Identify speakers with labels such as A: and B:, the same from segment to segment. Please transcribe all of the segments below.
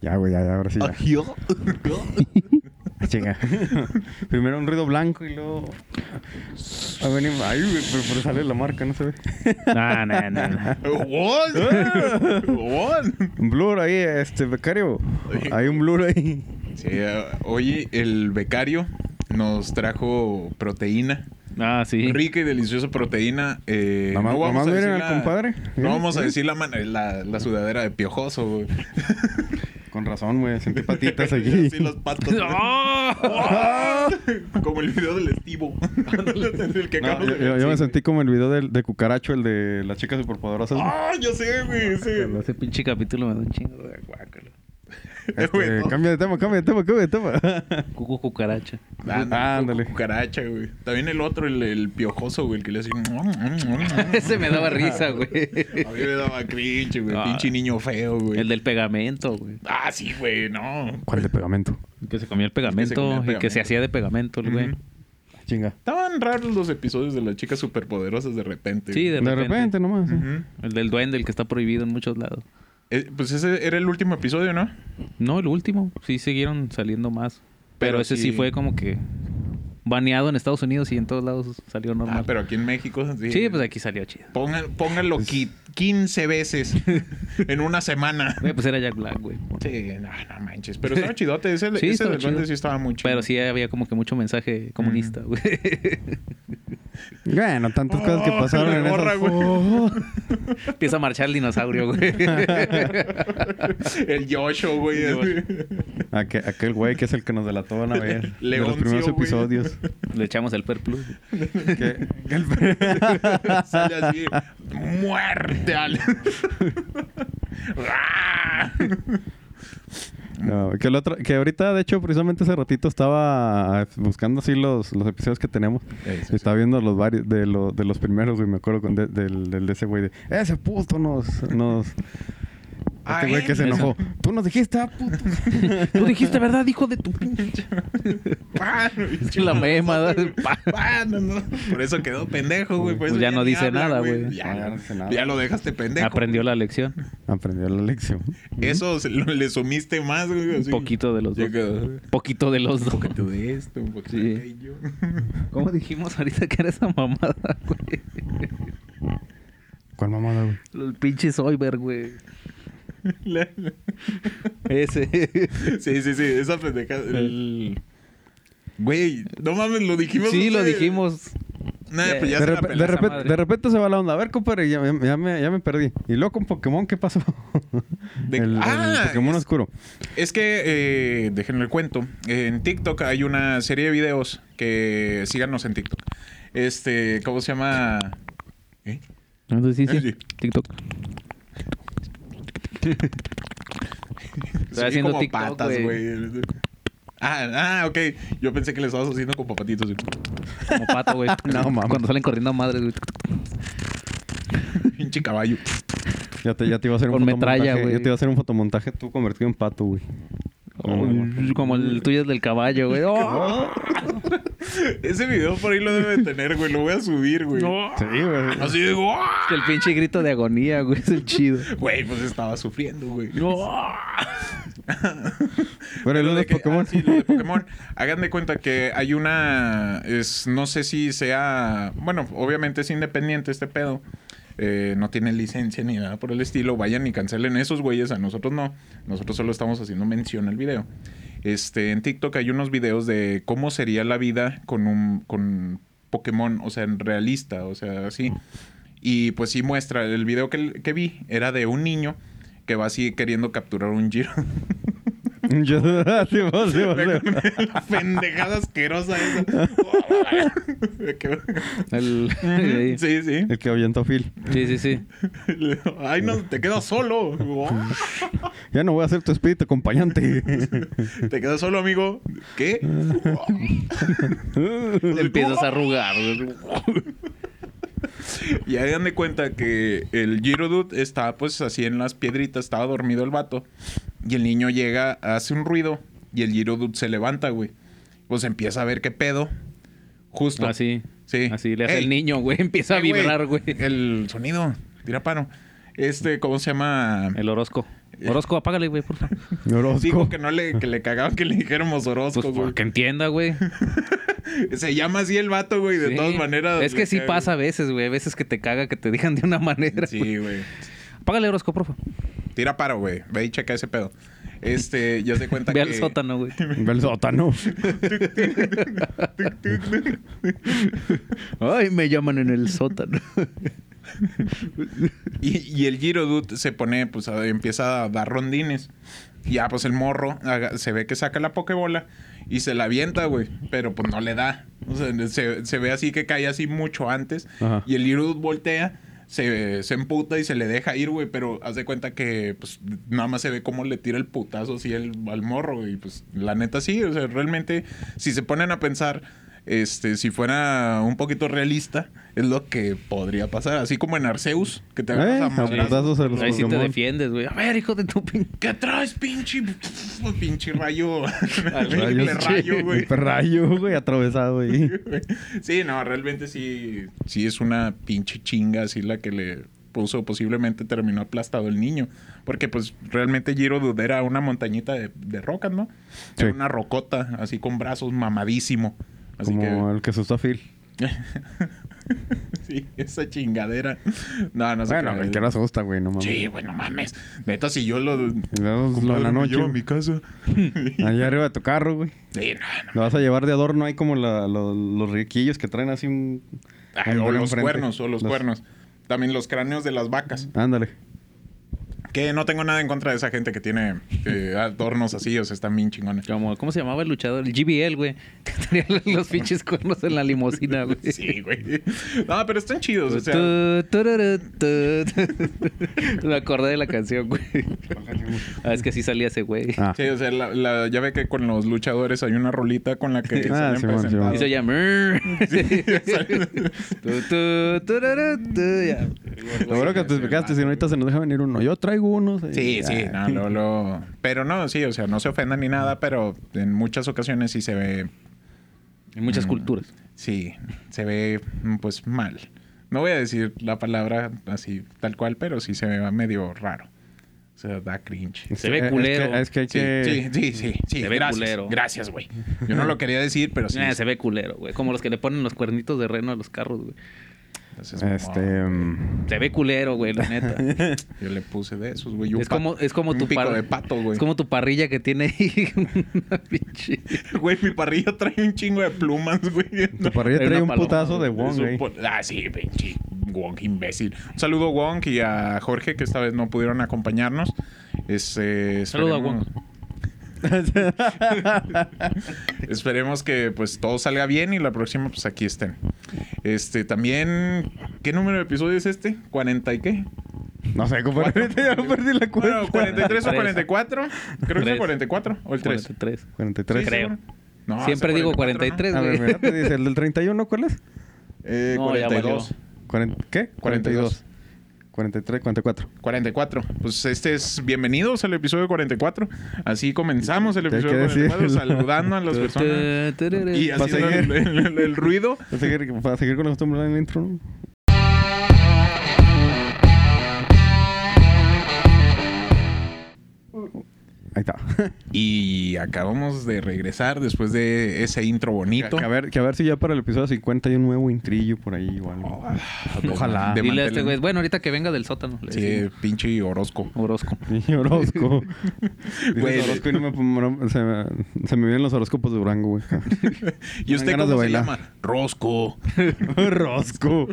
A: Ya, güey, ya, ya, ahora sí. ya.
B: Ajío.
A: Ah, chinga. Primero un ruido blanco y luego. Ah, venimos. Ay, güey, pero, pero sale la marca, no se ve.
C: No, no, no. no.
B: What? What?
A: Un blur ahí, este, becario.
B: Oye.
A: Hay un blur ahí.
B: Sí, eh, oye, el becario nos trajo proteína.
C: Ah, sí.
B: Rica y deliciosa proteína. Eh,
A: Nomás-
B: no vamos
A: nomás
B: a decir
A: miren al
B: la-
A: compadre.
B: No vamos a decir la, man- la, la sudadera de piojoso, güey.
A: Con razón, güey, sentí patitas aquí.
B: Así los patos.
C: ¡Oh!
B: Como el video del estivo. el que
A: No,
B: acabas
A: yo,
B: de
A: yo-
B: ver,
A: yo me
B: sí.
A: sentí como el video del, de Cucaracho, el de las chicas superpoderosas. güey.
B: Ah, yo sé, güey. Sí.
C: Ese pinche capítulo me da un chingo de guácalo.
A: Este,
B: Eh, güey, no.
A: Cambia de tema, cambia de tema, cambia de tema.
C: Cucu cucaracha.
B: Ah,
A: Ah, ándale.
B: ándale. Cucaracha, güey. También el otro, el, el piojoso, güey, el que le hace. "Mm,
C: Ese me daba risa, güey.
B: A mí me daba cringe, güey.
C: Ah.
B: Pinche niño feo, güey.
C: El del pegamento, güey.
B: Ah, sí, güey, no.
A: ¿Cuál de pegamento?
C: El Que se comía el
B: que se comía el
C: pegamento, el que se
B: pegamento.
C: hacía de pegamento, el güey.
B: Ujú.
A: Chinga.
B: Estaban raros los episodios de las chicas superpoderosas de repente.
C: Sí,
B: güey.
C: de,
A: De
C: repente.
A: repente nomás. ¿eh? sí.
B: Ujú.
C: El del duende, el que está prohibido en muchos lados.
B: Eh, pues ese era el último episodio, ¿no?
C: No, el último. Sí, siguieron saliendo más. Pero,
B: Pero
C: ese sí.
B: sí.
C: fue como que baneado en Estados Unidos y en todos lados salió normal.
B: Ah, pero aquí en México. Sí,
C: Sí, pues aquí Pues- salió chido.
B: Pongan, pónganlo qui- 15 veces en una semana.
C: Güey, pues era Jack Black, güey.
B: Sí, no, no manches. Pero estaba chidote. Ese,
C: Sí,
B: ese
C: estaba
B: del duende
C: chido.
B: sí estaba muy chido.
C: Pero sí había como que mucho mensaje comunista, güey.
A: Bueno, tantas cosas que
B: Oh,
A: pasaron
B: la
A: en
B: gorra,
A: esas...
B: güey.
A: Oh.
C: Empieza a marchar el dinosaurio, güey.
B: El Yosho, güey.
A: Aque- aquel güey que es el que nos delató una vez. de los
B: Leoncio,
A: primeros
B: güey.
A: episodios.
C: Le echamos el perplus.
A: Que- que el-
B: Sale así. Muerte al. ¡Ah!
A: No, que, el otro, que ahorita, de hecho, precisamente hace ratito estaba ah, buscando así los, los episodios que tenemos. estaba viendo los varios de, lo- de los primeros, güey. Me acuerdo con de- del, del de ese güey de... Ese puto nos... nos
B: A
A: este güey que
B: él.
A: se enojó. Tú nos dijiste, ah, puto.
C: Tú dijiste verdad, hijo de tu pinche.
B: ¡Pan!
C: La mema, da-
B: ¡Pan! No, no. Por eso quedó pendejo, güey. Por
C: Pues
B: eso
C: ya no
B: ni
C: dice
B: habla,
C: nada, güey.
A: No,
B: Ya,
A: ya no dice nada.
B: ya lo dejaste pendejo.
C: Aprendió la lección.
A: Aprendió la lección.
B: Eso se lo- le sumiste más, güey.
C: Un poquito de los
B: Ya
C: dos.
B: quedó.
C: Poquito de los dos.
B: Un poquito de esto, un poquito
C: Sí.
B: de aquello.
C: ¿Cómo dijimos ahorita que era esa mamada, güey?
A: ¿Cuál mamada, güey?
C: El pinche Soyber, güey.
B: La-
C: Ese.
B: Sí, sí, sí, esa pendeja. el- Güey, no mames, lo dijimos.
C: Sí,
B: no
C: lo
B: sé.
C: dijimos.
B: Nah, pues ya
A: de,
B: se la
A: repe- de
B: pelaste.
A: repente,
C: madre.
A: de repente se va la onda. A ver, compadre, ya, ya- ya me, ya me perdí. Y luego con Pokémon, ¿qué pasó?
B: De-
A: el, el
B: Ah,
A: Pokémon
B: es-
A: Oscuro.
B: Es que, eh, déjenme el cuento. En TikTok hay una serie de videos que síganos en TikTok. Este, ¿cómo se llama? ¿Eh?
C: Entonces, sí,
B: Ah,
C: sí.
B: sí.
C: TikTok.
B: Sí,
C: haciendo
B: como
C: TikTok,
B: patas,
C: güey.
B: güey. Ah, ah, ok. Yo pensé que le estabas haciendo como patitos. güey.
C: Como pato, güey.
A: No, mames.
C: Cuando salen corriendo a madres, güey.
B: Pinche caballo.
A: Ya te, ya te iba a hacer un
C: Con metralla,
A: fotomontaje.
C: güey.
A: Yo te iba a hacer un fotomontaje tú convertido en pato, güey.
C: Como- Como el tuyo es del caballo, güey. ¡Oh!
B: Ese video por ahí lo debe de tener, güey. Lo voy a subir, güey.
A: Sí, güey.
B: Así digo, ¡ah!
C: El pinche grito de agonía, güey. Es el chido.
B: Güey, pues estaba sufriendo, güey.
A: Pero el
B: Lo
A: uno
B: de
A: es
B: que-
A: Pokémon.
B: ah, sí, lo de Pokémon. Hagan de cuenta que hay una. Es, no sé si sea. Bueno, obviamente es independiente este pedo. Eh, no tiene licencia ni nada por el estilo. Vayan y cancelen esos güeyes. A nosotros no. Nosotros solo estamos haciendo mención al video. Este, en TikTok hay unos videos de cómo sería la vida con un con Pokémon, o sea, en realista, o sea, así. Y pues sí muestra, el video que, que vi era de un niño que va así queriendo capturar un giro.
A: Yo- ah, sí, vos, sí, vos, sí, vos.
B: La pendejada asquerosa esa.
C: El-
B: sí, sí.
A: El que ahuyentó a Phil.
C: Sí, sí, sí.
B: Ay, no, te quedas solo.
A: Ya no voy a ser tu espíritu acompañante.
B: Te quedas solo, amigo. ¿Qué?
C: Le empiezas a arrugar, güey.
B: Y ahí dan de cuenta que el Girodut estaba pues así en las piedritas, estaba dormido el vato. Y el niño llega, hace un ruido y el Girodut se levanta, güey. Pues empieza a ver qué pedo. Justo.
C: Así.
B: Sí.
C: Ah, Así le hace
B: Ey.
C: el niño, güey. Empieza a
B: Eh, güey,
C: vibrar, güey.
B: El sonido. Tira paro. Este, ¿cómo se llama?
C: El Orozco. Orozco, apágale, güey, por favor.
A: Orozco.
B: Dijo que no le, que le cagaban que le dijéramos Orozco,
C: Pues
B: güey.
C: por que entienda, güey.
B: Se llama así el vato, güey, de
C: Sí.
B: todas maneras.
C: Es
B: le
C: que sí
B: caga.
C: pasa a veces, güey. A veces que te caga que te digan de una manera. güey.
B: Sí, güey.
C: Apágale, Orozco, por favor.
B: Tira paro, güey. Ve y checa ese pedo. Este, ya se cuenta
C: Ve
B: que...
C: al sótano, güey.
A: Ve el sótano.
C: Ay, me llaman en el sótano.
B: Y, y el Giro Dude se pone, pues a- empieza a dar rondines. Ya, pues el morro haga- se ve que saca la pokebola y se la avienta, güey. Pero pues no le da. O sea, se, se ve así que cae así mucho antes.
A: Ajá.
B: Y el Giro Dude voltea, se, se emputa y se le deja ir, güey. Pero haz de cuenta que, pues nada más se ve cómo le tira el putazo así el, al morro, güey. Y pues la neta sí, o sea, realmente, si se ponen a pensar. Este, si fuera un poquito realista, es lo que podría pasar. Así como en Arceus, que te agarras
A: Eh,
B: a
A: a
B: madrazos.
A: putazos a los
C: Ahí sí te
A: Pokémon.
C: defiendes, güey. A ver, hijo de tu pin.
B: ¿Qué traes, pinche? Pinche rayo.
A: Rayos,
B: Triple rayo, güey.
A: Triple rayo, güey, atravesado ahí.
B: Sí, no, realmente sí. Sí, es una pinche chinga así la que le puso. Posiblemente terminó aplastado el niño. Porque, pues, realmente Giro Dude era una montañita de, de rocas, ¿no? Era
A: Sí.
B: una rocota, así con brazos mamadísimo. Así
A: Como
B: que.
A: el que asusta a Phil.
B: sí, esa chingadera. No, no sé.
A: bueno, el que lo asusta, güey, no mames.
B: Sí, güey, no mames. Neta, si yo lo.
A: Lo, lo-
B: compadre,
A: en Pues la
B: me
A: noche.
B: llevo a mi casa.
A: Allá arriba de tu carro, güey.
B: Sí, no, no.
A: Lo vas a llevar de adorno ahí como la- lo- los riquillos que traen así un...
B: Ay,
A: un
B: o
A: hombre
B: los
A: enfrente.
B: cuernos, o los, cuernos. También los cráneos de las vacas.
A: Ándale.
B: Que no tengo nada en contra de esa gente que tiene eh, adornos así, o sea, están bien chingones.
C: Como, ¿Cómo se llamaba el luchador? El GBL, güey. Que tenía los pinches cuernos en la limusina, güey.
B: Sí, güey. No, pero están chidos,
A: Pues
B: o sea.
C: Tu, tururu, tu, tu. Me acordé de la canción, güey. Ah, es que así salía ese güey.
A: Ah.
B: Sí, o sea, la, la- ya ve que con los luchadores hay una rolita con la que
A: Ah,
B: salen
A: Simón, Simón.
B: presentados.
C: Y se llama. Tu, tu, tururu, tu, ya.
A: Lo bueno que te explicaste, si no ahorita se nos deja venir uno. Yo traigo unos. ahí.
B: Sí, sí,
A: Ah.
B: no, lo, lo- Pero no, sí, o sea, no se ofendan ni nada, pero en muchas ocasiones sí se ve,
C: En
B: Mm,
C: muchas culturas.
B: sí, se ve, mm, pues, mal. No voy a decir la palabra así, tal cual, pero sí se ve medio raro. O sea, da cringe.
A: Es
C: Se
A: que-
C: ve
A: es que-
C: culero.
A: Es que hay
B: Sí,
A: que...
B: sí, sí, sí, sí,
C: Se ve
B: gracias,
C: culero.
B: gracias, güey. Yo no lo quería decir, pero sí.
C: Ah, se ve culero, güey. Como los que le ponen los cuernitos de reno a los carros, güey.
B: Entonces,
A: Este...
B: wow,
A: mm,
C: Se ve culero, güey, la neta.
B: yo le puse de esos, güey. un
C: es, como,
B: pato,
C: es como
B: un
C: tu
B: pico
C: par-
B: de pato, güey.
C: Es como tu parrilla que tiene ahí una pinche.
B: Güey, mi parrilla trae un chingo de plumas, güey.
A: Tu parrilla
C: Trae
A: trae
C: una
A: un
C: paloma,
A: putazo de
B: Es
A: Wong,
B: un
C: eh.
A: güey.
B: po- Ah, sí, pinche Wong imbécil. Un saludo a Wong y a Jorge, que esta vez no pudieron acompañarnos. Este,
C: Saludo a
B: esperemos- Esperemos que pues todo salga bien y la próxima pues aquí estén. Este, también, ¿qué número de episodio es este? ¿40 y qué?
A: No sé, compadre, ahorita ya perdí la cuenta.
B: Bueno, 43 o
C: Tres.
B: 44. Creo que es
C: Tres.
B: el 44 o el 3.
C: 43.
A: 43.
C: Sí, sí. Creo.
B: No,
C: Siempre
B: es el
C: digo
B: 44,
C: 43,
A: A
C: güey.
A: ver, mira, te dice, ¿el del 31 cuál es?
B: ¿no? Eh,
C: No, ya
B: 42.
A: Cuaren- ¿Qué?
B: 42.
A: 42. 43, 44.
B: 44. Pues este es bienvenidos al episodio 44. Así comenzamos el
A: Ya hay
B: episodio
A: que
B: 44
A: decirlo.
B: saludando a las
C: Tu,
B: personas
C: tu, tururu.
B: y
A: Pa'
B: haciendo el,
A: seguir.
B: el- el ruido.
A: Para seguir, para seguir con la costumbre del intro, ¿no? Ahí está.
B: Y acabamos de regresar después de ese intro bonito.
A: Que a, ver, que a ver si ya para el episodio 50 hay un nuevo intrillo por ahí o algo.
B: Ah,
A: Ojalá.
B: de
C: Dile a este
B: mantel-
C: güey. Bueno, ahorita que venga del sótano. le
B: Sí,
C: decimos.
B: pinche Orozco.
C: Orozco.
A: Sí, Orozco. Dices
B: Güey.
A: Orozco y no me, no- se, me- se me vienen los horóscopos de Durango, güey.
B: ¿Y usted
A: ganas de
B: cómo se
A: bailar.
B: llama? Rosco.
A: Orozco.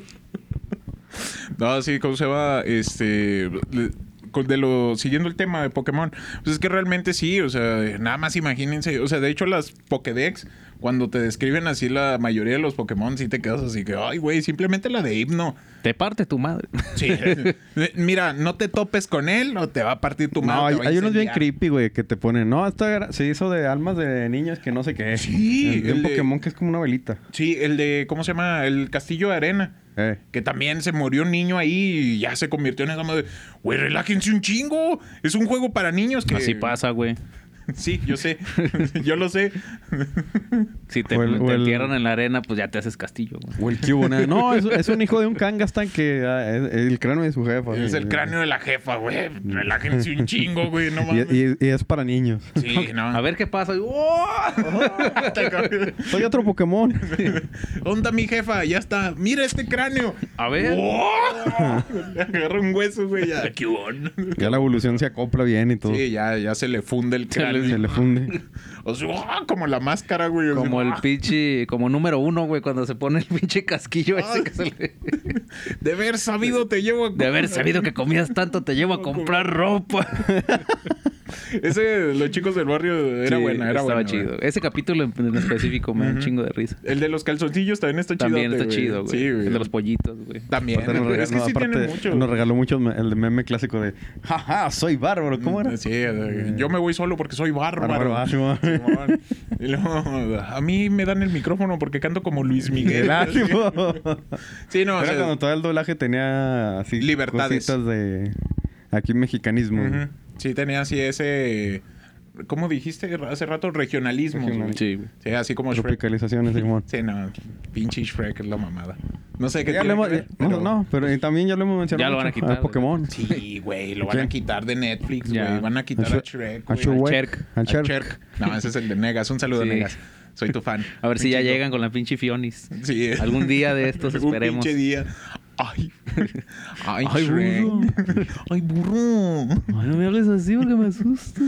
B: No, sí, ¿cómo se va? Este. le- con- De lo, siguiendo el tema de Pokémon, pues es que realmente sí, o sea, nada más imagínense, o sea, de hecho las Pokédex, cuando te describen así la mayoría de los Pokémon, sí te quedas así que, ay, güey, simplemente la de himno.
C: Te parte tu madre.
B: Sí, Eh, mira, no te topes con él o te va a partir tu madre.
A: No,
B: te
A: hay,
B: va a
A: hay unos bien
B: incendiar.
A: creepy, güey, que te ponen. No, esto era- se hizo de almas de niños que no sé qué.
B: Sí,
A: El de un
B: el de-
A: Pokémon que es como una velita.
B: Sí, el de, ¿cómo se llama? El Castillo de Arena.
A: Eh.
B: Que también se murió un niño ahí y ya se convirtió en esa madre. Güey, relájense un chingo. Es un juego para niños que.
C: Así pasa, güey.
B: Sí, yo sé. yo lo sé.
C: Si te,
A: O el-
C: te
A: o el-
C: entierran en la arena, pues ya te haces castillo, güey.
A: O el cubo, nada. No, es, es un hijo de un Kangastan que ah, es, es el cráneo de su jefa.
B: Es el cráneo de la jefa, güey. Relájense un chingo, güey. No mames.
A: Y, y- y es para niños.
B: Sí, no.
C: A ver qué pasa. Y- ¡Oh!
A: Soy otro Pokémon.
B: ¿Onda mi jefa? Ya está. Mira este cráneo.
C: A ver.
B: ¡Oh! Le agarra un hueso, güey. Ya. ¿Qué on?
A: Ya la evolución se acopla bien y todo.
B: Sí, ya, ya se le funde el cráneo.
A: Se le funde.
B: O sea, ¡ah! como la máscara, güey. O sea,
C: Como el
B: ¡ah!
C: pinche, como número uno, güey, cuando se pone el pinche casquillo ese que se le...
B: De haber sabido te llevo a...
C: De haber sabido que comías tanto, te llevo a comprar ropa.
B: Ese de los chicos del barrio era
C: Sí,
B: buena, era
C: Estaba
B: buena.
C: chido.
B: güey.
C: Ese capítulo en, en específico me da un chingo de risa.
B: El de los calzoncillos también está chido.
C: También está chido, güey.
B: Sí,
C: El de
B: güey.
C: los pollitos, güey.
B: También.
A: Aparte nos regaló,
B: es que sí
A: aparte
B: tienen mucho.
A: nos regaló mucho me- el meme clásico de jaja, soy bárbaro. ¿Cómo era?
B: Sí, eh, yo me voy solo porque soy bárbaro.
A: Bárbaro, ah, Simón.
B: Simón. Y luego, a mí me dan el micrófono porque canto como Luis Miguel.
A: El ánimo.
B: Sí, no, o
A: Era
B: sea,
A: cuando todo el doblaje tenía así
B: Libertades.
A: cositas de aquí mexicanismo.
B: ujú. Sí, tenía así ese. ¿Cómo dijiste hace rato? Regionalismo.
A: Regional.
B: güey.
C: Sí, güey.
B: Sí, así como Shrek.
A: Tropicalizaciones, Simón.
B: Sí, no, pinche Shrek es la mamada. No sé qué
A: Ya
B: tiene
A: lo hemos-
B: que ver,
A: no,
B: pero-
A: no, pero y también ya lo hemos mencionado.
C: Ya lo van a
A: mucho,
C: quitar,
A: al Pokémon.
B: Sí, güey, lo van a
A: ¿Quién?
B: quitar de Netflix,
C: Ya.
B: güey. Van a quitar a
A: Shrek-
B: Shrek.
A: a
B: güey.
A: Shrek.
C: Al
A: Güey,
C: Cherk.
A: al
B: A
A: Shrek.
B: Cherk. No, ese es el de Negas. Un saludo,
C: Sí.
B: Negas. Soy tu fan.
C: A ver si ya
B: Pinche
C: llegan con la pinche Fionis.
B: Sí.
C: Algún día de estos
B: Un
C: esperemos.
B: pinche día. Ay. Ay,
C: Ay,
B: Shrek.
C: burro.
B: Ay, burro.
C: Ay, no me hables así porque me asusta.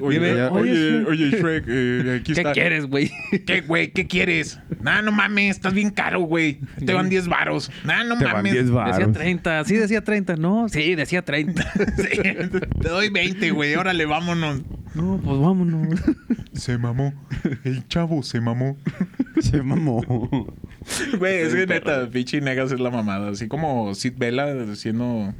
B: Oye,
A: Dime,
B: oye,
C: oye,
B: oye,
C: Shrek.
B: Shrek, eh, aquí
C: ¿Qué
B: está.
C: quieres, güey?
B: ¿Qué, güey? ¿Qué quieres? Nah, no mames, estás bien caro, güey. Te van 10 varos. Nah, no
A: Te van
B: mames.
A: 10 varos.
C: Decía 30. Sí, decía 30. No, sí, decía 30.
B: Sí, te doy 20, güey. Órale, vámonos.
C: No, pues vámonos.
B: Se mamó. El chavo se mamó.
A: Se mamó.
B: Güey, es que
C: un perro.
B: neta, Pichi Negas es la mamada. Así como Sid Vela siendo.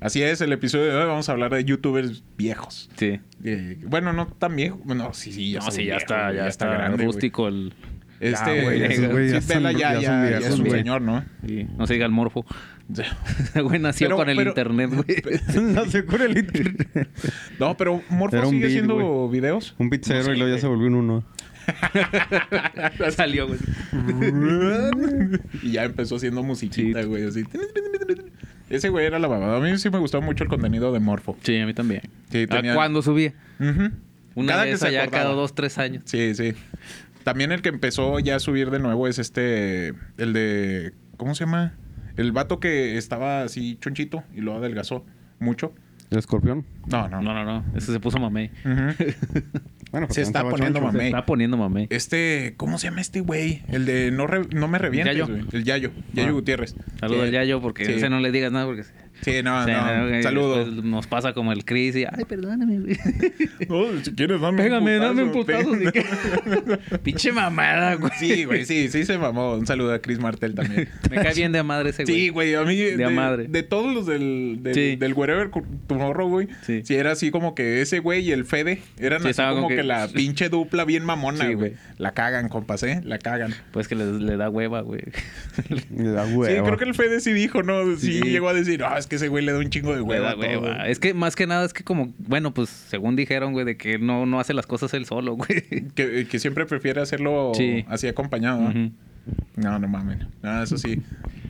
B: Así es, el episodio de hoy vamos a hablar de youtubers viejos.
C: Sí.
B: Eh, bueno, no tan viejo. Bueno, sí, sí, ya,
C: No,
B: está
C: sí, ya
B: viejo,
C: está,
B: güey,
C: ya está,
B: grande, güey.
C: rústico el.
B: Este,
C: Ya, güey,
B: eh,
C: esos
A: güey ya
B: Sid Vela
A: son-
B: ya,
A: ya son
B: ya- ya es
A: viejos,
B: un
A: güey.
B: señor, ¿no?
C: sí, No se diga el morfo. Ese güey nació
B: Pero-
C: con el
B: pero-
C: internet, güey.
A: no se cura el internet.
B: No, pero Morfo
A: Era un
B: sigue
A: beat,
B: haciendo
A: güey.
B: videos.
A: Un pizzero y luego ya se volvió un uno.
C: Salió, güey.
A: ¿Eh?
B: y ya empezó haciendo musiquita,
C: Sí.
B: güey. Así. Ese güey era la babada. A mí sí me gustaba mucho el contenido de Morfo.
C: Sí, a mí también.
B: Sí,
C: ¿A
B: tenía-
C: cuándo subía?
B: Ujú.
C: Una
B: Cada que
C: vez
B: se
C: allá
B: acordaba.
C: cada dos, tres años.
B: Sí, sí. También el que empezó ya a subir de nuevo es este, el de, ¿cómo se llama? El vato que estaba así chonchito y lo adelgazó mucho.
A: El escorpión.
B: No, no.
C: No, no, no. Ese se puso mamey.
B: Ujú.
A: Bueno, pues
B: Se está
A: estaba
B: poniendo
A: choncho.
B: mamey.
C: Se está poniendo mamey.
B: Este, ¿cómo se llama este güey? El de No, re- no me revientes,
C: Yayo.
B: güey. El Yayo. Yayo
A: Ah.
B: Gutiérrez.
C: Saludos
B: Sí.
C: al Yayo porque
B: Sí.
C: ese no le digas nada porque...
B: Sí, no,
C: o sea,
B: no.
C: que
B: Saludos.
C: después Nos pasa como el Chris y... Ay, perdóname, güey.
B: No, si quieres, dame
C: pues, Pégame, dame un putazo. ¿de qué? Pinche mamada, güey.
B: Sí, güey, sí, sí se mamó. Un saludo a Chris Martel también.
C: Me cae bien de madre ese este, güey.
B: Sí, güey, a mí de,
C: a madre.
B: de todos los del, del,
C: Sí.
B: del Wherever Cu- Tomorrow, güey, sí.
C: Sí.
B: era así como que ese güey y el Fede eran
C: Sí,
B: así
C: estaba
B: como
C: como
B: que...
C: que-
B: la pinche dupla bien mamona,
C: Sí,
B: güey.
C: güey.
B: La cagan, compas, ¿eh? La cagan.
C: Pues que le, le da hueva, güey.
A: Le da
B: Sí,
A: hueva.
B: creo que el Fede sí dijo, ¿no? Sí,
C: Sí.
B: llegó a decir, ah, es que ese güey le da un chingo de
C: Le
B: hueva.
C: da
B: a todo".
C: hueva. Es que más que nada es que como... Bueno, pues según dijeron, güey, de que no, no hace las cosas él solo, güey.
B: Que, que siempre prefiere hacerlo
C: Sí.
B: así acompañado. ¿no?
C: Ujú.
B: No, no mames. No, eso sí.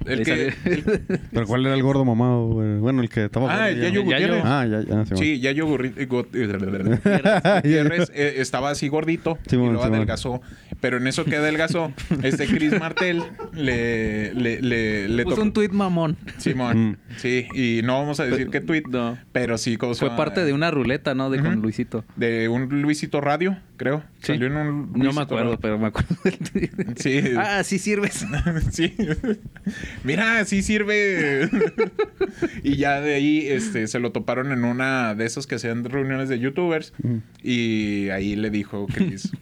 B: El
C: Le
B: que,
C: sale-
B: el-
A: Pero ¿cuál era el gordo mamado? güey? Bueno, el que estaba. gordo
B: Ah, el Yayo
A: ¿no?
B: Gutiérrez.
A: Ah, ya, ya. Simón.
B: sí, Yayo Gurri- Gut- Gutiérrez,
A: Gutiérrez.
B: eh, estaba así gordito y
A: Simón,
B: lo
A: Simón.
B: adelgazó. Pero en eso que adelgazó, este Chris Martel le, le, le, le tocó-
C: Puso Pues un tuit mamón.
B: Simón.
A: Mm.
B: Sí, y no vamos a decir qué tweet,
C: No.
B: pero sí cosa-
C: Fue parte de una ruleta, ¿no? De
B: Ujú.
C: con Luisito.
B: de un Luisito Radio, creo.
C: Sí.
B: Salió en un
C: No
B: Luisito
C: me acuerdo,
B: Radio.
C: pero me acuerdo del tuit.
B: Sí.
C: Ah, sí sirves.
B: sí. Mira, sí sirve. y ya de ahí este, se lo toparon en una de esas que hacían reuniones de youtubers. Y ahí le dijo Chris.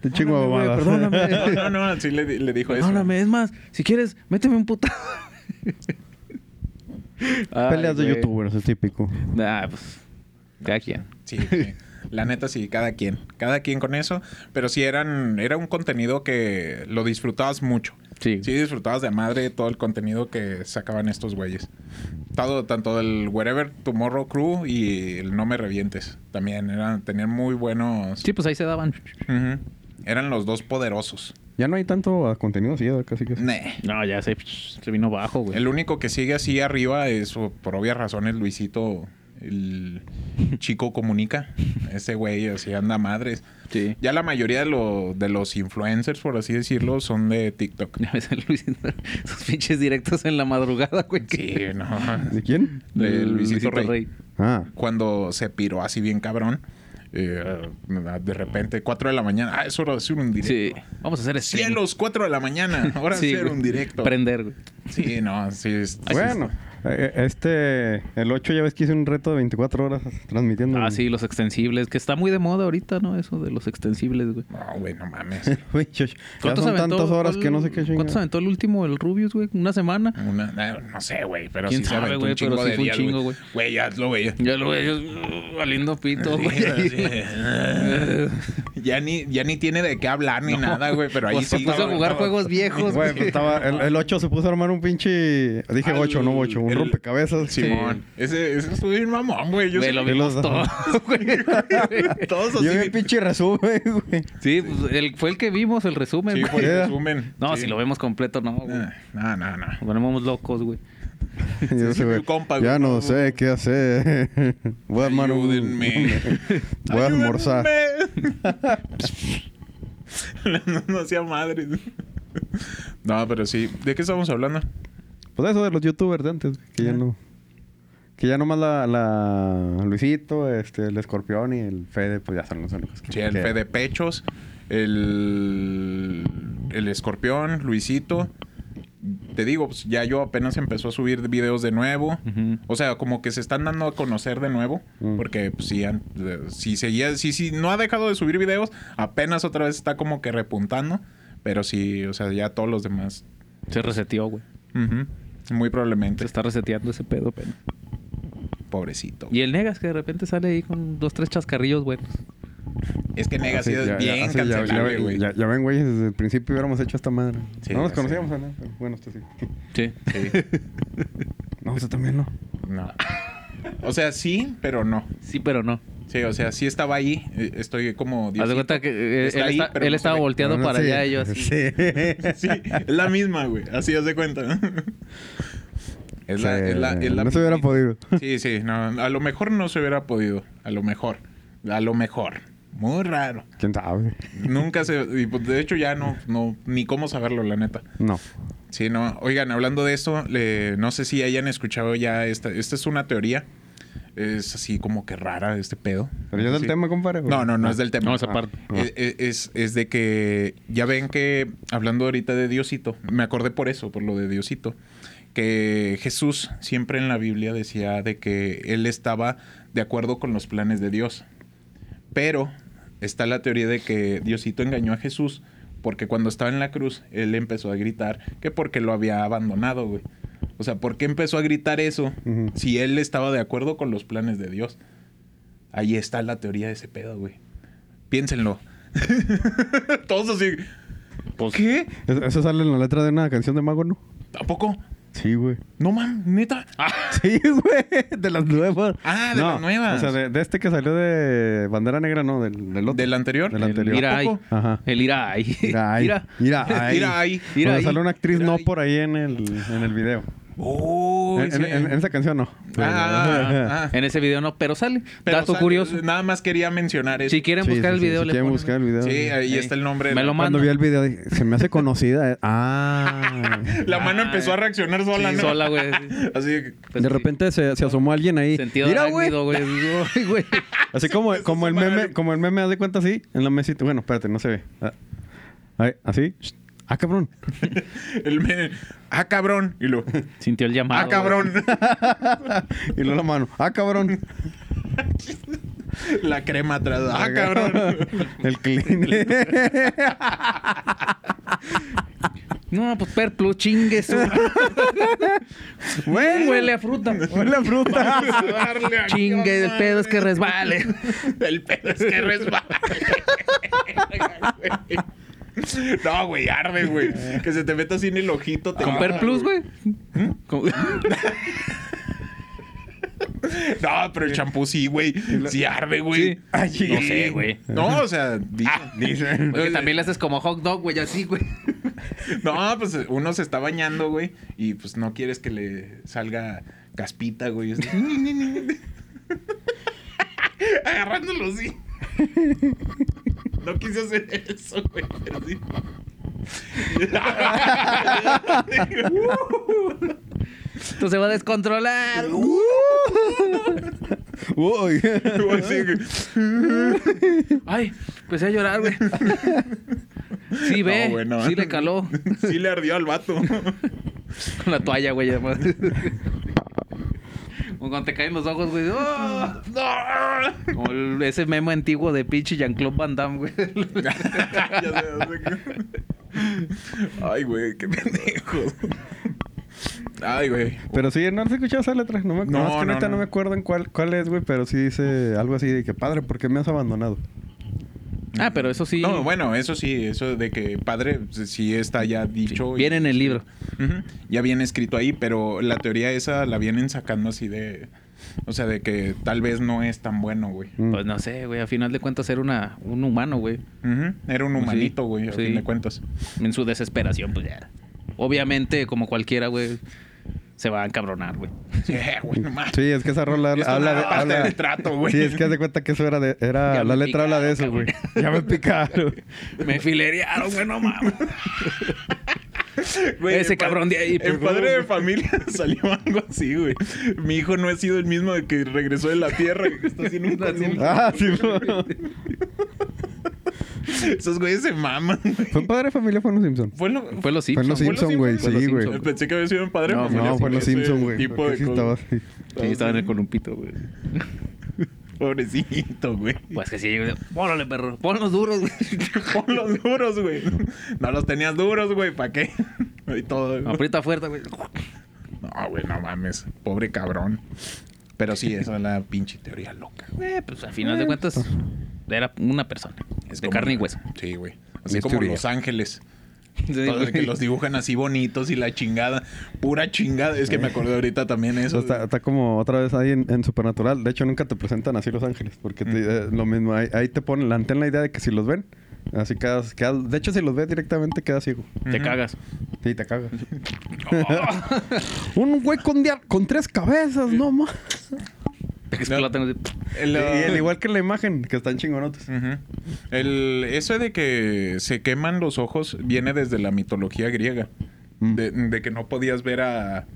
A: Te chingo
C: Perdóname, güey,
A: babadas.
C: perdóname.
B: no, no, no, así le, di- le dijo eso.
C: Perdóname, es más, si quieres, méteme un puta.
A: Peleas de youtubers, es típico.
C: Nah, pues. Cada quien.
B: Sí, sí. La neta, sí, cada quien. Cada quien con eso. Pero sí eran, era un contenido que lo disfrutabas mucho.
C: Sí.
B: Sí, disfrutabas de madre todo el contenido que sacaban estos güeyes. Todo, tanto el Wherever Tomorrow Crew y el No Me Revientes. También eran, tenían muy buenos.
C: Sí, pues ahí se daban.
B: Ujú. Eran los dos poderosos.
A: Ya no hay tanto ah, contenido así, ya casi que.
B: Nah.
C: No, ya se, se vino bajo, güey.
B: El único que sigue así arriba es, o, por obvias razones, Luisito, el chico comunica. Ese güey así anda madres.
C: Sí.
B: Ya la mayoría de, lo- de los influencers, por así decirlo, son de TikTok.
C: Ya ves a Luis sus pinches directos en la madrugada, güey.
B: Sí,
C: que-
B: no.
A: ¿De quién?
B: De Luisito Rey.
A: Ah.
B: Cuando se piró así bien cabrón, eh, de repente, 4 de la mañana. Ah, es hora de hacer un
C: Sí.
B: directo.
C: Vamos a hacer stream.
B: Cielos, 4 de la mañana. Ahora
C: Sí,
B: hacer
C: güey.
B: un directo.
C: Prender, güey.
B: Sí, no, sí. es-
A: Bueno, eh, este, el 8 ya ves que hice un reto de 24 horas transmitiendo.
C: Ah, sí, los extensibles. Que está muy de moda ahorita, ¿no? Eso de los extensibles, güey.
B: No, güey, no mames.
A: Uy, yo- ya son
C: aventó
A: tantas horas
C: el-
A: que no sé qué
C: ¿Cuántos
A: chingada.
C: aventó el último, el Rubius, güey? ¿Una semana?
B: Una- no, no sé, güey, pero
C: ¿Quién
B: sí se
C: sabe,
B: aventó
C: güey?
B: un chingo
C: Pero sí
B: de
C: fue un
B: días,
C: chingo,
B: güey.
C: güey.
B: Güey, ya lo veía.
C: Ya lo veo, yo- uh, valiendo pito, güey.
B: ya, ni, ya ni tiene de qué hablar ni nada, güey, pero ahí
C: Pues
B: sí.
C: se puso a
B: cabrón,
C: jugar
B: estaba-
C: juegos viejos,
A: Güey,
C: güey.
A: pues estaba, el, el 8 se puso a armar un pinche. Dije
B: Al-
A: 8, no 8, un
B: el-
A: rompecabezas.
B: Simón. Ese, ese estuvo bien mamón, güey. Yo
C: Güey,
B: sé-
C: lo
A: vi.
C: vimos
A: los-
C: todo, güey.
B: Todos
A: Yo vi
B: así.
A: el pinche resumen, güey.
C: Sí, pues, el, fue el que vimos, el resumen,
B: Sí,
C: güey.
B: por el
A: Yeah.
B: resumen.
C: No,
B: Sí.
C: si lo vemos completo, no, güey.
B: Ah, No, no, no.
C: Nos ponemos locos, güey.
A: Y yo
B: sí,
A: ese güey,
B: mi compa, güey,
A: ya
B: no.
A: no sé qué hacer. Voy a armar un.
B: Ayúdenme.
A: Voy a almorzar.
B: Ayúdenme. no, no hacía madre. No, pero sí. ¿De qué estamos hablando?
A: Pues eso de los youtubers de antes, güey, que ya no. Que ya nomás la, la Luisito, este, el escorpión y el Fede, pues ya son los únicos que.
B: Sí, el
A: que-
B: Fede de Pechos, el, el Escorpión, Luisito. Te digo, pues ya yo apenas empezó a subir videos de nuevo.
C: Ujú.
B: O sea, como que se están dando a conocer de nuevo.
A: Mm.
B: Porque pues, sí, an- eh, si seguía, si, si no ha dejado de subir videos, apenas otra vez está como que repuntando. Pero sí, o sea, ya todos los demás.
C: Se reseteó, güey.
B: Ujú. Muy
C: Se
B: probablemente.
C: está reseteando ese pedo, pero.
B: Pobrecito.
C: Y el Negas que de repente sale ahí con dos, tres chascarrillos buenos.
B: Es que Nega
A: Ah, sí,
B: sí es
A: ya-
B: bien
A: ah, sí, ya- ya
B: cancelable,
A: ven-
B: güey.
A: Ya, ya ven, güey, desde el principio hubiéramos hecho esta madre.
B: Sí,
A: no nos
B: ya
A: conocíamos,
B: sé.
A: ¿no? Pero bueno, esto sí.
C: Sí.
B: Sí.
A: No, eso también no.
B: No. O sea, sí, pero no.
C: Sí, pero no.
B: Sí, o sea, sí estaba ahí. eh, Estoy como...
C: Haz de
B: Diosito.
C: cuenta que eh,
B: Está
C: él,
B: ahí,
C: está-
B: pero
C: él
B: no
C: estaba
B: se ve.
C: volteando
A: No, no,
C: para
A: sí.
C: allá y yo así.
A: Sí.
B: Sí, es la misma, güey. Así haz de cuenta. Es la, es la, es la
A: no se hubiera
B: misma.
A: podido.
B: Sí, sí. No, a lo mejor no se hubiera podido. A lo mejor. A lo mejor. Muy raro.
A: ¿Quién sabe?
B: Nunca se... y, pues, De hecho, ya no... no ni cómo saberlo, la neta.
A: No.
B: Sí, no. Oigan, hablando de esto, le- no sé si hayan escuchado ya esta. Esta es una teoría. Es así como que rara este pedo.
A: Pero ya es del
B: Sí.
A: tema, compadre. güey.
B: No, no, no es del tema.
C: No, esa parte.
A: Ah.
B: Eh, eh, Es, es de que ya ven que hablando ahorita de Diosito, me acordé por eso, por lo de Diosito, que Jesús siempre en la Biblia decía de que él estaba de acuerdo con los planes de Dios. Pero está la teoría de que Diosito engañó a Jesús porque cuando estaba en la cruz él empezó a gritar que porque lo había abandonado, güey. O sea, ¿por qué empezó a gritar eso
A: Ah. Ujú.
B: si él estaba de acuerdo con los planes de Dios? Ahí está la teoría de ese pedo, güey. Piénsenlo. Todos así.
C: Pues,
B: ¿Qué?
A: Es- Eso sale en la letra de una canción de Mago, ¿no?
B: ¿Tampoco?
A: Sí, güey.
B: No, man, neta.
A: Sí, güey. De las nuevas.
B: Ah, de las nuevas.
A: O sea, de, de este que salió de Bandera Negra, no, del, del otro.
B: ¿Del anterior?
A: Del
C: el
A: anterior.
C: Ira ahí.
B: ¿A poco?
A: Ajá.
C: El Ira ahí.
A: Mira ahí.
C: Ira.
A: Mira ahí.
B: Mira ahí.
C: Mira
A: Pero
C: ahí.
A: sale una actriz
B: Mira
A: no
B: ahí.
A: por ahí en el, en el video.
B: Uy,
A: en,
B: sí.
A: en- en- en esa canción no.
B: Ah, ah, ah.
C: En ese video no, pero sale.
B: Pero,
C: Dato
B: o sea,
C: curioso.
B: Nada más quería mencionar eso.
C: Si quieren
A: eh, Sí,
C: buscar
A: sí,
C: el
A: sí,
C: video,
A: si
C: le
A: quieren
C: ponen,
A: buscar el
C: güey.
A: video.
B: Sí, ahí
C: Ey.
B: está el nombre. de
C: Me
B: la-
C: lo
A: Cuando
C: manda.
A: vi el video dije, se me hace conocida. eh. Ah.
B: La mano
C: Ah,
B: empezó a reaccionar sola,
C: sí,
B: ¿no?
C: sola, güey, sí.
B: Así que.
C: Pues
A: de
C: sí.
A: repente se, se asomó alguien ahí.
C: Sentido
A: Mira, güey.
C: arácnido, güey. Ay, güey.
A: Así como, como el meme, como el meme, haz de cuenta así, en la mesita. Bueno, espérate, no se ve. Ah, ahí, así. Ah, cabrón.
B: El men- Ah, cabrón. Y lo.
C: Sintió el llamado.
B: Ah,
C: güey.
B: cabrón.
A: y luego la mano. Ah, cabrón.
B: La crema atrás. Ah, cabrón.
A: El clean.
C: No, pues perplu, chingue su.
A: Bueno,
C: Huele a fruta.
A: Huele a fruta.
B: Darle aquí,
C: Chingue, el
B: madre.
C: pedo es que resbale.
B: El pedo es que resbala. No, güey, arde, güey. Que se te meta así en el ojito. Te
C: Con
B: mata,
C: perplus, güey. Con-
B: No, pero el champú sí, güey. Sí arde, güey.
C: Sí.
B: Ay, sí.
C: No sé, güey.
B: No, o sea, dice-
A: Dicen.
C: Porque también le haces como hot dog, güey, así, güey.
B: No, pues uno se está bañando, güey, y pues no quieres que le salga caspita, güey. Es- Agarrándolo, sí. No quise hacer eso, güey, pero sí.
C: Esto se va a descontrolar.
A: Uy.
B: Como así, güey.
C: Ay, empecé a llorar, güey. Sí, ve.
B: No, güey, no.
C: Sí le caló.
B: Sí le ardió al vato.
C: Con la toalla, güey, además. Como cuando te caen los ojos, güey. ¡ah!
B: No.
C: Como el- ese meme antiguo de pinche Jean-Claude Van Damme, güey.
B: Ya sé, ya sé. Ay, güey, qué pendejo. Ay, güey.
A: Pero sí, no has escuchado esa letra. No me, no,
B: No,
A: es que
B: no,
A: ahorita no.
B: no.
A: me acuerdo en cuál, cuál es, güey, pero sí dice algo así de que, padre, ¿por qué me has abandonado?
C: Ah, pero eso sí.
B: No, bueno, eso sí, eso de que padre, sí está ya dicho. y-
C: Viene en el libro.
B: Ujú, Ya bien escrito ahí, pero la teoría esa la vienen sacando así de. O sea, de que tal vez no es tan bueno, güey.
A: Mm.
C: Pues no sé, güey. A final de cuentas era una, un humano, güey.
B: Ujú, Era un
A: Pues
C: Sí,
B: humanito, güey, a
C: sí.
B: fin de cuentas.
C: En su desesperación, pues ya. Obviamente, como cualquiera, güey, se va a encabronar, güey.
B: Sí, Eh, güey, no mames.
A: Sí, es que esa rola
B: Es
A: habla,
B: una
A: habla de.
B: parte
A: habla-
B: del trato, güey.
A: Sí, es que haz de cuenta que eso era. De,
C: Ya
A: era Ah, la
C: me
A: letra habla de eso,
C: picaron,
A: güey. Ya me picaron.
C: Me filerearon, güey, no mames.
B: Güey,
C: Ese
B: en pa-
C: cabrón de ahí, pues, por
B: En padre
C: favor.
B: de familia salió algo así, güey. Mi hijo no ha sido el mismo de que regresó de la tierra. güey, que Está haciendo un
C: Así.
B: conjunto.
A: ah, sí, fue.
B: Esos güeyes se maman, güey.
A: ¿Fue padre de familia o fue en los Simpsons?
B: Fue lo-
C: Fue los
A: Fue en
C: Simpsons.
A: los
B: Simpson,
A: Simpsons, güey.
C: fue los
A: Sí, güey.
C: Simpson.
B: Eh, Pensé que había sido en padre de
C: No,
B: familia.
A: No, fue en los
B: ese
A: Simpsons, güey.
B: tipo
A: porque
B: de
A: sí
B: cosas.
A: estaba así.
C: Sí, estaba en el columpito, güey.
B: Pobrecito, güey.
C: Pues que sí, güey. Pórale, perro. Ponlos duros, güey.
B: Pon los duros, güey. No los tenías duros, güey. ¿Para qué? Y todo. güey.
C: Aprieta fuerte, güey.
B: No, güey, no mames. Pobre cabrón. Pero sí, esa es la pinche teoría loca. güey.
C: Eh, pues a final de cuentas, era una persona.
B: Es
C: de
B: como-
C: carne y hueso.
B: Sí, güey. Así
A: Es
B: como
A: teoría.
B: Los Ángeles.
C: Sí,
B: Todo el
C: güey.
B: que los dibujan así bonitos y la chingada. Pura chingada. Es que me acordé ahorita también eso.
A: Eso está, está como otra vez ahí en, en Supernatural. De hecho, nunca te presentan así Los Ángeles. Porque te- eh, lo mismo, ahí, ahí te ponen la antena la idea de que si los ven, así quedas, quedas- De hecho, si los ves directamente, quedas ciego.
C: Te cagas.
A: Sí, te cagas. Un güey con, dia- con tres cabezas, no más.
C: Te explotan. así.
B: El,
A: Y al
B: uh,
A: igual que la imagen, que están chingonotes.
B: ujú. El- eso de que se queman los ojos viene desde la mitología griega.
A: Mm.
B: De, de que no podías ver a,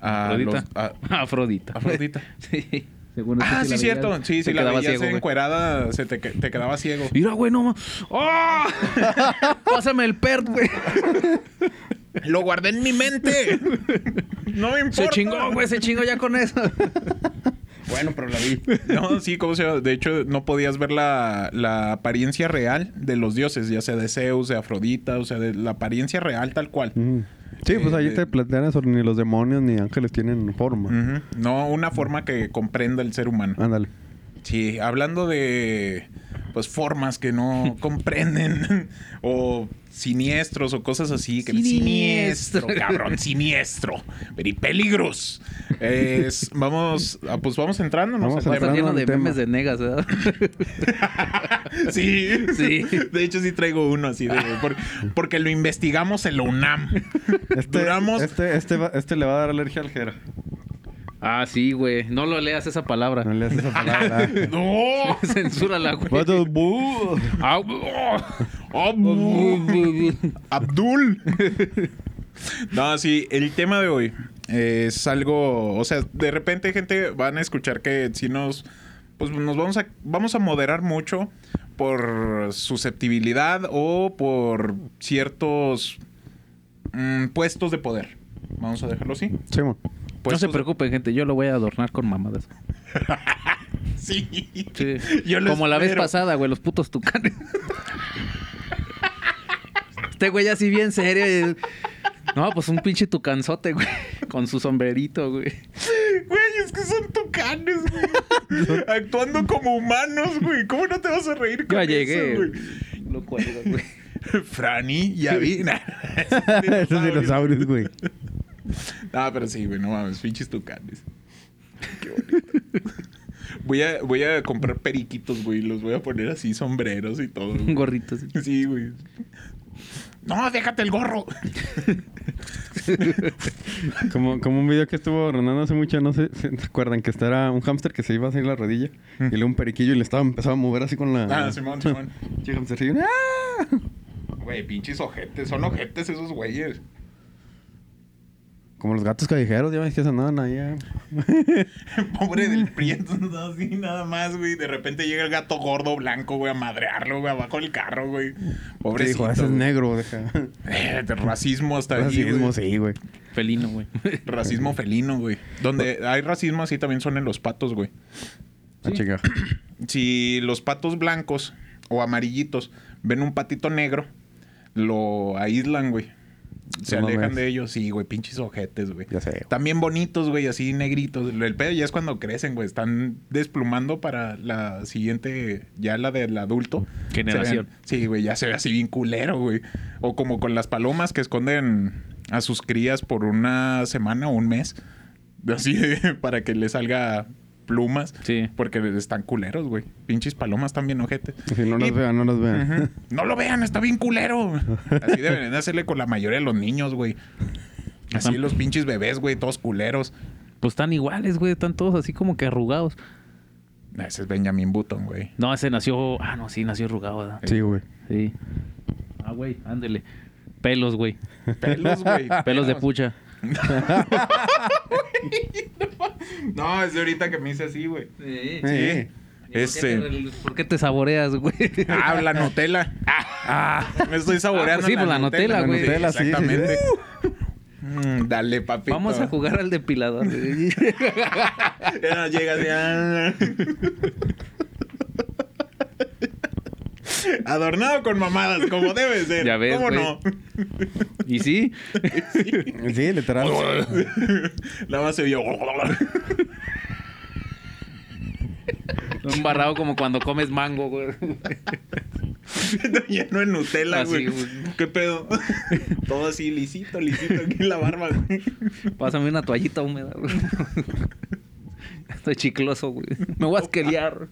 B: a, los,
C: Afrodita.
B: a,
C: Afrodita.
B: Afrodita.
C: Sí. Según esto,
B: Ah,
C: si
B: sí,
C: la
B: cierto.
C: veías,
B: Sí,
C: te
B: si la
C: quedaba
B: veías eh,
C: ciego, güey.
B: encuerada, se te, que- te quedaba ciego.
C: Mira, güey, no mames. ¡Oh! Pásame el pert, güey.
B: ¡Lo guardé en mi mente! ¡No me importa!
C: Se chingó, güey, se chingó ya con eso.
A: Bueno, pero la vi.
B: No, sí, ¿cómo se llama? De hecho, no podías ver la, la apariencia real de los dioses, ya sea de Zeus, de Afrodita, o sea, de la apariencia real tal cual.
A: Sí, pues
B: Eh,
A: ahí
B: de-
A: te plantean eso. Ni los demonios ni ángeles tienen forma.
B: Ujú. No una forma que comprenda el ser humano.
A: Ándale.
B: Sí, hablando de pues formas que no comprenden o siniestros o cosas así. Que
C: Siniestro.
B: cabrón, siniestro. Peripeligros. Es, vamos, ah, pues vamos entrando, ¿no?
A: Vamos
B: sé.
C: Va a estar
A: Entrando
C: lleno
A: al
C: de
A: tema.
C: memes de negas, ¿verdad?
B: Sí,
C: Sí.
B: De hecho, sí traigo uno así de. por- porque lo investigamos en la UNAM.
A: Este,
B: Duramos.
A: Este, este, va- este le va a dar alergia al jera.
C: Ah, sí, güey. No lo leas esa palabra.
A: No le haces esa palabra.
B: ¡No! Uh.
C: Censúrala, güey.
A: Vato, bu.
C: Au, oh.
B: Abu- Abdul. No, sí, el tema de hoy es algo. O sea, de repente, gente, van a escuchar que si nos. Pues nos vamos a, vamos a moderar mucho por susceptibilidad o por ciertos mm, puestos de poder. Vamos a dejarlo así.
A: Sí, mo.
C: no se
B: Puestos de-
C: preocupen, gente. Yo lo voy a adornar con mamadas.
B: Sí.
C: Sí.
B: Yo lo
C: Como la vez
B: espero.
C: pasada, güey. Los putos tucanes. este güey así bien serio. y- No, pues un pinche tucanzote, güey. Con su sombrerito, güey.
B: Güey, es que son tucanes, güey. Actuando como humanos, güey. ¿Cómo no te vas a reír con
C: Ya
B: eso,
C: llegué.
B: güey?
C: Lo cuelgo, güey.
B: Franny, ya vi. Nah.
A: Esos dinosaurios, güey.
B: Ah, pero sí, güey, no mames, pinches tucanes. qué bonito. Voy a, voy a comprar periquitos, güey. Los voy a poner así, sombreros y todo. güey.
C: Gorritos.
B: Sí, güey. No, déjate el gorro.
A: Como, como un video que estuvo rondando hace mucho, no sé si se acuerdan, que este era un hámster que se iba a hacer la rodilla y luego un periquillo y le estaba empezaba a mover así con la.
B: Mm. Ah, Simón, Simón.
A: Che, hámstercillo, ¡ah!
B: Güey, pinches ojetes. Son ojetes esos güeyes.
A: Como los gatos callejeros, ya ves que se andaban ahí. ah.
B: Pobre del prieto, no, así nada más, güey. De repente llega el gato gordo blanco, güey, a madrearlo, güey, abajo del carro, güey.
A: Te
B: Pobre
A: dijo, ese es negro, deja.
B: racismo hasta allí,
A: Racismo,
B: güey.
A: sí, güey.
C: Felino, güey.
B: Racismo felino, güey.
A: Pues-
B: Donde hay racismo así también son en los patos, güey.
A: A chingar.
B: Si los patos blancos o amarillitos ven un patito negro, lo aíslan, güey. Se
A: No
B: alejan
A: mames.
B: de ellos, sí, güey, pinches ojetes, güey.
A: Ya sé, güey.
B: También bonitos, güey, así negritos. El pedo ya es cuando crecen, güey. Están desplumando para la siguiente, ya la del adulto.
C: Generación.
B: Se ven- sí, güey, ya se ve así bien culero, güey. O como con las palomas que esconden a sus crías por una semana o un mes. Así de- para que le salga plumas.
C: Sí.
B: Porque están culeros, güey. Pinches palomas también ojete.
A: Si no
B: Y-
A: los vean, no los vean.
B: Ujú. No lo vean, está bien culero. Así deberían de hacerle con la mayoría de los niños, güey. Así
C: Ajá.
B: los pinches bebés, güey, todos culeros.
C: Pues están iguales, güey. Están todos así como que arrugados.
B: Ese es Benjamin Button, güey.
C: No, ese nació. Ah, no, sí, nació arrugado, ¿verdad?
A: Sí, güey.
C: Sí. Ah, güey, ándele. Pelos, güey.
B: Pelos, güey.
C: Ah, Pelos de pucha.
B: No, es de ahorita que me hice así, güey.
C: Sí.
A: Eh,
B: Este.
C: ¿Por qué te saboreas, güey?
B: Ah, la Nutella. Ah, me estoy saboreando.
C: Ah, pues sí, pues la Nutella, güey.
A: Nutella, sí, sí, sí.
B: Exactamente. Mm, dale, papito.
C: Uh. Vamos a jugar al depilador.
B: Ya no llega así. ah. Adornado con mamadas, como debe ser.
C: Ya ves,
B: ¿Cómo
C: güey.
B: no?
C: y sí,
A: Sí, literal.
B: La más se vio.
C: embarrado como cuando comes mango, güey.
B: Lleno de Nutella,
C: Así,
B: güey.
C: güey.
B: ¿Qué pedo? Todo así lisito, lisito aquí en la barba, güey.
C: Pásame una toallita húmeda, güey. Estoy chicloso, güey. Me voy a asquerear.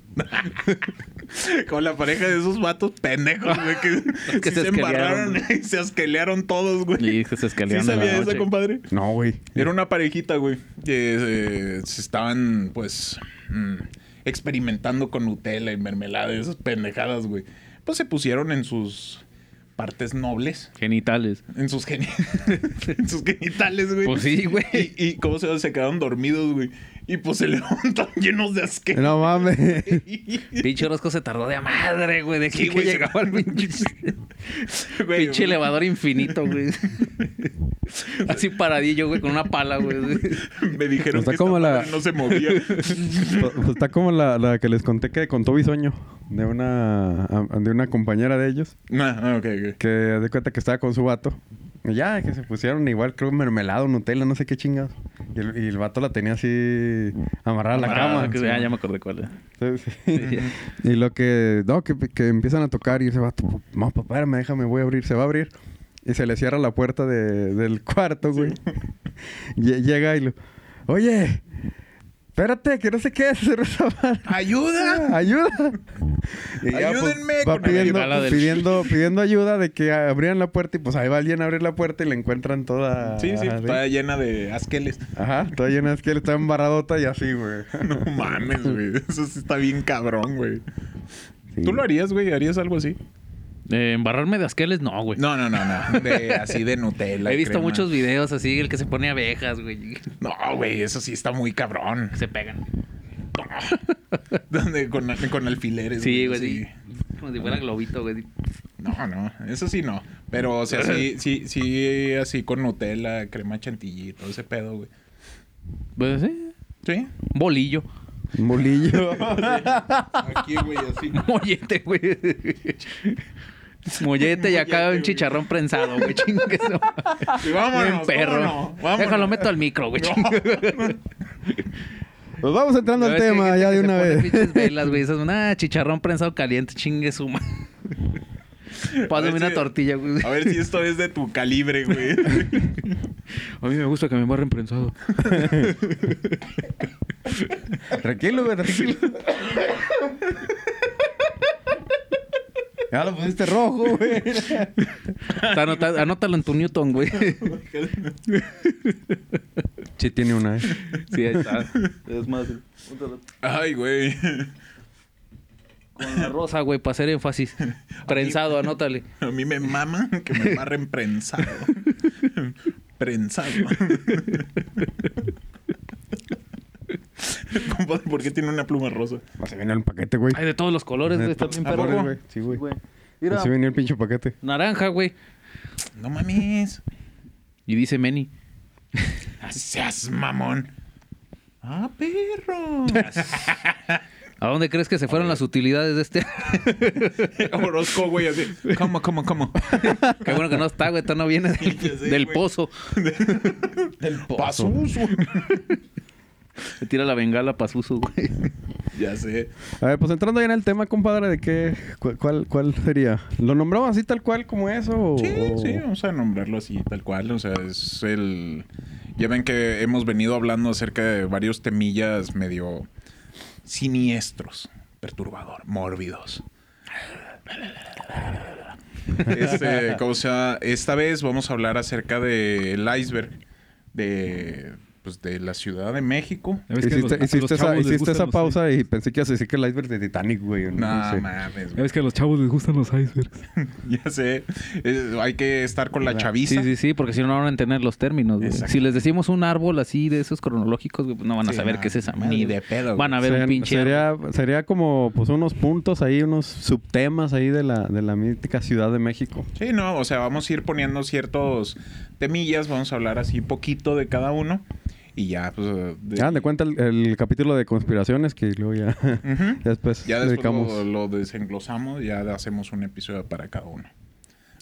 B: Con la pareja de esos vatos pendejos, güey, que,
C: que
B: sí
C: se
B: se embarraron
C: asquelearon,
B: y se asquelearon todos, güey.
C: Y que se
B: ¿Sí
C: escalearon en la
B: sabía eso,
C: noche.
B: compadre?
A: No, güey.
B: Era una parejita, güey, que eh, se estaban, pues, mm, experimentando con Nutella y mermelada y esas pendejadas, güey. Pues se pusieron en sus partes nobles,
C: Genitales.
B: en sus, geni- en sus genitales, güey.
C: Pues sí, güey.
B: Y, y cómo se, se quedaron dormidos, güey. Y pues se levantan llenos de asqueros.
A: No mames.
C: Pinche Orozco se tardó de a madre, güey. De aquí
B: Sí,
C: que
B: güey.
C: llegaba al pinche,
B: Güey,
C: pinche elevador infinito, güey. Así paradillo, güey, con una pala, güey.
B: Me dijeron
A: Está
B: que
A: como
B: esta
A: la-
B: madre no se movía.
A: Pues, pues, está como la, la que les conté que contó Bisoño de una a- de una compañera de ellos
B: Ah, ah, ok, ok.
A: que de cuenta que estaba con su vato y ya que se pusieron igual creo mermelado Nutella no sé qué chingados y el, y el vato la tenía así amarrada a la
C: Ah,
A: cama
C: que- ah, ya me acordé cuál era.
A: Sí, sí. y lo que no que, que empiezan a tocar y ese vato no papá espérame, déjame voy a abrir se va a abrir y se le cierra la puerta de- del cuarto güey Lle- llega y lo oye espérate que no sé qué se cerró esa madre".
B: Ah, ¡Ayuda!
A: ¡Ayuda! Y ya,
B: Ayúdenme
A: pues, va
B: con
A: pidiendo,
C: la ayuda del-
A: pidiendo, pidiendo ayuda de que abrían la puerta y pues ahí va alguien a abrir la puerta y la encuentran toda...
B: Sí,
C: Ah,
B: sí,
A: así.
B: está llena de asqueles.
A: Ajá, toda llena es que está embarradota y así, güey.
B: No mames, güey. Eso sí está bien cabrón, güey.
A: Sí.
B: ¿Tú lo harías, güey? ¿Harías algo así?
C: Eh, embarrarme de asqueles, no, güey.
B: No, no, no, no. De, así de Nutella.
C: Pues He visto
B: crema.
C: muchos videos así, el que se pone abejas, güey. que
B: No, güey, eso sí está muy cabrón.
C: Se pegan.
B: Donde con, con alfileres.
C: Sí, güey.
B: así.
C: sí. Como si fuera
B: Ah.
C: globito, güey.
B: No, no, eso sí no. Pero, o sea, sí, sí, sí, así con Nutella, crema chantilly, todo ese pedo, güey.
C: Pues sí.
B: Sí.
C: Bolillo.
A: Un bolillo.
B: Aquí, güey, así.
C: Mollete, güey. Mollete y
B: Mollete,
C: acá
B: güey.
C: un chicharrón prensado, güey. Chingue su madre.
B: Sí, vámonos,
C: Bien perro.
B: vámonos, vámonos.
C: Déjalo, meto al micro, güey. chingue.
A: Pues vamos entrando al
C: Ya ves que
A: tema
C: hay gente
A: ya de
C: que se
A: una
C: pone
A: vez.
C: pinches velas, güey. Esas, ah, chicharrón prensado caliente, chingue su madre. Pásame
B: ver
C: una
B: si-
C: tortilla, güey.
B: A ver si esto es de tu calibre, güey.
C: A mí me gusta que me barren prensado.
A: Tranquilo, güey, tranquilo. Ya lo pusiste rojo, güey.
C: Anota, anótalo en tu Newton, güey.
A: Sí, tiene una, ¿eh?
C: Sí, ahí está. Es más,
B: Ay, güey.
C: con la rosa, güey, para hacer énfasis. Prensado, anótale.
B: A mí me mama que me barren prensado. prensado. Compadre, ¿por qué tiene una pluma rosa?
A: Se viene el paquete, güey.
C: Hay de todos los colores, güey. Está bien perro.
A: Sabores, güey. Sí, güey.
C: Mira,
A: Así venía el pinche paquete.
C: naranja, güey.
B: No mames.
C: Y dice Meni.
B: Ah, Seas mamón. Ah, perro.
C: ¿A dónde crees que se fueron las utilidades de este?
B: Orozco, güey, así. ¿Cómo, cómo, cómo?
C: Qué bueno que no está, güey. Esto no viene del,
B: Ya sé,
C: del
B: güey.
C: pozo.
B: Del pasuso.
C: Se tira la bengala para güey.
B: ya sé.
A: A ver, pues entrando ya en el tema, compadre, de qué, cu- cuál, cuál sería. ¿Lo nombró así tal cual como eso? o-
B: Sí,
A: o-
B: sí, vamos a nombrarlo así, tal cual. O sea, es el. Ya ven que hemos venido hablando acerca de varios temillas medio siniestros, perturbador, mórbidos. Este, cosa, esta vez vamos a hablar acerca del iceberg de, pues, de la Ciudad de México.
D: Ya ves que a los-
A: Hiciste,
D: a los
A: hiciste
D: chavos
A: esa,
D: les
A: hiciste
D: gustan
A: esa
D: los
A: pausa y pensé que ibas a decir que el iceberg de Titanic, güey. o
B: No,
A: sé.
B: mames,
D: ice- Ya
B: güey.
D: ves que a los chavos les gustan los icebergs.
B: ya sé. Eh, hay que estar con la chaviza.
C: Sí, sí, sí, porque si no, no van a entender los términos, güey.
B: Exacto.
C: Si les decimos un árbol así de esos cronológicos, güey, pues no van a
B: Sí,
C: saber
B: no,
C: qué es esa madre.
B: ni
C: güey.
B: de pedo,
C: Van a ver
A: Serían-
C: un pinche. árbol.
A: Sería, sería como pues unos puntos ahí, unos subtemas ahí de la, de la mítica Ciudad de México.
B: Sí, no, o sea, vamos a ir poniendo ciertos temillas, vamos a hablar así poquito de cada uno y ya, pues... de-
A: Ya, de cuenta el, el capítulo de conspiraciones que luego ya,
B: Ujú.
A: ya después
B: Ya después
A: dedicamos.
B: lo, lo desenglosamos, ya hacemos un episodio para cada uno.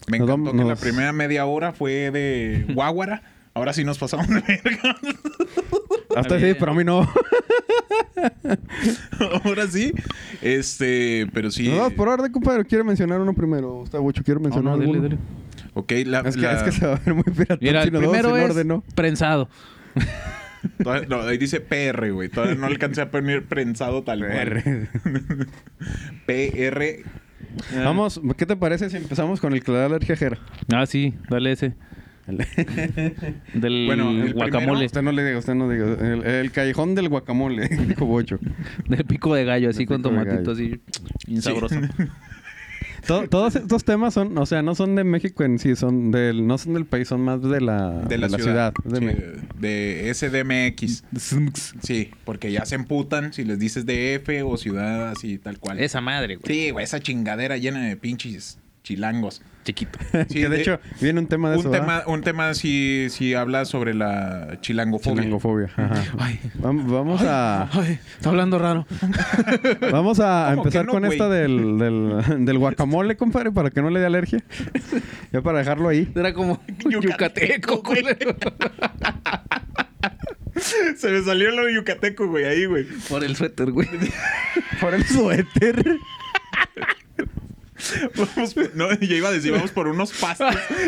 B: Me
A: Nos
B: encantó
A: vamos-
B: que la
A: nos-
B: primera media hora fue de Guáguara, ahora sí nos pasamos de verga,
A: Hasta sí,
C: bien.
A: pero a mí no.
B: ahora sí, este, pero sí...
A: No, vamos por orden, compadre. Quiero mencionar uno primero. Gustavo, Ocho, quiero
C: No,
A: mencionar
C: no, dile,
A: alguno.
C: dile.
B: Ok, la...
A: Es, que,
B: Ah, la-
A: es que se va a ver muy pirata.
C: Mira, el
A: si no, dos,
C: primero
A: sin
C: es
A: orden, ¿no?
C: prensado.
B: Todavía- no, ahí dice PR, güey. Todavía no alcancé a poner prensado tal cual. PR. Ah.
A: Vamos, ¿qué te parece si empezamos con el que le da alergia ajera?
C: Ah, sí, dale ese. Del
B: Bueno, el
C: guacamole.
A: Usted no le diga, usted no le diga. El, el callejón del guacamole, dijo Bocho.
C: Del pico de gallo, así
A: Del
C: con
A: pico de
C: tomatito,
A: gallo.
C: así. Bien sabroso.
A: To- todos estos temas son, o sea, no son de México en sí, son del, no son del país, son más de la,
B: de la, ciudad,
A: de
B: sí,
A: México.
B: de SDMX. Sí, porque ya se emputan si les dices DF o ciudad así tal cual.
C: Esa madre, güey.
B: Sí, güey, esa chingadera llena de pinches chilangos.
C: Chiquito.
B: Sí,
A: que de
B: eh,
A: hecho viene un tema de
B: un
A: eso.
B: tema, un tema si, si habla sobre la chilangofobia.
A: Chilangofobia. ajá.
C: Ay,
A: Vam- Vamos a,
C: ay, está hablando raro.
A: vamos a
B: ¿Cómo que
A: empezar
B: no,
A: con
B: güey?
A: esta del, del, del guacamole, compadre, para que no le dé alergia. Ya para dejarlo ahí.
C: Era como yucateco, güey.
B: se me salió lo yucateco, güey, ahí, güey.
C: Por el suéter, güey.
A: Por el suéter.
B: Vamos, no, yo iba a decir, vamos por unos pastes.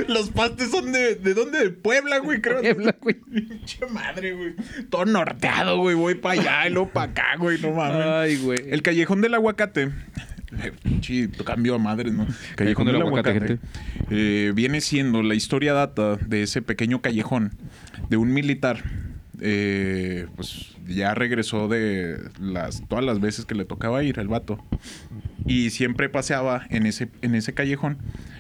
B: Los pastes son de, ¿de dónde? De Puebla, güey, creo.
C: Puebla, güey.
B: Pinche madre, güey. Todo norteado, güey. Voy para allá y luego para acá, güey. No mames.
C: Ay, güey.
B: El callejón del aguacate. Eh, Sí, cambio a madre, ¿no?
C: Callejón del aguacate,
B: eh, viene siendo la historia data de ese pequeño callejón de un militar. eh, pues ya regresó de las, todas las veces que le tocaba ir al vato. Y siempre paseaba en ese, en ese callejón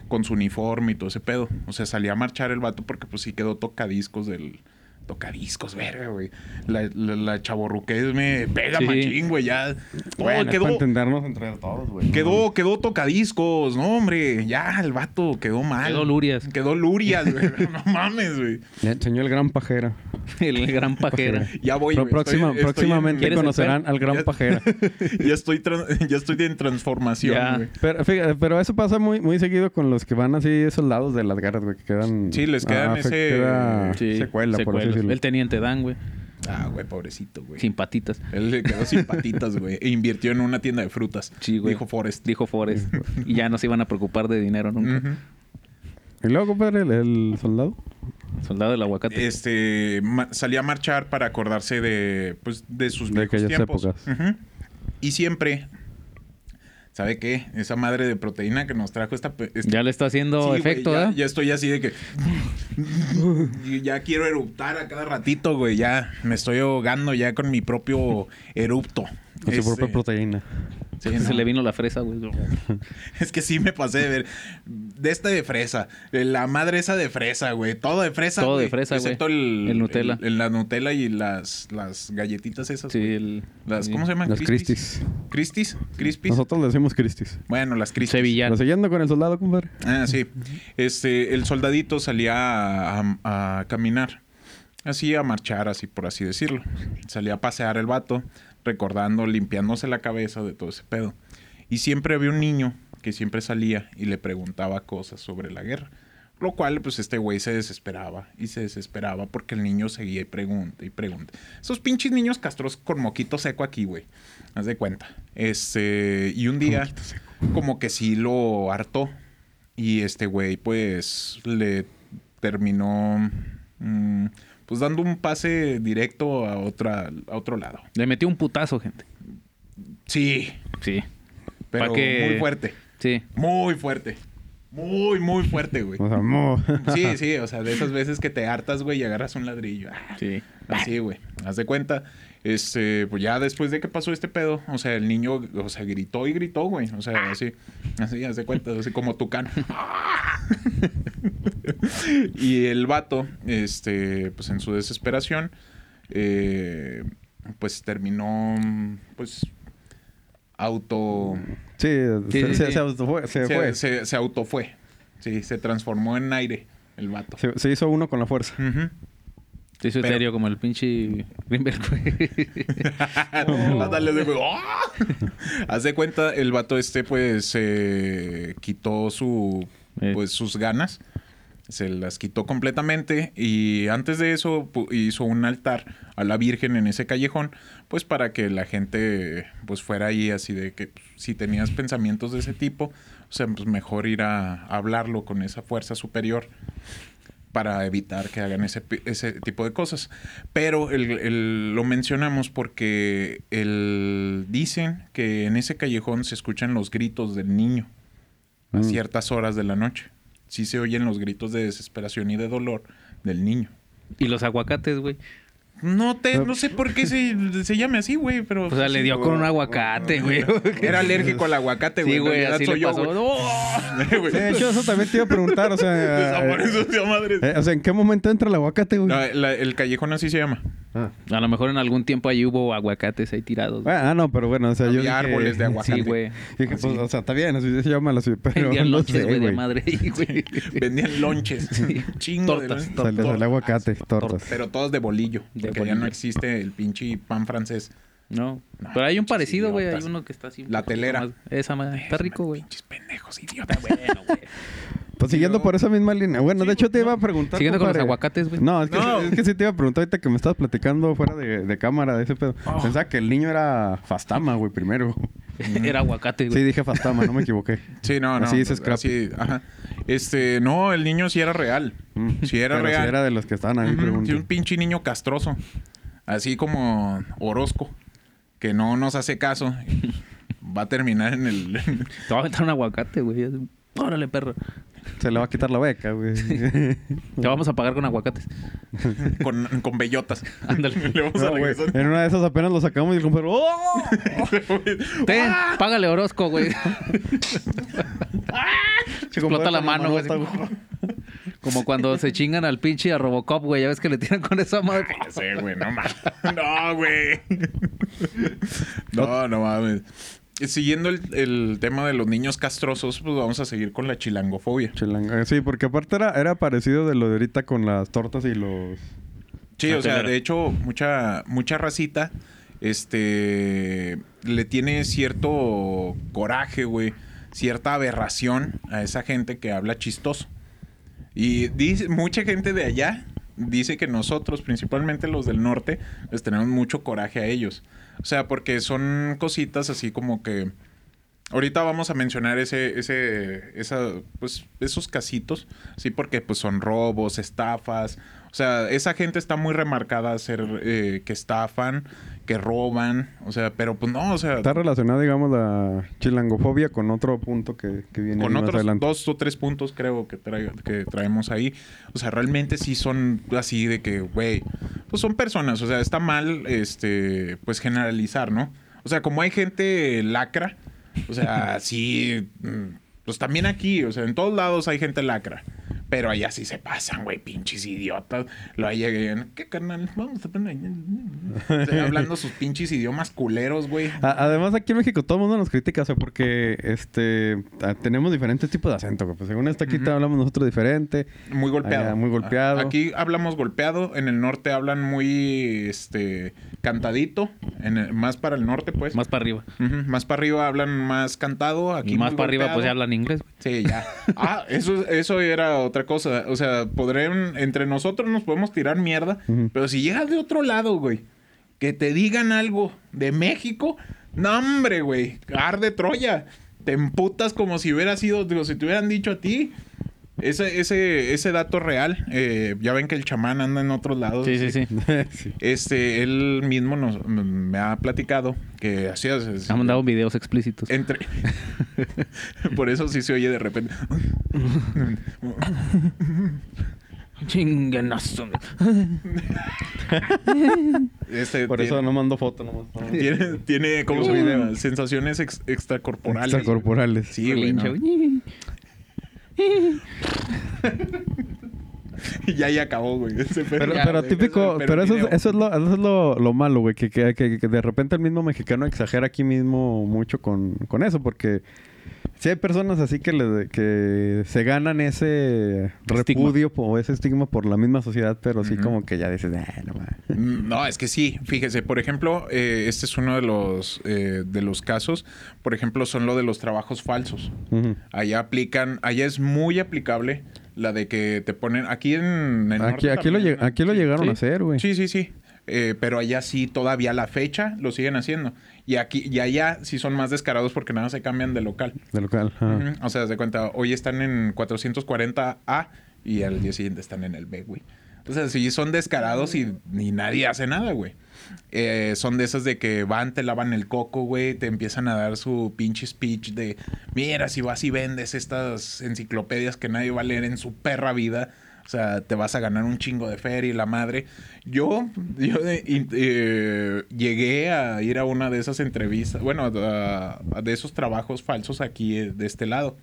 B: con su uniforme y todo ese pedo. O sea, salía a marchar el vato porque pues sí quedó tocadiscos del... Tocadiscos, verga, güey. La, la, la chavorruquez me pega
C: Sí.
B: machín, güey. Ya... Todo
A: Bueno, es para
B: quedó...
A: entendernos entre todos, güey.
B: Quedó, quedó tocadiscos, no, hombre. Ya, el vato quedó mal.
C: Quedó lurias.
B: Quedó lurias, güey. No mames, güey.
A: Le enseñó Eh, el gran pajera.
C: El gran pajera.
B: Ya voy,
A: Pro-
B: güey.
A: próxima-
B: Estoy- estoy en-
A: próximamente
C: ¿Quieres el
A: conocerán
C: per?
A: al gran
B: Ya-
A: pajera.
B: ya, estoy tran- ya estoy en transformación,
C: Ya.
B: güey.
A: Pero, fíjate, pero eso pasa muy, muy seguido con los que van así soldados de las garras, güey, que quedan...
B: Sí, les quedan
A: Ah, se
B: ese-
A: queda
C: Sí,
A: secuela, por así
C: secuelas.
A: decirlo.
C: El teniente Dan, güey.
B: Ah, güey, pobrecito, güey.
C: Sin patitas.
B: Él le quedó sin patitas, güey. E invirtió en una tienda de frutas.
C: Sí, güey.
B: Dijo Forrest.
C: Dijo Forrest. y ya no se iban a preocupar de dinero nunca.
B: Ujú.
A: Y luego, compadre, el, el soldado.
C: Soldado del aguacate.
B: Este ma- salía a marchar para acordarse de pues de sus
A: De
B: viejos
A: aquellas
B: tiempos.
A: épocas.
B: Ujú. Y siempre ¿Sabe qué? Esa madre de proteína que nos trajo esta pe- este-
C: ya le está haciendo
B: Sí, güey,
C: efecto, ¿eh?
B: ya-
C: ¿verdad?
B: ya, estoy así de que y ya quiero eruptar a cada ratito, güey, ya me estoy ahogando ya con mi propio erupto.
A: Con su
B: Este,
A: propia proteína.
B: sí,
C: Se
B: no.
C: le vino la fresa, güey.
B: Es que sí me pasé de ver. De esta de fresa. de la madre esa de fresa, güey. Todo de fresa.
C: Todo de
B: güey.
C: fresa, güey.
B: Excepto el,
C: El Nutella.
B: El, la Nutella y las, las galletitas esas.
C: Sí,
B: güey.
C: el.
B: Las,
C: sí.
B: ¿Cómo se llaman?
A: Las Christie's.
B: Ah, Christie's. Crispis.
A: Nosotros le decimos Christie's.
B: Bueno, las Christie's.
A: Pero
C: Sevillano.
A: siguiendo con el soldado, compadre.
B: Ah, sí. Este, el soldadito salía a, a- a caminar. Así, a marchar, así por así decirlo. Salía a pasear el vato, recordando, limpiándose la cabeza de todo ese pedo. Y siempre había un niño que siempre salía y le preguntaba cosas sobre la guerra. Lo cual, pues, este güey se desesperaba y se desesperaba porque el niño seguía y pregunta y pregunta. Esos pinches niños castros con moquito seco aquí, güey. Haz de cuenta. Este, y un día, como que sí lo hartó. Y este güey, pues, le terminó, mm, pues, dando un pase directo a, otra, a otro lado.
C: Le metió un putazo, gente.
B: Sí,
C: Sí.
B: pero
C: Pa' que-
B: muy fuerte.
C: Sí.
B: Muy fuerte. Muy, muy fuerte, güey.
A: O sea, mo.
B: Sí, sí, o sea, de esas veces que te hartas, güey, y agarras un ladrillo. Ah,
C: Sí.
B: Así, güey. Haz de cuenta. Este, pues ya después de que pasó este pedo, o sea, el niño, o sea, gritó y gritó, güey. O sea, así, así, haz de cuenta, así como tucán. y el vato, este, pues en su desesperación, eh, pues terminó, pues, auto...
A: Sí,
C: Sí,
A: se,
C: sí,
A: se-
C: sí.
A: se autofue- se fue.
B: Se, se, se autofue. Sí, se transformó en aire el vato.
A: Se- se hizo uno con la fuerza.
B: Ujú.
C: Se hizo
B: Pero-
C: etéreo como el pinche Greenberg, güey.
B: Ándale, de- ¡Ah! Haz de cuenta, el vato este, pues, eh, quitó su,
C: Eh.
B: pues, sus ganas. Se las quitó completamente y antes de eso pu- hizo un altar a la Virgen en ese callejón, pues para que la gente pues fuera ahí así de que pues, si tenías pensamientos de ese tipo, o sea, pues mejor ir a hablarlo con esa fuerza superior para evitar que hagan ese, pi- ese tipo de cosas. Pero el- el- lo mencionamos porque el, dicen que en ese callejón se escuchan los gritos del niño a
A: Mm.
B: ciertas horas de la noche. Sí se oyen los gritos de desesperación y de dolor del niño.
C: y los aguacates, güey.
B: No te, no sé por qué se, se llame así, güey, pero...
C: O sea, le dio con un aguacate, güey.
B: Era alérgico al aguacate, güey.
C: Sí,
B: en
C: güey,
B: realidad
C: así
B: soy
C: le
B: yo,
C: pasó.
B: güey.
C: ¡Oh!
B: Sí, güey.
A: Sí, de hecho, eso también te iba a preguntar, o sea... eh,
B: Desapareció, tío, madre.
A: eh, o sea, ¿en qué momento entra el aguacate, güey?
B: No, eh. la- el callejón así se llama.
A: Ah.
C: A lo mejor en algún tiempo ahí hubo aguacates ahí tirados. güey.
A: Bueno, ah, no, pero bueno, o sea, yo
B: Había
A: dije-
B: árboles de aguacate.
C: Sí, güey.
A: Dije, pues, o sea, está bien, así se llama la ciudad, pero
C: Vendían
A: no
C: lonches,
A: sé,
C: güey, de
A: güey.
C: madre ahí, güey.
B: Vendían lonches. Chingo de
C: Tortas,
B: lonches.
A: Sale- sale
C: Ah,
A: aguacate, tortas. Pues
B: Pero todos de bolillo.
C: De
B: porque ya no
C: bolillo.
B: existe el pinche pan francés.
C: No.
B: No,
C: Pero hay un
B: pinches
C: parecido, güey. Hay
B: idiotas.
C: uno que está así. un
B: La
C: poquito
B: telera.
C: más- Esa madre. Está rico, güey.
B: Pinches pendejos, idiota, güey.
A: Pues siguiendo por esa misma línea. Bueno, de hecho te iba a preguntar...
C: Siguiendo con los
A: compadre.
C: aguacates, güey.
A: No, es que,
B: No.
A: es que sí te iba a preguntar ahorita que me estabas platicando fuera de, de cámara de ese pedo.
B: Oh.
A: Pensaba que el niño era Fastama, güey, primero.
C: Era aguacate,
A: Sí,
C: güey.
A: dije Fastama, no me equivoqué.
B: Sí, no, no.
A: Así dice Scrappy.
B: así, ajá. Este, no, el niño sí era real.
A: Mm.
B: Sí era
A: Pero
B: real.
A: Sí era de los que estaban ahí,
B: Ujú, sí,
A: pregunto.
B: un pinche niño castroso. Así como Orozco. Que no nos hace caso. Va a terminar en el...
C: Te va a aventar un aguacate, güey. Así, Órale, perro.
A: Se le va a quitar la beca, güey.
C: Te vamos a pagar con aguacates.
B: con, con bellotas.
C: Ándale.
B: Le vamos a
A: No, güey.
B: regresar.
A: En una de esas apenas lo sacamos y el compadre... ¡Oh!
C: Ten, págale Orozco, güey.
A: Se
C: Explota
A: compara
C: la
A: con
C: mano, güey.
A: manota, güey.
C: Como cuando se chingan al pinche a Robocop, güey. Ya ves que le tiran con esa madre.
B: Ya sé, güey, no mames. No, güey. No, no mames. Eh, Siguiendo el, el tema de los niños castrosos, pues vamos a seguir con la chilangofobia.
A: Chilanga. Sí, porque aparte era, era parecido de lo de ahorita con las tortas y los...
B: Sí, o sea,
C: Cartelera.
B: de hecho, mucha, mucha racita este, le tiene cierto coraje, güey, cierta aberración a esa gente que habla chistoso. Y dice, mucha gente de allá dice que nosotros, principalmente los del norte, les tenemos mucho coraje a ellos. O sea, porque son cositas así como que... Ahorita vamos a mencionar ese, ese, esa, pues, esos casitos, sí, porque pues son robos, estafas. O sea, esa gente está muy remarcada a ser eh, que estafan, que roban. O sea, pero pues no, o sea,
A: Está relacionada, digamos, la chilangofobia con otro punto que, que viene
B: con
A: más
B: otros
A: adelante.
B: dos o tres puntos creo que, traigo- que traemos ahí. O sea, realmente sí son así de que, güey, pues son personas. O sea, está mal, este, pues generalizar, ¿no? O sea, como hay gente lacra, o sea, sí, mm, pues también aquí, o sea, en todos lados hay gente lacra. Pero allá sí se pasan, güey, pinches idiotas. Lo ahí llegan, ¿qué carnal? Vamos a poner... O sea, hablando sus pinches idiomas culeros, güey.
A: A- Además, aquí en México todo el mundo nos critica, o sea, porque este a- tenemos diferentes tipos de acento. güey. Pues según esto aquí te hablamos nosotros diferente.
B: Muy golpeado.
A: Allá, muy golpeado.
B: Aquí hablamos golpeado. En el norte hablan muy este cantadito. En el- más para el norte, pues.
C: Más para arriba.
B: Ujú, más para arriba hablan más cantado. Aquí
C: Y más
B: muy
C: para arriba,
B: golpeado.
C: pues ya hablan inglés. güey.
B: Sí, ya. Ah, eso, eso era otra cosa. O sea, podrían, entre nosotros nos podemos tirar mierda,
A: Ujú.
B: pero si llegas de otro lado, güey, que te digan algo de México, no, hombre, güey, arde Troya. Te emputas como si hubiera sido, digo, si te hubieran dicho a ti. Ese, ese, ese dato real, eh, ya ven que el chamán anda en otros lados.
C: Sí, sí, sí.
A: Sí.
B: Este, él mismo nos, me ha platicado que así es. es-
C: Ha mandado videos explícitos.
B: entre. Por eso sí se oye de repente.
C: Chingenazo.
B: Este,
A: Por
B: tiene,
A: eso no Mm. mando foto nomás. no.
B: Tiene, tiene ¿cómo se llama? Sensaciones ex- extracorporales.
A: Extracorporales.
B: Sí, güey. ¿no? Y ya, ya acabó, güey. ese pedo.
A: Pero,
B: Ya,
A: pero
B: güey,
A: típico,
B: pero
A: pero eso es,
B: video.
A: eso es, lo, eso es lo, lo malo, güey, que, que, que- que de repente el mismo mexicano exagera aquí mismo mucho con, con eso, porque si hay personas así que, le, que se ganan ese
C: Estigma.
A: repudio po- o ese estigma por la misma sociedad, pero sí
B: Ujú.
A: como que ya dices, ah, no mames".
B: Mm, No, es que sí. Fíjese, por ejemplo, eh, este es uno de los, eh, de los casos. Por ejemplo, son lo de los trabajos falsos.
A: Ujú.
B: Allá aplican, allá es muy aplicable la de que te ponen. Aquí en. en el
A: Aquí,
B: norte
A: aquí, lo,
B: también,
A: lle-
B: ¿no?
A: aquí lo
B: Sí.
A: llegaron
C: sí.
A: a hacer, güey.
B: Sí, sí, sí. Eh, pero allá sí, todavía a la fecha lo siguen haciendo. Y aquí y allá sí son más descarados porque nada más se cambian de local.
A: De local. ajá.
B: Ujú. O sea, haz de cuenta, hoy están en 440A y al día siguiente están en el B, güey. O sea, sí son descarados y ni nadie hace nada, güey. Eh, son de esas de que van, te lavan el coco, güey, te empiezan a dar su pinche speech de, mira, si vas y vendes estas enciclopedias que nadie va a leer en su perra vida, o sea, te vas a ganar un chingo de feria y la madre. Yo, yo de- in- eh, llegué a ir a una de esas entrevistas, bueno, a- a- de esos trabajos falsos aquí eh, de este lado.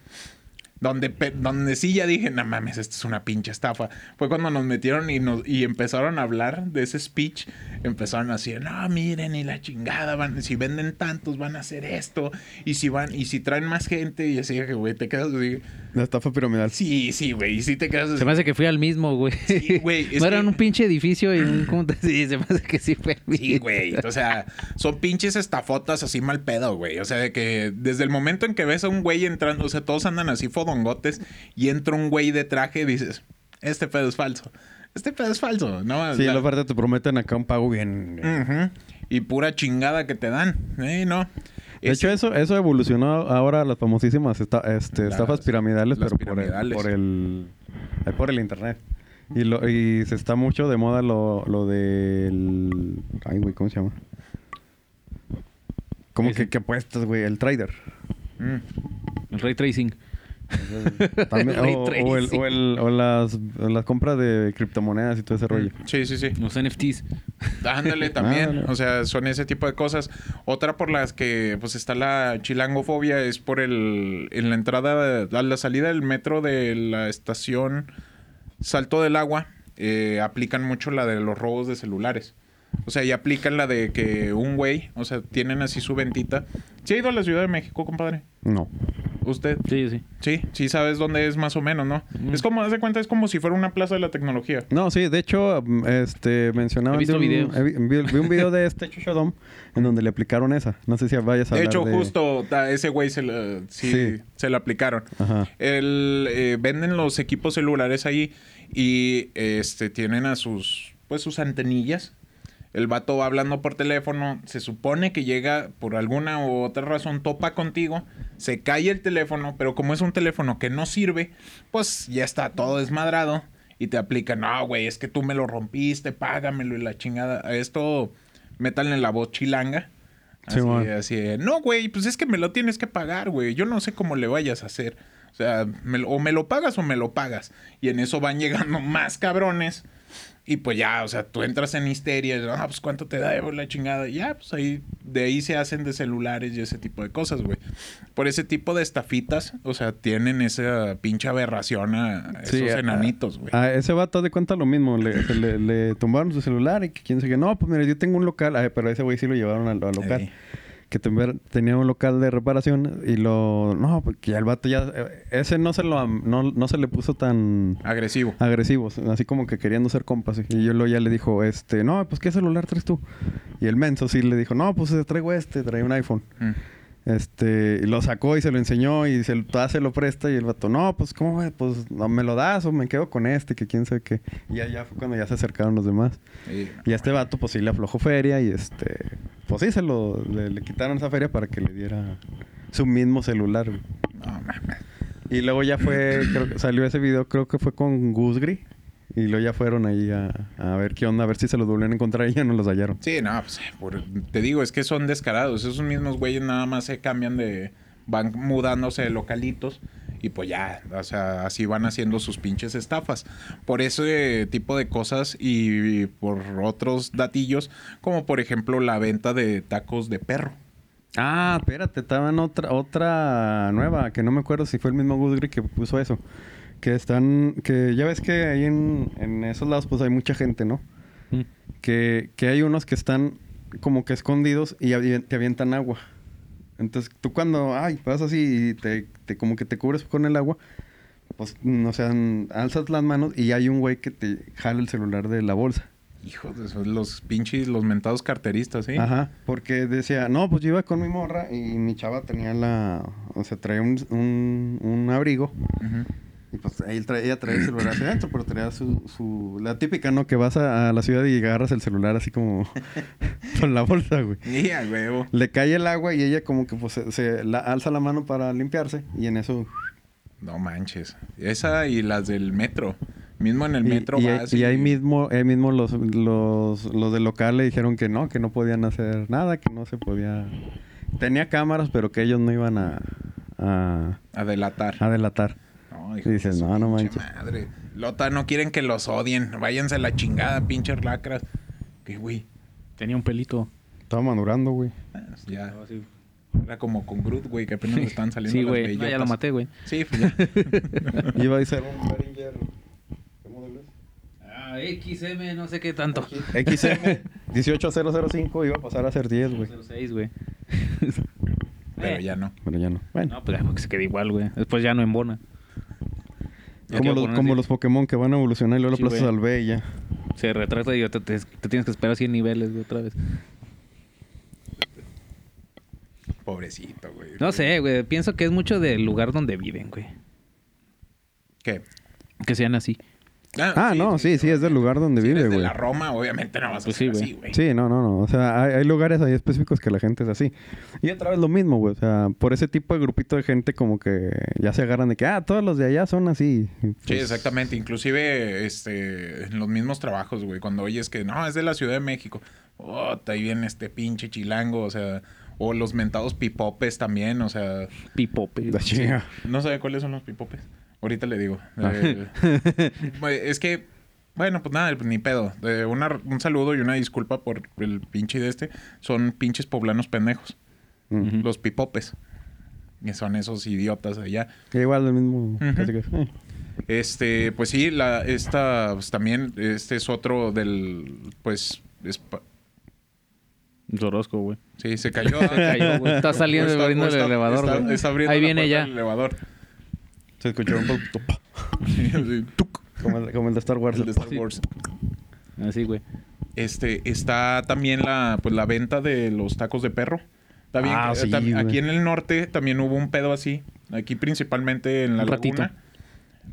B: Donde, pe- donde sí ya dije, no mames, esto es una pinche estafa. Fue cuando nos metieron y, nos, y empezaron a hablar de ese speech. Empezaron así, no, miren, y la chingada, van, si venden tantos van a hacer esto. Y si van, y si traen más gente, y así, que, güey, te quedas así.
A: La estafa piramidal.
B: Sí, sí, güey, y sí te quedas así.
C: Se me hace que fui al mismo, güey.
B: Sí, güey, es
C: No era
B: que-
C: un pinche edificio y un... ¿cómo te- Sí, se me hace que sí fue al mismo.
B: Sí, güey. O sea, son pinches estafotas así mal pedo, güey. O sea, de que desde el momento en que ves a un güey entrando, o sea, todos andan así fodongotes y entra un güey de traje y dices, este pedo es falso. Este pedo es falso, ¿no?
A: Sí,
B: La-
A: la parte te prometen acá un pago bien.
B: Ujú. Y pura chingada que te dan. Eh, no.
A: De hecho, eso, eso evolucionó ahora a las famosísimas esta- este,
B: Las-
A: estafas piramidales,
B: las
A: pero por el-
B: piramidales.
A: Por, el, eh, por el internet. Y, lo, y se está mucho de moda lo, lo del... Ay, güey, ¿cómo se llama? Como que, que apuestas, güey, el trader.
B: Mm.
C: El ray tracing.
A: También-
C: Ray
A: o, o el- o el- o las, o las compras de criptomonedas y todo ese rollo.
B: Sí, sí, sí.
C: Los NFTs.
B: Ándale también,
A: Ándale.
B: o sea, son ese tipo de cosas. Otra por las que pues está la chilangofobia es por el en la entrada a la salida del metro de la estación Salto del Agua eh, aplican mucho la de los robos de celulares. O sea, y aplican la de Mm. que un güey, o sea, tienen así su ventita. ¿Sí ha ido a la Ciudad de México, compadre?
A: No.
B: usted.
C: Sí, sí.
B: Sí, sí sabes dónde es más o menos, ¿no? Es como, haz de cuenta, es como si fuera una plaza de la tecnología.
A: No, sí, de hecho, mm, este, mencionaban...
C: He
A: de
C: visto
A: un,
C: videos.
A: he vi- vi, vi un video de este Chuchodom en donde le aplicaron esa. No sé si vayas a
B: De
A: hablar
B: hecho, justo a ese güey se la, sí,
A: Sí.
B: se la aplicaron.
A: Ajá.
B: El, eh, venden los equipos celulares ahí y este, tienen a sus, pues, sus antenillas. El vato va hablando por teléfono, se supone que llega por alguna u otra razón, topa contigo, se cae el teléfono, pero como es un teléfono que no sirve, pues ya está todo desmadrado y te aplican, no, güey, es que tú me lo rompiste, págamelo y la chingada. A Esto, métanle la voz chilanga. Así,
A: Simón.
B: así de, no, güey, pues es que me lo tienes que pagar, güey. Yo no sé cómo le vayas a hacer. O sea, me lo- o me lo pagas o me lo pagas. Y en eso van llegando más cabrones. Y pues ya, o sea, tú entras en histeria. y, Ah, pues cuánto te debo la chingada. Y ya, pues ahí, de ahí se hacen de celulares y ese tipo de cosas, güey. Por ese tipo de estafitas, o sea, tienen esa pinche aberración a esos
A: Sí, a-
B: enanitos, güey.
A: A ese vato haz de cuenta lo mismo. Le, se le, le tumbaron su celular y que quién sé qué. No, pues mira, yo tengo un local. Ay, pero a ese güey sí lo llevaron al, al local.
B: Ey.
A: Que tumbar- tenía un local de reparación y lo... No, porque ya el vato ya... eh, Ese no se lo... am- No, no se le puso tan...
B: Agresivo.
A: agresivos, así como que queriendo ser compas. Y yo luego ya le dijo, este, no, pues qué celular traes tú. Y el menso sí le dijo, no, pues eh, traigo este, traigo un iPhone.
B: Mm.
A: Este, y lo sacó y se lo enseñó y se, lo- todavía se lo presta y el vato, no, pues cómo, ve? pues no me lo das o me quedo con este, que quién sabe qué. Y ya, ya fue cuando ya se acercaron los demás.
B: Ey.
A: Y a este vato, pues sí le aflojó feria y este, pues sí se lo, le, le quitaron esa feria para que le diera su mismo celular. güey.
B: No, mames.
A: Y luego ya fue, creo que salió ese video, creo que fue con Gusgri. Y luego ya fueron ahí a, a ver qué onda, a ver si se los volvieron a encontrar y ya no los hallaron.
B: Sí, no, pues, por- te digo, es que son descarados. Esos mismos güeyes nada más se cambian de. van mudándose de localitos. Y pues ya, o sea, así van haciendo sus pinches estafas. Por ese tipo de cosas y, por otros datillos, como por ejemplo la venta de tacos de perro.
A: Ah, espérate, estaban otra, otra nueva, que no me acuerdo si fue el mismo Gusgri que puso eso. Que están, que ya ves que ahí en, en esos lados pues hay mucha gente, ¿no?
C: Mm.
A: Que, que hay unos que están como que escondidos y avi- te avientan agua. Entonces tú cuando, ay, vas así y te, te- como que te cubres con el agua, pues, mm, o sea, mm, alzas las manos y hay un güey que te jala el celular de la bolsa.
B: Hijos de esos, los pinches, los mentados carteristas, ¿sí?
A: Ajá, porque decía, no, pues yo iba con mi morra y mi chava tenía la, o sea, traía un, un, un abrigo
B: Ujú.
A: y pues él traía, ella traía el celular hacia adentro, pero traía su, su, la típica, ¿no? Que vas a, a la ciudad y agarras el celular así como con la bolsa, güey.
B: Y a huevo.
A: Le cae el agua y ella como que pues se, se la, alza la mano para limpiarse y en eso...
B: No manches. Esa y las del metro. Mismo en el
A: y-
B: metro
A: y,
B: vas
A: y ahí mismo, ahí mismo los, los, los del local le dijeron que no, que no podían hacer nada, que no se podía... Tenía cámaras, pero que ellos no iban a- a
B: A delatar.
A: A delatar.
B: No,
A: Y
B: de
A: dices,
B: su
A: "No, no
B: pinche
A: manches".
B: Madre. Lota, no quieren que los odien. Váyanse a la chingada, pinches lacras. Que güey.
E: Tenía un pelito.
A: Estaba madurando, güey.
B: Ah, Ya. Era como con Groot, güey, que apenas le Pues están saliendo
C: Sí,
B: las
C: güey. No, ya lo
B: bellotas.
C: maté, güey.
B: Sí, pues ya.
A: Iba a ser un Behringer. ¿Qué modelo
C: Ah, XM, no sé qué tanto.
A: es? XM 18005 iba a pasar a ser 10, güey.
C: 06, güey.
B: Pero ya no.
A: Bueno, ya no. Bueno,
C: No, pues ah, que se queda igual, güey. Después ya no embona. Ya
A: como
C: quedó
A: los,
C: con
A: como
C: así.
A: los Pokémon que van a evolucionar y luego
C: Sí,
A: lo aplastas
C: güey.
A: al B y ya.
C: Se retrata y te, te- te tienes que esperar 100 niveles, güey, otra vez.
B: Pobrecito, güey.
C: No sé, güey. Pienso que es mucho del lugar donde viven, güey.
B: ¿Qué?
C: Que sean así.
A: Ah, no, sí, sí, es del lugar donde
B: Si eres
A: vive,
B: de
A: güey.
B: la Roma, obviamente no vas a
C: Pues
B: ser
C: sí,
B: así, güey.
A: Sí, no, no, no. O sea, hay, hay lugares ahí específicos que la gente es así. Y otra vez lo mismo, güey. O sea, por ese tipo de grupito de gente como que ya se agarran de que, ah, todos los de allá son así. Y
B: Sí,
A: pues,
B: exactamente. Inclusive este, en los mismos trabajos, güey. Cuando oyes que no, es de la Ciudad de México. Oh, ahí viene este pinche chilango, o sea... O los mentados pipopes también, o sea...
C: Pipope.
A: La chinga.
B: No sabe cuáles son los pipopes. Ahorita le digo.
A: Ah.
B: Eh, eh, es que, bueno, pues nada, ni pedo. Eh, una- un saludo y una disculpa por el pinche de este. Son pinches poblanos pendejos.
A: Mm.
B: Los pipopes. Que son esos idiotas allá.
A: Que Igual del mismo.
B: Ujú.
A: casi que- eh.
B: Este, pues sí, la, esta, pues también, este es otro del, pues, espa-
E: Zorrosco, güey.
B: Sí, se cayó. Pues
C: cayó, güey. Está saliendo
B: Está-
C: abriendo el
B: está-
C: elevador,
B: está-
C: güey.
B: está abriendo
C: Ahí
B: la
C: viene
B: puerta
C: ya.
B: del elevador.
A: Se escuchó un poco tup,
B: Sí, sí, tuc,
A: como el, como el de Star Wars.
B: el de Star
A: Sí.
B: Wars.
E: Así, güey.
B: Este, está también la, pues, la venta de los tacos de perro. Está bien
A: Ah,
B: que-
A: sí,
B: tam-
A: güey.
B: aquí en el norte también hubo un pedo así. Aquí principalmente en la
C: Un ratito.
B: laguna.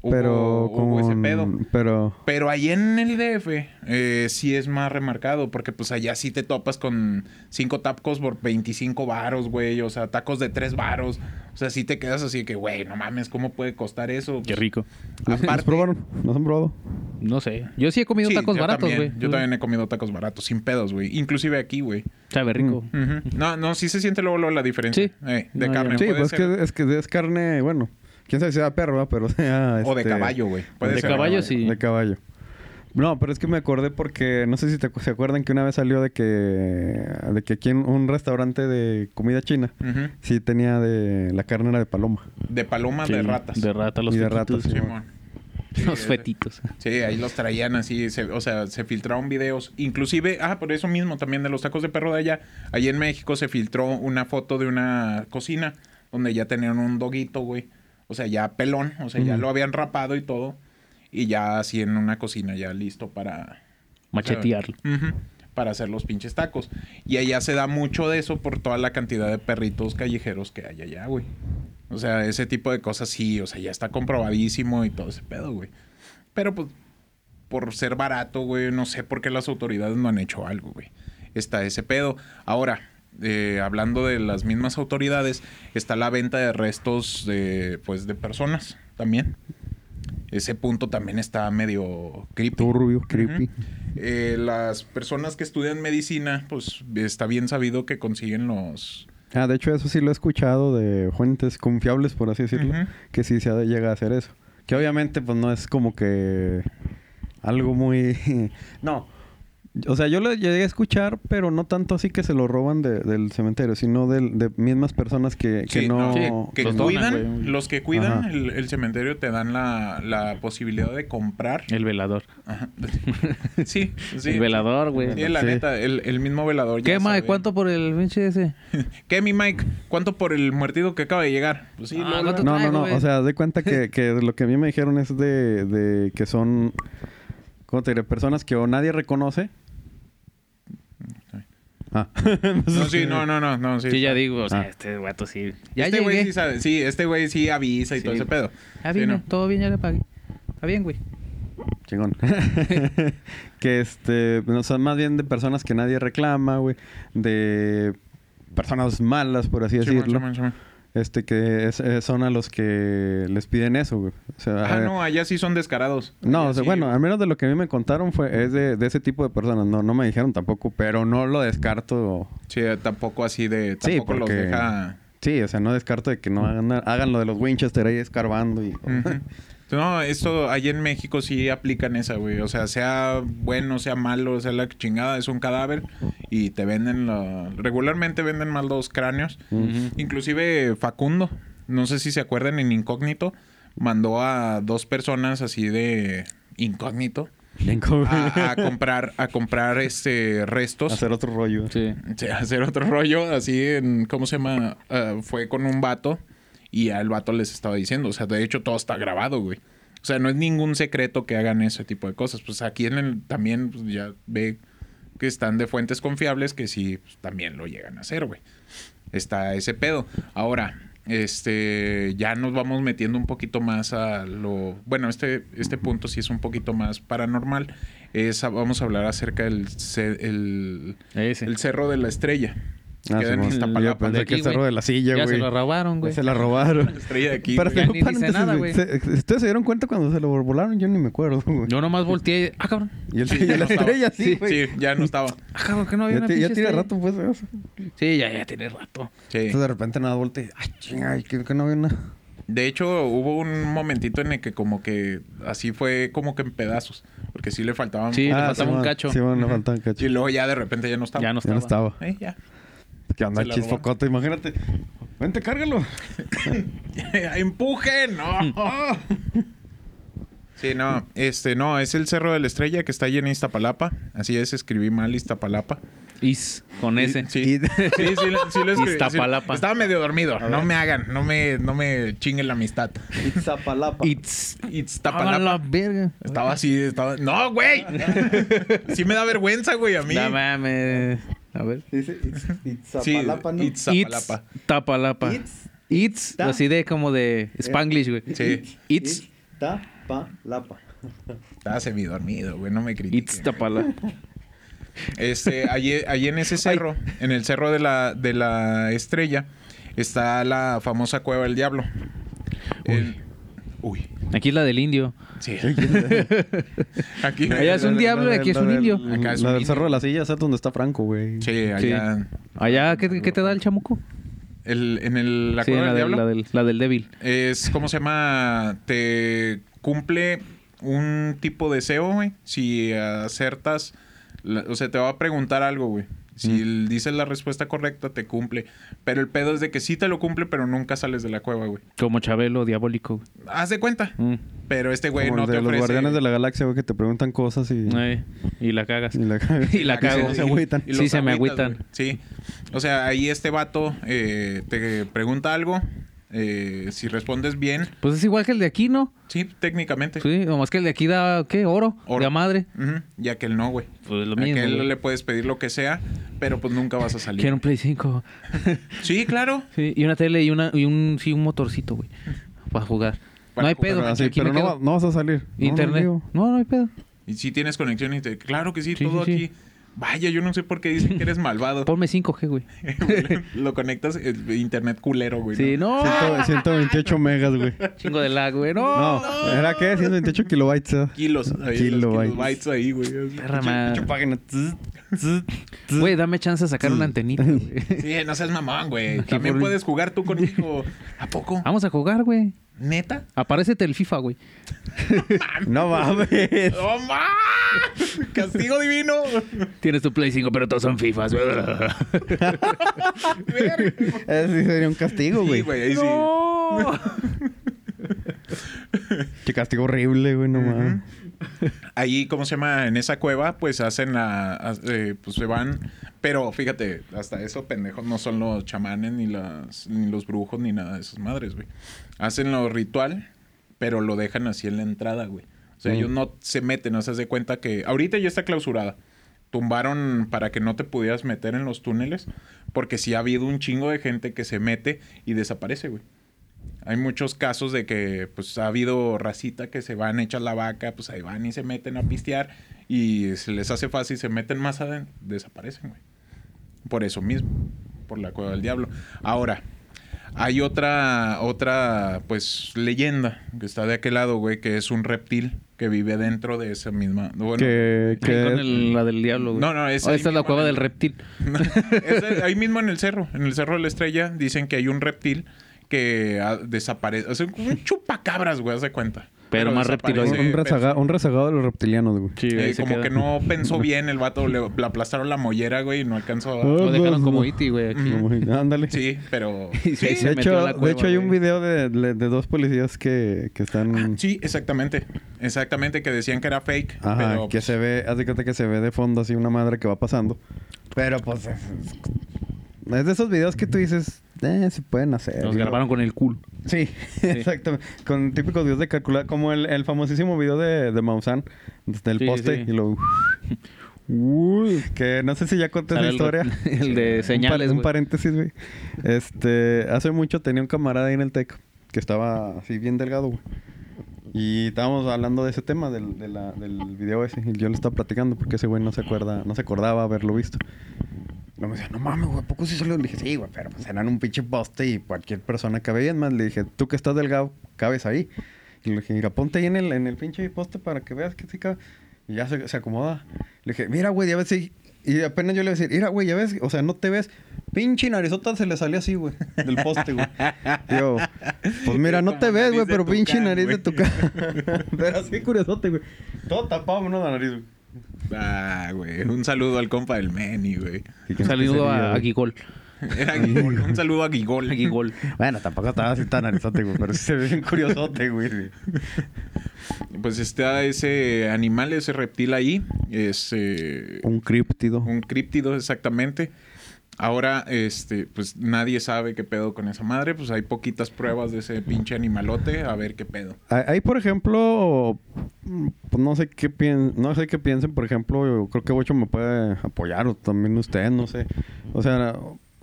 B: Hubo-
A: Pero
B: hubo ese
A: con-
B: pedo.
A: Pero
B: Pero ahí en el DF eh, sí es más remarcado, porque pues allá sí te topas con cinco tacos por 25 varos, güey, o sea, tacos de tres varos. O sea, sí te quedas así de que, güey, no mames, ¿cómo puede costar eso?
E: Qué
B: Pues,
E: rico.
A: ¿nos, nos
B: Aparte-
A: probaron? ¿Nos han probado?
E: No sé.
C: Yo sí he comido
B: Sí,
C: tacos
B: yo
C: baratos,
B: también,
C: güey.
B: Yo también he comido tacos baratos, sin pedos, güey. Inclusive aquí, güey.
E: Sabe rico.
B: Ujú. No, no, sí se siente luego, luego la diferencia.
C: Sí.
B: Eh, de
E: No, ya
B: carne.
E: no.
A: Sí,
B: puede
A: pues
B: ser-
A: es que, es que es carne, bueno, quién sabe si sea perro, ¿verdad? pero sea...
B: O de
A: este,
B: caballo, güey. Puede
E: de
B: ser
E: caballo, sí.
A: De caballo. No, pero es que me acordé porque no sé si te, acu- se acuerdan que una vez salió de que de que aquí en un restaurante de comida china
B: Ujú.
A: sí tenía de la carne era de paloma.
B: De paloma,
E: Sí,
B: Ah, de ratas.
E: De rata, los
A: Y de
E: fetitos.
A: ratas, sí.
B: Simón.
C: Los
B: Sí,
C: fetitos.
B: Sí, ahí los traían así, se- o sea, se filtraron videos. Inclusive, ah, por eso mismo también de los tacos de perro de allá. Allí en México se filtró una foto de una cocina donde ya tenían un doguito, güey. O sea, ya pelón, o sea, ya
A: Ujú.
B: lo habían rapado y todo. Y ya así en una cocina ya listo para...
E: Machetearlo.
B: Ujú, para hacer los pinches tacos. Y allá se da mucho de eso por toda la cantidad de perritos callejeros que hay allá, güey. O sea, ese tipo de cosas sí, o sea, ya está comprobadísimo y todo ese pedo, güey. Pero pues, por ser barato, güey, no sé por qué las autoridades no han hecho algo, güey. Está ese pedo. Ahora, eh, hablando de las mismas autoridades, está la venta de restos de, pues, de personas también. Ese punto también está medio creepy.
A: Turbio, creepy.
B: Eh, las personas que estudian medicina, pues está bien sabido que consiguen los...
A: Ah, de hecho eso sí lo he escuchado de fuentes confiables por así decirlo,
B: Ujú.
A: que sí se ha de- llega a hacer eso. Que obviamente pues no es como que algo muy no. O sea, yo lo llegué a escuchar, pero no tanto así que se lo roban de- del cementerio, sino del- de mismas personas que, que
B: Sí,
A: no...
B: no, que
E: los
B: cuidan,
E: donan, güey.
B: los que cuidan
A: Ajá.
B: el, el cementerio te dan la, la posibilidad de comprar.
E: El velador.
B: Ajá. Sí, sí.
C: El velador, güey.
B: Sí, la
A: Sí.
B: neta, el, el mismo velador. ya
C: ¿Qué, mae?
B: sabe.
C: ¿Cuánto por el pinche ese?
B: ¿Qué, mi Mike? ¿Cuánto por el muertido que acaba de llegar? Pues sí,
C: Ah,
B: luego, luego.
C: ¿cuánto
A: No, no,
C: traigo,
A: no.
C: güey.
A: O sea, haz de cuenta que, que lo que a mí me dijeron es de, de que son, ¿cómo te diré? Personas que o nadie reconoce. Ah.
B: No, sí, no, no, no, no, sí.
C: Sí, ya digo, o sea,
A: Ah.
C: este guato sí. Ya
B: Este güey
C: llegué.
B: sí sabe, sí, este güey sí avisa y
C: Sí.
B: todo ese pedo.
C: Ya
B: Sí,
C: vino,
B: no.
C: todo bien, ya le pagué. Está bien, güey.
A: Chingón. que este, no, son más bien de personas que nadie reclama, güey. De personas malas, por así
B: Simón,
A: decirlo.
B: Simón, Simón.
A: Este, que es- eh, son a los que les piden eso, güey. O sea,
B: Ah, no, allá sí son descarados.
A: No,
B: Allá
A: o sea,
B: sí-
A: bueno, ah. al menos de lo que a mí me contaron fue es de, de ese tipo de personas. No, no me dijeron tampoco, pero no lo descarto.
B: Sí, eh, tampoco así de...
A: Sí,
B: Tampoco los
A: porque-
B: deja...
A: Sí, o sea, no descarto de que no hagan, hagan lo de los Winchester ahí escarbando y...
B: Ujú. No, esto allá en México sí aplican esa, güey. O sea, sea bueno, sea malo, sea la chingada, es un cadáver y te venden la... Regularmente venden más los cráneos.
C: Mm.
A: Mm.
B: Inclusive Facundo, no sé si se acuerdan, en Incógnito mandó a dos personas así de incógnito a, a comprar a comprar este restos
A: Hacer otro rollo.
E: Sí.
B: Sí, hacer otro rollo así en, ¿cómo se llama? Ah, fue con un vato y ya el vato les estaba diciendo, o sea, de hecho todo está grabado, güey. O sea, no es ningún secreto que hagan ese tipo de cosas. Pues aquí en el también pues, ya ve que están de fuentes confiables que sí pues, también lo llegan a hacer, güey. Está ese pedo. Ahora, este, ya nos vamos metiendo un poquito más a lo, bueno, este, este punto sí es un poquito más paranormal. Es, vamos a hablar acerca del ce- el,
E: Ese.
B: el Cerro de la Estrella.
A: Ah,
B: Queda
A: Simón.
B: en
A: Yo
B: Iztapalapa.
A: pensé
C: De
A: que el
C: aquí,
A: cerro
C: güey.
A: de la silla,
C: Ya
A: güey.
C: se lo robaron, güey.
A: Se la robaron.
B: La estrella de aquí.
A: Pero que
B: güey.
C: Ya
A: no
C: ni dice nada, güey.
A: ¿Ustedes se dieron cuenta cuando se lo volaron? Yo ni me acuerdo, güey.
C: Yo nomás volteé. Ah, cabrón.
A: Y, el,
B: Sí,
A: y
B: ya
A: la
B: no estaba.
A: estrella sí, güey.
B: Sí, ya no estaba.
C: Ah, cabrón, que no había
A: Ya,
C: una
A: ti- ya
C: pinche
A: tiene
C: estrella.
A: rato, pues. eso.
C: Sí, ya, ya tiene rato.
B: Sí.
A: Entonces de repente nada volteé. Ay, chingada, que, que no había nada.
B: De hecho, hubo un momentito en el que como que así fue como que en pedazos. Porque sí le faltaban.
C: Sí, le
A: Ah,
C: faltaba un
A: Simón.
C: cacho.
A: Sí, bueno, le faltaba un cacho.
B: Y luego ya de repente ya no estaba.
E: Ya no
A: Ya no
E: estaba.
A: estaba.
B: Eh, ya.
A: Que anda
B: Se la
A: chisfocote, imagínate. Vente, cárgalo.
B: ¡Empujen! ¡No! Sí, no, este, no, es el Cerro de la Estrella que está allí en Iztapalapa. Así es, escribí mal Iztapalapa.
C: Is.
F: Con ese.
B: Sí, sí, sí, sí, sí lo escribí.
C: Iztapalapa.
B: Sí, estaba medio dormido. No me hagan, no me, no me chinguen la amistad.
G: Itzapalapa.
C: It's.
B: Iztapalapa.
C: A la verga.
B: Estaba así, estaba. ¡No, güey! Sí me da vergüenza, güey, a mí.
F: No mames. A ver.
G: Dice Itz-
B: Sí,
G: Itzapalapa, ¿no?
C: It's.
B: Itzapalapa.
C: Tapalapa.
G: Itz-
C: It's.
G: Ta-
C: Así de como de Spanglish, güey.
B: Sí,
C: It's.
G: Itzapalapa.
B: estaba semidormido, güey, no me
C: It's
B: critiques.
C: Tapalapa.
B: Este, allí, allí en ese cerro, en el cerro de la, de la estrella, está la famosa cueva del diablo. El- Uy.
C: Aquí es la del indio.
B: Sí. Aquí.
C: Allá es un
A: La-
C: diablo
A: la-
C: y aquí es
A: la
C: un
A: del-
C: indio.
B: Acá es
A: La
B: un
A: del
B: indio.
A: Cerro de las Sillas es donde está Franco, güey.
B: Sí, allá.
C: Allá, ¿qué, qué te da el chamuco?
B: El, en el, la
C: sí,
B: cueva
C: la,
B: del
C: del,
B: diablo.
C: la, del, la del débil.
B: Es, ¿cómo se llama? Te cumple un tipo de deseo, güey. Si acertas, la- o sea, te va a preguntar algo, güey. Si l- dices la respuesta correcta, te cumple. Pero el pedo es de que sí te lo cumple, pero nunca sales de la cueva, güey.
C: Como Chabelo, diabólico. güey.
B: Haz de cuenta.
C: Mm.
B: Pero este güey
A: Como
B: no
A: el
B: te
A: de los
B: ofrece...
A: Guardianes de la Galaxia, güey, que te preguntan cosas y,
C: Eh, y la cagas.
A: y la cagas.
C: Y la cago.
A: se agüitan.
B: los
C: Sí, se me
B: agüitas,
C: agüitan.
B: güey. Sí. O sea, ahí este vato eh, te pregunta algo. eh, si respondes bien,
C: Pues es igual que el de aquí, ¿no?
B: sí, técnicamente.
C: Sí, nomás que el de aquí da, ¿qué? Oro.
B: Oro.
C: De a madre.
B: Ujú, Y aquel no, güey.
C: Pues lo mismo.
B: Aquel
C: güey.
B: le puedes pedir lo que sea, pero pues nunca vas a salir.
C: Quiero un Play 5.
B: Sí, claro.
C: Sí, y una tele y, una, y un, sí, un motorcito, güey. Para jugar.
B: Para
C: no hay
B: jugar,
C: pedo.
A: Pero, así,
C: aquí
A: pero
C: me
A: no, va-
C: quedo.
A: no vas a salir. No, no,
C: Internet.
A: digo.
C: No, no hay pedo.
B: Y si tienes conexión y te... Claro que sí,
C: Sí,
B: todo
C: sí, sí.
B: aquí. Vaya, yo no sé por qué dicen que eres malvado.
C: Ponme 5G, güey.
B: lo conectas, eh, internet culero, güey.
C: Sí, no.
A: 100 128 megas, güey.
C: Chingo de lag, güey. No.
A: No, ¿era qué? 128 kilobytes. ¿eh?
B: Kilos, ahí,
A: Kilobytes.
B: Los kilobytes ahí, güey.
C: Perra madre.
A: página. Tss, tss, tss.
C: Güey, dame chance de sacar una antenita, güey.
B: Sí, no seas mamón, güey.
C: Aquí
B: También
C: por-
B: puedes jugar tú conmigo. ¿A poco?
C: Vamos a jugar, güey.
B: ¿Neta?
C: Aparécete el FIFA, güey.
A: No mames.
B: ¡Oh, ma! ¡Castigo divino!
C: Tienes tu Play 5, pero todos son FIFAs, güey.
B: Verga.
A: Ese sí sería un castigo,
B: Sí,
A: güey.
B: güey, ahí sí.
C: No.
A: Qué castigo horrible, güey, no mames.
B: Ahí, ¿cómo se llama? En esa cueva, pues hacen la. ha- eh, pues se van. Pero fíjate, hasta eso, pendejos, no son los chamanes, ni, las, ni los brujos, ni nada de esas madres, güey. Hacen lo ritual, pero lo dejan así en la entrada, güey. O sea,
A: Mm.
B: ellos no se meten, no se de cuenta que. Ahorita ya está clausurada. Tumbaron para que no te pudieras meter en los túneles, porque sí ha habido un chingo de gente que se mete y desaparece, güey. Hay muchos casos de que pues ha habido racita que se van hechas la vaca, pues ahí van y se meten a pistear y se les hace fácil, se meten más adentro, desaparecen, güey. Por eso mismo, por la cueva del diablo. Ahora, hay otra otra pues leyenda que está de aquel lado, güey, que es un reptil que vive dentro de esa misma bueno,
A: que
C: Ahí
A: que
C: con el- la del diablo, güey.
B: No, no, es
C: Oh,
B: ahí
C: esta es la
B: mismo
C: cueva
B: en el-
C: del reptil.
B: Es el- ahí mismo en el cerro, en el cerro de la estrella, dicen que hay un reptil que ah, desaparece. O sea, como un chupacabras, güey, haz de cuenta.
C: Pero más
B: desaparece,
C: reptiloide.
A: un,
B: pero-
A: rezaga- un rezagado de los reptilianos, güey.
C: Sí,
B: eh, como que no pensó bien el vato, le, le aplastaron la mollera, güey, y no alcanzó a.
C: Lo dejaron como Iti, güey. aquí.
A: Como- Ándale.
B: Sí, pero.
C: Y se-
B: Sí,
C: se
A: De
C: metió
A: hecho,
C: a la
A: de
C: cueva,
A: hecho hay un
C: güey. Ah,
A: video de, de- de dos policías que, que están...
B: sí, exactamente. Exactamente, que decían que era fake.
C: Ah,
A: Ajá,
B: pero,
C: pues,
B: pues,
A: que se ve... Haz de cuenta que se ve de fondo así una madre que va pasando. Pero pues... Es, es de esos videos que tú dices... Eh, se pueden hacer.
C: Nos
A: digo.
C: grabaron con el culo.
A: Sí, exactamente. Con típicos videos de calcular... Como el, el famosísimo video de, de Maussan. Del
C: Sí,
A: poste
C: sí.
A: y lo... Que no sé si ya conté esa
C: Sale el
A: historia.
C: re- el de
A: Un par-
C: señales,
A: Un,
C: güey.
A: paréntesis, güey. Este, hace mucho tenía un camarada ahí en el TEC que estaba así bien delgado, güey. Y estábamos hablando de ese tema del, de la- del video ese. Y yo lo estaba platicando porque ese güey no se acuerda, no se acordaba haberlo visto. No me decía, no mames, güey, ¿a poco sí salió? Le dije, sí, güey, pero pues eran un pinche poste y cualquier persona cabe ahí. Es más, le dije, tú que estás delgado, cabes ahí. Y le dije, mira, ponte ahí en el, en el pinche poste para que veas que sí cabe. Y ya se, se acomoda. Le dije, mira, güey, ya ves si... Y apenas yo le iba a decir, mira, güey, ya ves, o sea, no te ves. Pinche narizota se le salió así, güey, del poste, güey. Y Yo, pues mira, no
B: Como
A: te ves,
B: nariz
A: güey,
B: de
A: pero pinche
B: tucán,
A: nariz de
B: güey.
A: tu cara. pero así curiosote, güey. Todo tapado menos la nariz, güey.
B: Ah, güey. Un saludo al compa del Meni, güey.
C: Un saludo a, a
A: aquí
C: Gigol.
B: Era Guigol. Un saludo a Guigol.
C: Aquí gol.
A: Bueno, tampoco estaba así tan analizote, güey, pero sí se ve bien curiosote, güey.
B: Pues está ese animal, ese reptil ahí. Es eh,
A: Un críptido.
B: un críptido, exactamente. Ahora, este, pues nadie sabe qué pedo con esa madre. Pues hay poquitas pruebas de ese pinche animalote. A ver qué pedo.
A: Ahí, ahí, por ejemplo, mm, pues no sé qué piensen, no sé qué piensen, por ejemplo, yo creo que Bocho me puede apoyar o también usted, no sé. O sea,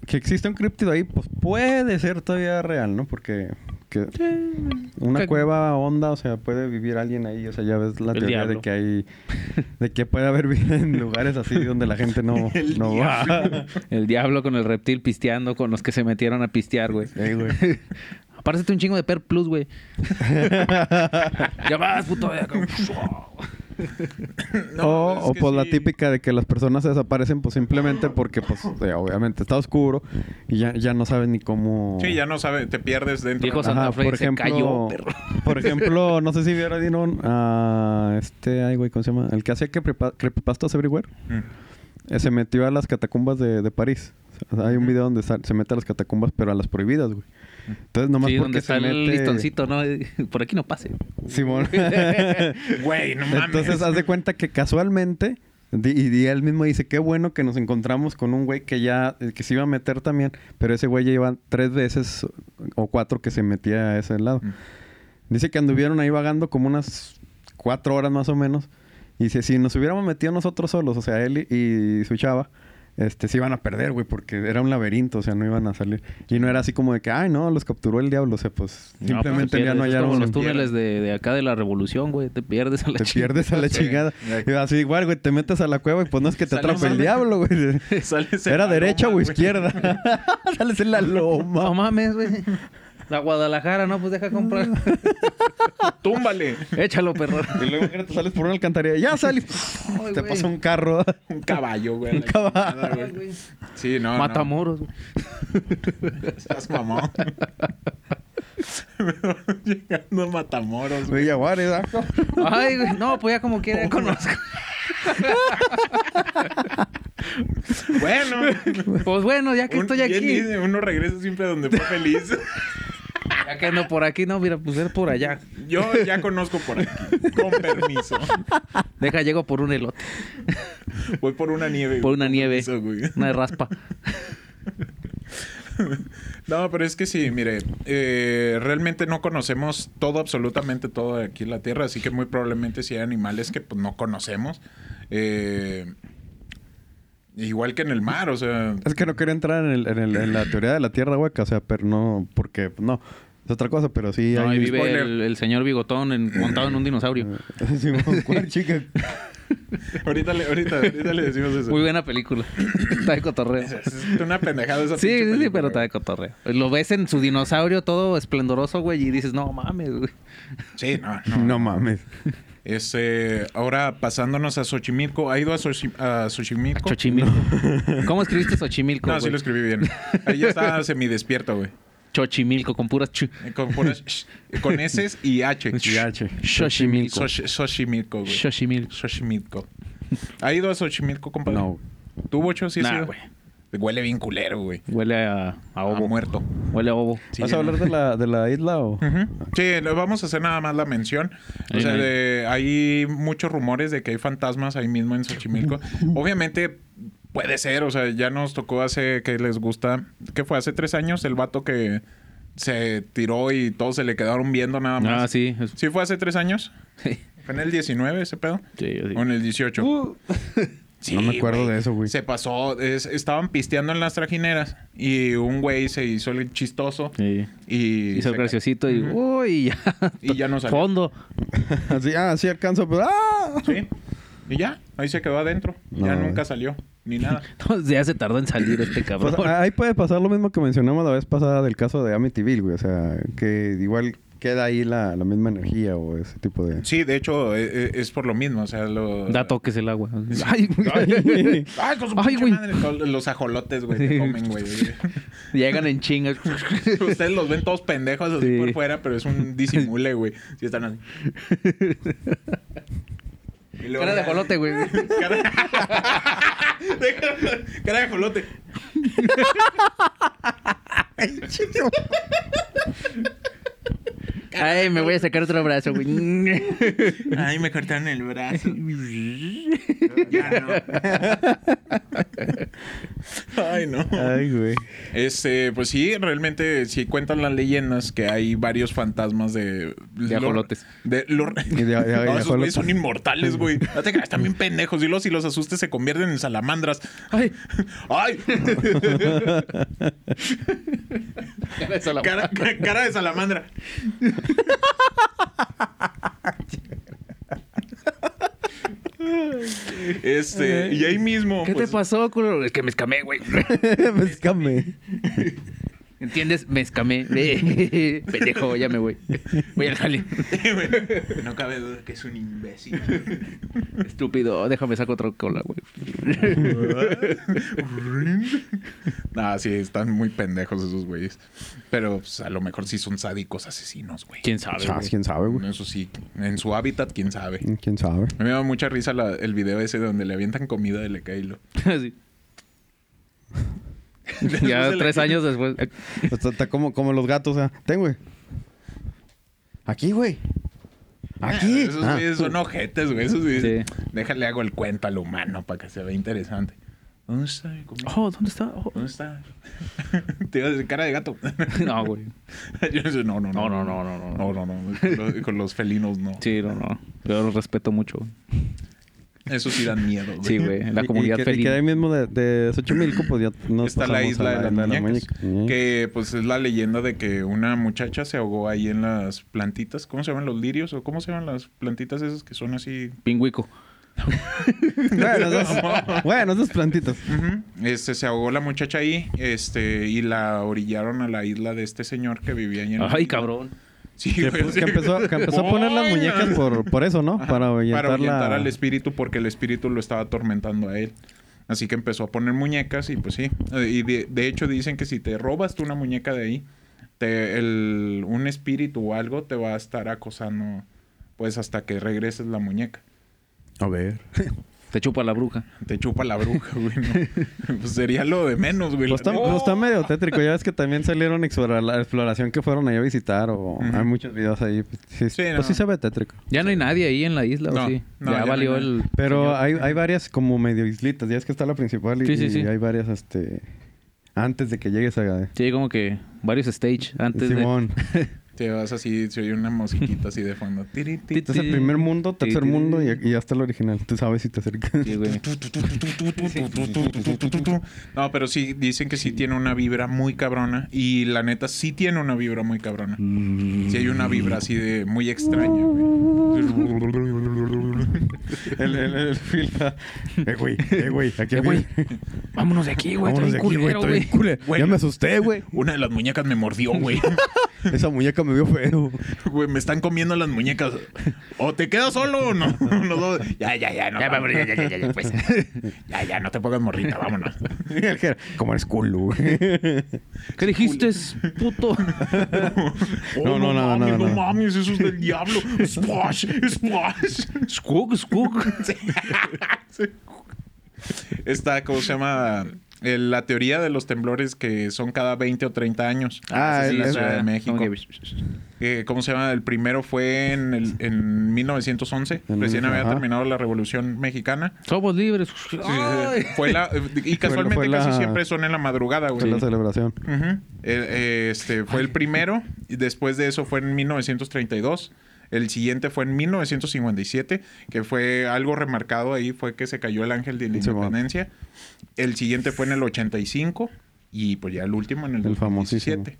A: que existe un críptido ahí, pues puede ser todavía real, ¿no? Porque que una
E: Que-
A: cueva honda, o sea, puede vivir alguien ahí, o sea, ya ves la
C: El
A: teoría de
C: diablo.
A: que hay de que puede haber vida en lugares así donde la gente no,
B: El
A: no va.
C: El diablo con el reptil pisteando con los que se metieron a pistear, güey.
A: Ey, güey.
E: Apártate un chingo de Per Plus, güey. ya vas, puto. ya, como-
B: No,
A: o
B: es
A: o
B: que
A: pues la
B: sí.
A: típica de que las personas se desaparecen pues simplemente porque pues o sea, obviamente está oscuro y ya, ya no saben ni cómo...
B: Sí, ya no sabe, te pierdes dentro.
E: Dijo
B: de la-
E: Santa Fe, se cayó, perro.
A: por ejemplo, no sé si vieron Dinón, a este, ay güey, ¿cómo se llama? El que hacía que prepa- creepypastas everywhere,
B: Mm.
A: eh, se metió a las catacumbas de, de París. O sea, hay un video donde sa- se mete a las catacumbas, pero a las prohibidas, güey. Entonces, nomás
E: Sí,
A: porque
E: donde está
A: se
E: el
A: mete-
E: listoncito, ¿no? Por aquí no pase.
C: pues,
A: Simón.
B: Güey, no mames.
A: Entonces, haz de cuenta que casualmente, di- y, di- él mismo dice, qué bueno que nos encontramos con un güey que ya, el que se iba a meter también, pero ese güey ya iba tres veces o cuatro que se metía a ese lado.
B: Mm.
A: Dice que anduvieron ahí vagando como unas cuatro horas más o menos, y dice, si nos hubiéramos metido nosotros solos, o sea, él y, y su chava, este, se iban a perder, güey, porque era un laberinto, o sea, no iban a salir. Y no era así como de que, ay, no, los capturó el diablo, o sea, pues
C: No,
A: simplemente
C: pues,
A: ya no
C: pierdes, es como
A: hallaron
C: los túneles de, de acá de la revolución, güey. Te pierdes a la
A: te
C: chingada.
A: pierdes a la chingada. Y así igual, güey, te metes a la cueva y pues no es que te
B: Sales
A: atrape el
B: mal.
A: diablo, güey.
B: Sales en
A: Era
B: la
A: derecha
B: loma,
A: o
B: güey.
A: izquierda. Sales en la
E: No
A: loma.
E: mames, güey. La Guadalajara, no, pues deja comprar.
B: Túmbale.
E: Échalo, perro.
A: Y luego imagínate, sales por una alcantarilla. Ya salí.
E: Ay,
A: te
E: güey.
A: pasa un carro.
B: Un caballo, güey. a
A: Un
B: la chingada,
A: caballo.
B: güey. Sí, no. no.
E: Matamoros, güey.
B: Estás mamón. Llegando a Matamoros, güey.
A: Villa Juárez, ah, cabrón.
E: Ay, güey. No, pues ya como quiera, ya conozco.
B: Bueno.
E: Pues bueno, ya que
B: un-
E: estoy
B: bien
E: aquí.
B: dice, uno regresa siempre a donde fue feliz.
E: Ya que ando por aquí, no, mira, pues era por allá.
B: Yo ya conozco por aquí. Con permiso.
E: Deja, llego por un elote,
B: Voy por una nieve.
E: por
B: güey.
E: una nieve,
B: Eso, güey.
E: una raspa.
B: No, pero es que sí, mire, eh, realmente no conocemos todo, absolutamente todo de aquí en la Tierra, así que muy probablemente sí hay animales que pues no conocemos. Eh, igual que en el mar, o sea,
A: Es que no quería entrar en, el- en el- en la teoría de la tierra hueca, o sea, pero no, porque no. Es otra cosa, pero sí
C: No, ahí
A: hay.
C: vive
B: spoiler.
C: el, el señor Bigotón en- montado en un dinosaurio.
A: Sí, bueno, ¿cuál chica?
B: ahorita le, ahorita, ahorita le decimos eso.
C: Muy buena película. Está de cotorreo.
B: Es, es una pendejada esa
C: Sí,
B: pinche
C: sí, sí,
B: película,
C: pero está de
B: güey.
C: cotorreo. Lo ves en su dinosaurio todo esplendoroso, güey, y dices, no mames, güey.
B: Sí, no, no.
A: No mames.
B: Es, eh, ahora pasándonos a Xochimilco, ¿ha ido a, Xochi- a Xochimilco?
C: Xochimilco. ¿Cómo escribiste Xochimilco?
B: no, sí
C: güey?
B: lo escribí bien. Ahí ya está semidespierto, güey.
C: Xochimilco, con puras chu.
B: Con puras sh- con S y H.
A: Y H.
C: Xochimilco.
B: Xoch- Xochimilco, güey.
C: Xochimilco.
B: Xochimilco. ¿Ha ido a Xochimilco, compadre?
A: No.
B: ¿Tú, Bocho, sí has
C: Nah,
B: ido?
C: güey.
B: Huele bien culero, güey.
C: Huele a, a
B: A
C: ovo.
B: muerto.
C: Huele a ovo.
B: Sí,
A: ¿Vas
B: ya
A: a hablar
B: no.
A: de la, de la isla o.?
B: Ujú. Sí, le vamos a hacer nada más la mención. O
C: Ahí
B: sea,
C: no hay.
B: de- hay muchos rumores de que hay fantasmas ahí mismo en Xochimilco. Obviamente puede ser, o sea, ya nos tocó hace que les gusta, que fue hace tres años el vato que se tiró y todos se le quedaron viendo nada más.
C: Ah, sí. es-
B: ¿Sí fue hace tres años? ¿Fue en el 19 ese pedo?
C: Sí, sí.
B: ¿O en el 18? Sí,
A: No me acuerdo
B: güey.
A: de eso, güey.
B: Se pasó, es- estaban pisteando en las trajineras y un güey se hizo el chistoso
C: Sí.
B: y
C: Hizo el
B: se-
C: graciosito y,
B: Ujú.
C: uy, ya.
B: Y ya no salió.
C: Fondo.
A: Así, ah, sí alcanzo, pero. ¡Ah!
B: Sí. Y ya, ahí se quedó adentro.
A: No,
B: ya
A: güey.
B: nunca salió, ni nada.
C: Entonces ya se tardó en salir este cabrón.
A: Pues,
B: Ah.
A: ahí puede pasar lo mismo que mencionamos la vez pasada del caso de Amityville, güey. O sea, que igual queda ahí la, la misma energía o ese tipo de...
B: Sí, de hecho, e- e- es, por lo mismo, o sea, lo...
C: Da toques el agua.
B: Sí.
C: Ay, güey.
B: ¡Ay, con su
C: Ay,
B: pinche
C: güey.
B: madre! Los- Los ajolotes, güey, te comen, güey.
C: Llegan en chingas.
B: Ustedes los ven todos pendejos así
C: Sí.
B: por fuera, pero es un disimule, güey. Sí están así. Y luego
E: Cara de
B: ya-
E: jolote, güey.
B: Cara de cara de jolote.
E: Ay, me voy a sacar otro brazo, güey.
B: Ay, me cortaron el brazo. Ya no. Ay, no.
A: Ay, güey.
B: Este, pues sí, realmente, si cuentan las leyendas que hay varios fantasmas de.
C: De
B: lo-
C: ajolotes.
B: De, lo-
A: de- de
B: No, esos güeyes
A: ajolotes.
B: son inmortales, güey. No te creas, están bien pendejos. Y los, si los asustes, se convierten en salamandras. ¡Ay! ¡Ay!
A: Pues,
B: cara, ca- cara de salamandra. Este, y ahí mismo.
E: ¿Qué
B: pues,
E: te pasó, culo? Es que me escamé, güey.
A: Me escamé.
E: ¿Entiendes? Me escamé. Pendejo, ya me voy. Voy al jale.
B: güey, no cabe duda que es un imbécil.
E: Estúpido, déjame saco otra cola, güey.
B: ah, sí, están muy pendejos esos güeyes. Pero pues, a lo mejor sí son sádicos asesinos, güey.
C: ¿Quién sabe?
A: Ah,
C: güey?
A: ¿Quién sabe, güey?
B: Eso sí, en su hábitat, quién sabe.
A: ¿Quién sabe?
B: A mí me da mucha risa la- el video ese donde le avientan comida de lecailo.
E: Así. Ya tres años después.
A: Está, está como, como los gatos, o sea, ten, güey. Aquí, güey. Aquí.
B: Esos
A: Ah.
B: güeyes son ojetes, güey. Esos güeyes-
E: Sí.
B: Déjale hago el cuento al humano para que se vea interesante. ¿Dónde está mi comida?
E: Oh, ¿dónde está? Oh.
B: ¿Dónde está? Te iba a decir cara de gato.
E: No, güey.
B: Yo decía, no, no, no.
C: No, no, no, no, no.
B: No, no, no. Con los- Con los felinos no.
C: Sí, no, no. Yo los respeto mucho. güey.
B: Eso sí dan miedo, güey.
C: Sí, güey. La
A: Y- y
C: comunidad
A: que- y, que
C: felina.
A: ahí mismo de, de Xochimilco, pues ya nos
B: Está la
A: pasamos
B: isla
A: a
B: de las muñecas,
A: muñeca.
B: que pues es la leyenda de que una muchacha se ahogó ahí en las plantitas, ¿cómo se llaman los lirios o cómo se llaman las plantitas esas que son así?
C: Pingüico.
A: Bueno, esas, bueno, esas plantitas.
B: Ujú. Este se ahogó la muchacha ahí, este y la orillaron a la isla de este señor que vivía ahí en la
C: Ay,
B: isla.
C: cabrón.
B: Sí,
A: Que,
B: güey,
A: pu-
B: sí.
A: Pues que empezó, que empezó a poner las
B: Oigan.
A: muñecas por, por eso, ¿no?
B: Ajá,
A: para ahuyentar,
B: ahuyentar
A: la...
B: al espíritu porque el espíritu lo estaba atormentando a él. Así que empezó a poner muñecas y pues sí. Eh, Y de, de hecho dicen que si te robas tú una muñeca de ahí, te- el- un espíritu o algo te va a estar acosando pues hasta que regreses la muñeca.
A: A ver.
E: Te chupa la bruja.
B: Te chupa la bruja, güey. ¿no? pues sería lo de menos, güey.
A: Pues está,
B: la neta.
A: pues está medio tétrico. Ya ves que también salieron explorar la exploración que fueron ahí a visitar o
B: Ujú.
A: hay muchos videos ahí. Pues sí,
B: Sí,
A: pues
B: no.
A: sí se ve tétrico.
E: Ya no hay nadie ahí en la isla,
B: No,
E: ¿o sí?
B: no, ya
E: ya
B: no
E: valió
B: hay nadie.
E: el.
A: Pero
E: señor.
A: hay, hay varias como medio islitas. Ya es que está la principal y,
E: Sí, sí,
A: y
E: sí.
A: hay varias este antes de que llegues a
E: Sí, como que varios stage antes
A: Simón. Este
B: Te vas así, se oye una mosquita así de fondo. Tiri, ti,
E: Ti, ti.
A: Entonces el primer mundo,
E: Sí,
A: tercer
E: sí.
A: mundo y, y hasta el original. Tú sabes si te acercas.
E: de. Sí, güey.
B: No, pero sí, dicen que sí tiene una vibra muy cabrona. Y la neta, sí tiene una vibra muy cabrona.
A: Mm.
B: Sí hay una vibra así de muy extraña, güey.
A: el, el, el filtra. Eh, güey, eh, güey. Aquí
E: Eh, güey.
A: güey.
E: Vámonos de aquí, güey.
A: Vámonos
E: Vámonos
A: de aquí, güey.
E: culero,
A: estoy
E: güey.
A: bien culero.
B: Güey.
A: Ya me asusté, güey.
B: Una de las muñecas me mordió, güey.
A: Esa muñeca me vio feo.
B: Güey, me están comiendo las muñecas. O te quedas solo o no. Los dos. Ya, ya, ya. No,
E: Ya, vámonos, ya, ya, ya, ya, pues.
B: ya, ya, no te pongas morrita, vámonos.
A: El que era, Como eres culo, güey.
E: ¿Qué dijiste, puto?
B: Oh,
A: No, no, no,
B: mames,
A: no, no.
B: mames, eso es del diablo. Squash, squash.
E: Scook, scook.
B: Esta, ¿cómo se llama? Eh, la teoría de los temblores que son cada 20 o 30 años.
A: Ah,
B: Esa es
A: el-
B: la
A: el-
B: Ciudad de México.
E: Como que-
B: Eh, ¿Cómo se llama? El primero fue en, el- en 1911.
A: En-
B: Recién había
A: ajá.
B: terminado la Revolución Mexicana.
E: Somos libres. Ay.
B: Fue la, y casualmente
A: fue la-
B: casi siempre son en la madrugada,
A: Fue
B: güey.
A: la celebración.
B: Ujú. El, eh, este fue el primero y después de eso fue en 1932. El siguiente fue en 1957, que fue algo remarcado ahí, fue que se cayó el ángel de la
A: Sí, bueno.
B: independencia. El siguiente fue en el 85 y pues ya el último en el,
A: El
B: 2017.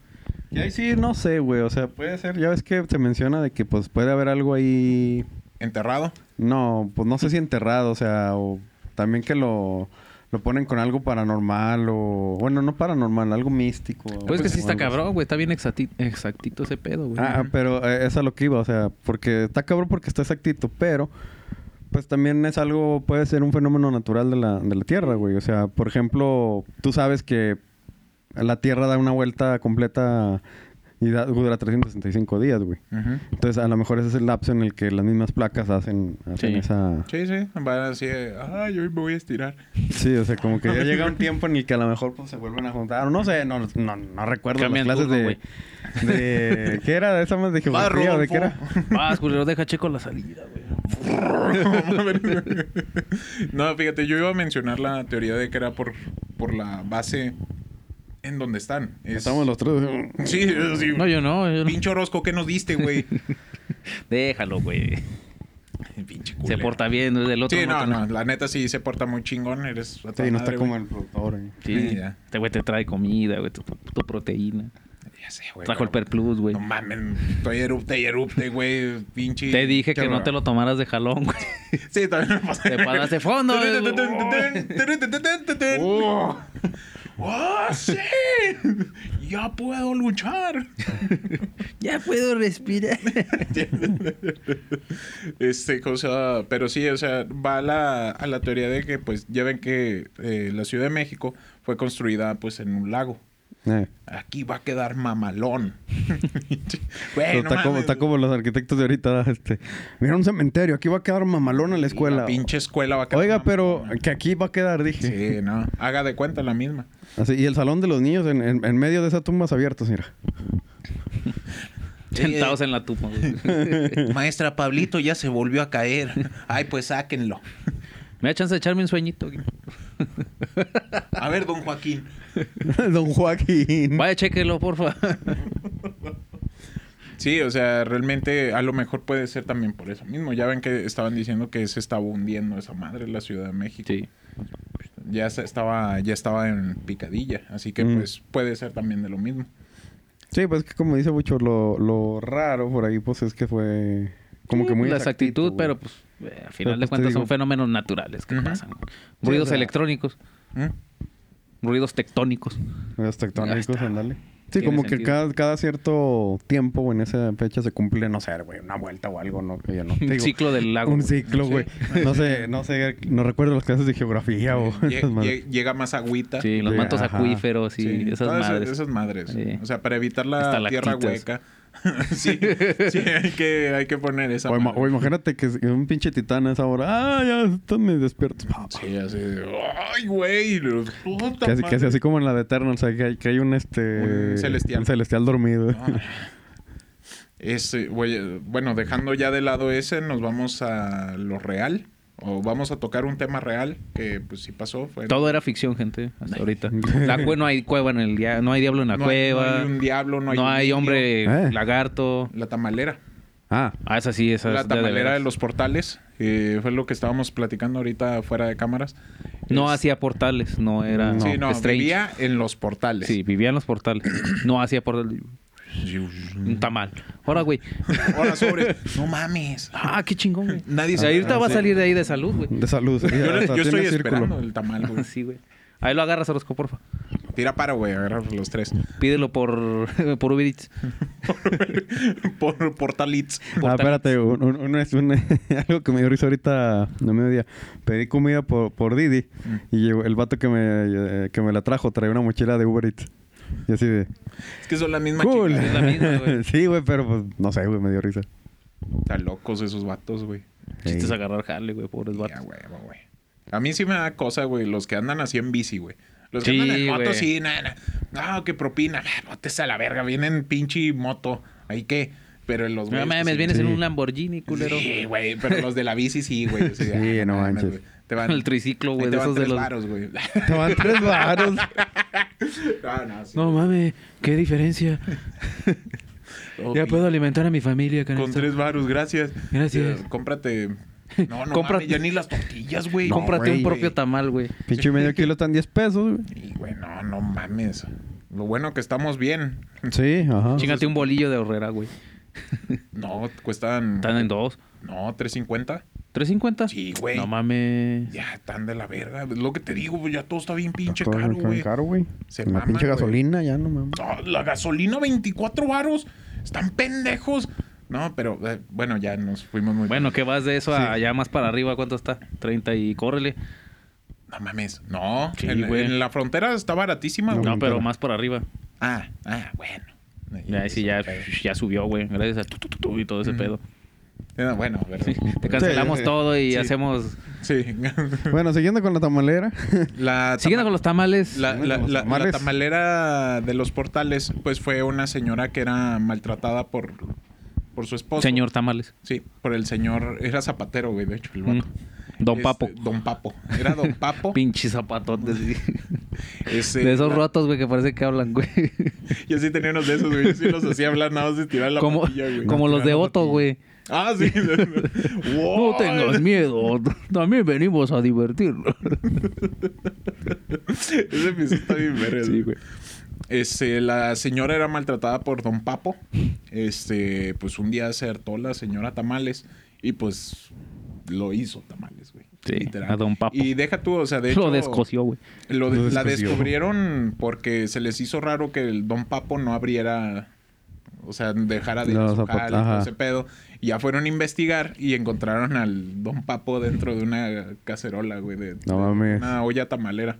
A: Y ahí sí, no sé, güey. O sea, puede ser. Ya ves que se menciona de que pues puede haber algo ahí.
B: Enterrado.
A: No, pues no sé si enterrado, o sea, o también que lo, lo ponen con algo paranormal o. Bueno, no paranormal, algo místico.
E: Pues es que sí
A: o
E: está
A: algo así.
E: cabrón, güey. Está bien exacti- exactito ese pedo, güey.
A: Ah, ah, pero eh, es a lo que iba, o sea, porque está cabrón porque está exactito, pero pues también es algo, puede ser un fenómeno natural de la, de la Tierra, güey. O sea, por ejemplo, tú sabes que la Tierra da una vuelta completa Y da- dura 365 días, güey.
B: Ujú.
A: Entonces, a lo mejor ese es el lapso en el que las mismas placas hacen, hacen
H: Sí.
A: esa...
B: Sí, sí. Van así de, ay, hoy me voy a estirar.
A: Sí, o sea, como que ya llega un tiempo en el que a lo mejor pues, se vuelven a juntar. No sé, no, no, no recuerdo
H: Cambian
A: las clases
H: turno,
A: de, de... ¿Qué era? ¿Esa más de geografía o de qué era?
C: Vas, culero, deja checo la salida, güey.
B: no, fíjate, yo iba a mencionar la teoría de que era por, por la base en donde están. Es- Mm.
A: Estamos los tres.
B: Sí, sí.
C: No, yo no, yo no.
B: Pinche Orozco, ¿qué nos diste, güey?
C: Déjalo, güey.
B: Pinche
C: Se
B: culero.
C: porta bien, no es del otro.
B: Sí, no,
C: te-
B: no, la neta sí se porta muy chingón, eres a toda
A: Sí, no
B: madre,
A: está como
B: güey.
A: el productor. ahí.
C: Sí,
B: Sí, ya.
C: Este güey te trae comida, güey, tu, tu proteína.
B: Ya sé, güey.
C: Trajo el
B: pero-
C: Per Plus, güey.
B: No mames, estoy erupte y erupte, güey, pinche.
C: Te dije que
B: Qué
C: no te lo tomaras de jalón, güey.
B: Sí, también me pasé.
C: Te paras de fondo, güey.
B: ¡Oh! ¡Oh, sí! ¡Ya puedo luchar!
C: Ya puedo respirar.
B: Este, cosa, pero sí, o sea, va a la, a la teoría de que, pues, ya ven que eh, la Ciudad de México fue construida, pues, en un lago.
A: Eh,
B: Aquí va a quedar mamalón.
A: pero
B: Güey, no
A: está, como,
B: mames.
A: está como los arquitectos de ahorita. Este, mira un cementerio. Aquí va a quedar mamalona la escuela.
B: La pinche escuela va a quedar
A: Oiga, pero
B: mamalona.
A: que aquí va a quedar, dije.
B: Sí, no, haga de cuenta la misma.
A: Así, y el salón de los niños en, en- en medio de esas tumbas abiertas, mira.
C: Sentados en la tumba, güey.
B: Maestra Pablito ya se volvió a caer. Ay, pues sáquenlo.
C: Me da chance de echarme un sueñito. güey.
B: A ver, don Joaquín.
A: Don Joaquín.
C: Vaya, chequelo, porfa.
B: Sí, o sea, realmente a lo mejor puede ser también por eso mismo. Ya ven que estaban diciendo que se estaba hundiendo esa madre la Ciudad de México.
C: Sí.
B: Ya se estaba, ya estaba en picadilla. Así que
A: Mm.
B: pues puede ser también de lo mismo.
A: Sí, pues que como dice mucho, lo, lo raro por ahí, pues es que fue como que muy.
C: La
A: exactito,
C: exactitud,
A: güey.
C: pero pues, eh, al final
A: Pero,
C: de
A: pues, te
C: cuentas son
A: digo-
C: fenómenos naturales que
B: Ujú.
C: pasan. Ruidos
A: o sea-
C: electrónicos,
B: ¿Mm?
C: ruidos tectónicos.
A: Los
C: Ahí
A: tectónicos,
C: está.
A: ándale. Sí,
C: Tiene
A: como que
C: sentido.
A: cada, cada cierto tiempo o en esa fecha se cumple, no sé, güey, una vuelta o algo, ¿no? Que yo no. te
C: Un
A: digo,
C: ciclo del lago.
A: Un
C: güey.
A: ciclo, güey. No sé, no sé, no recuerdo las clases de geografía o
B: Lle-
A: esas madres.
B: lle- llega más agüita.
C: Sí, los
A: Sí,
C: mantos
A: ajá.
C: acuíferos y
B: Sí,
C: esas
B: todas esas-
C: madres.
B: esas madres.
C: Sí.
B: O sea, para evitar la tierra hueca.
C: Estalactitas.
B: sí, sí, hay que, hay que poner esa.
A: O, ima-
B: madre.
A: o imagínate que es- un pinche titán a esa hora. Ah, ya están me despiertos.
B: Sí, así de, ¡Ay, güey! puta
A: Casi,
B: madre".
A: casi así como en la de Eternal, o sea, que hay, que hay un este.
B: Un celestial.
A: un celestial dormido.
B: Ah. Ese, güey, eh, bueno, dejando ya de lado ese, nos vamos a lo real. O vamos a tocar un tema real que, pues, sí pasó. Fue,
C: Todo era ficción, gente, hasta ahorita. La cue- no hay cueva en el dia- no hay diablo en la
B: no hay- no
C: cueva.
B: hay un diablo, no hay, un niño.
C: hombre
A: Eh.
C: lagarto.
B: La tamalera.
A: Ah,
C: Ah, esa sí, esa
B: La
C: es de-
B: tamalera de los portales. eh, fue lo que estábamos platicando ahorita fuera de cámaras.
C: No
B: Es-
C: hacía portales, Ah, no era
B: sí, no,
C: Strange.
B: vivía en los portales.
C: Sí, vivía en los portales. No hacía portales. Un tamal. Ahora, güey.
B: Ahora sobre. No mames.
C: Ah, qué chingón, güey.
B: Nadie
C: O sea,
B: sabe.
C: ahorita va a salir de ahí de salud, güey.
A: de salud.
B: Yo,
A: Hasta
B: le- yo
A: tiene
B: estoy
A: círculo.
B: esperando el tamal, güey.
C: Sí, güey. Ahí lo agarras, Orozco, porfa.
B: Tira para, güey, agarrar los tres.
C: Pídelo por, por Uber Eats.
B: Por portalitos.
A: Ah, espérate, un- un- un- es un- algo que me dio risa ahorita no me mediodía. Pedí comida por, por Didi y
B: Mm.
A: llegó- el vato que me, eh, que me la trajo traía una mochila de Uber Eats. Y así de.
B: Es que son la misma
A: ¡Cool!
B: chingada.
C: es la misma, güey.
A: sí, güey, pero pues no sé, güey, me dio risa.
B: Están locos esos vatos, güey.
C: Chistes agarrar jale, güey, pobres
B: Ya,
C: vatos.
B: güey, güey. A mí sí me da cosa, güey, los que andan así en bici, güey. Los que
C: Sí,
B: andan en moto,
C: güey.
B: sí, nada, nada. Ah, qué propina. Ah, Botes a la verga, vienen pinche moto. Ahí qué. Pero los
C: No
B: güeyes que
C: mames,
B: sí-
C: vienes en
A: Sí.
C: un Lamborghini, culero.
B: Sí, güey, pero los de la bici sí, güey. Yo de,
A: Sí,
B: ah,
A: no
B: mames,
A: manches.
B: güey. Te van,
C: El triciclo,
B: ahí
C: güey,
B: te
C: de
B: van
C: esos de
B: tres
C: los-
B: varos, güey.
A: Te van tres varos.
B: no, no, sí.
C: No mames, qué diferencia.
B: Ok.
C: Ya puedo alimentar a mi familia con,
B: Con
C: esto.
B: tres varos, gracias.
C: Gracias.
B: Eh, cómprate. No, no,
C: Cómprate-
B: mames, ya ni las tortillas, güey.
A: No,
C: Cómprate
A: güey.
C: un propio tamal, güey.
A: Pinche medio kilo están 10 pesos, güey.
B: Y güey, no, no mames. Lo bueno que estamos bien.
A: Ah, Sí, ajá.
C: Chingate un bolillo de horrera, güey.
B: No, cuestan.
C: Están en dos.
B: No, 350.
C: ¿350?
B: Sí, güey.
C: No mames.
B: Ya, están de la verga. Es lo que te digo, güey. Ya todo está bien pinche
A: Está todo
B: caro,
A: bien
B: güey.
A: caro, güey.
B: Se
A: La
B: maman,
A: pinche
B: güey.
A: gasolina, ya no mames.
B: No, la gasolina, 24 varos. Están pendejos. No, pero eh, bueno, ya nos fuimos muy.
C: Bueno, que vas de eso a allá más para arriba, ¿cuánto está? 30 y córrele.
B: No mames. No,
C: Sí,
B: en,
C: güey.
B: en la frontera está baratísima,
A: No,
B: güey.
C: No, pero
A: cara.
C: más para arriba.
B: Ah, ah, bueno. Ahí
C: Ahí sí ya, ya subió, güey. Gracias a tu, tu, tu, tu y todo ese
B: Ujú.
C: pedo.
B: Eh, Bueno, pero...
C: Te cancelamos
A: sí.
C: todo y
B: Sí.
C: hacemos.
B: Sí.
A: Bueno, siguiendo con la tamalera.
B: La
C: Siguiendo con los tamales.
B: La,
A: Bueno,
B: la-
A: los
B: la- la
A: tamales.
B: tamalera de los portales, pues fue una señora que era maltratada por, por su esposo.
C: Señor tamales.
B: Sí, por el señor. Era zapatero, güey, de hecho, el vato.
C: Mm. Don
B: Este,
C: Papo.
B: Don Papo. Era Don Papo.
C: Pinche zapatotes. sí.
B: Ese-
C: de esos
B: la-
C: rotos, güey, que parece que hablan, güey.
B: Yo sí tenía unos de esos, güey. Yo sí los hacía hablar nada más de tirar la
C: Como,
B: patilla, güey.
C: como los de
B: Tirar la
C: Otto, güey.
B: patilla. Ah, sí. Wow.
C: No tengas miedo. También venimos a divertirnos.
B: Ese episodio está bien verga, güey. Este, la señora era maltratada por don Papo. Este, pues un día se hartó la señora Tamales y pues lo hizo Tamales, güey.
C: Sí,
B: Literal.
C: a don Papo.
B: Y deja tú, o sea, de hecho...
C: Lo descoció, güey.
B: lo de-
A: Lo
B: la
A: descoció.
B: descubrieron porque se les hizo raro que el don Papo no abriera... O sea, dejara de ir a
A: Los
B: su
A: zapat-
B: jale y todo
A: ajá.
B: ese pedo. Y ya fueron a investigar y encontraron al don Papo dentro de una cacerola, güey. De,
A: No
B: de
A: mames.
B: Una olla tamalera.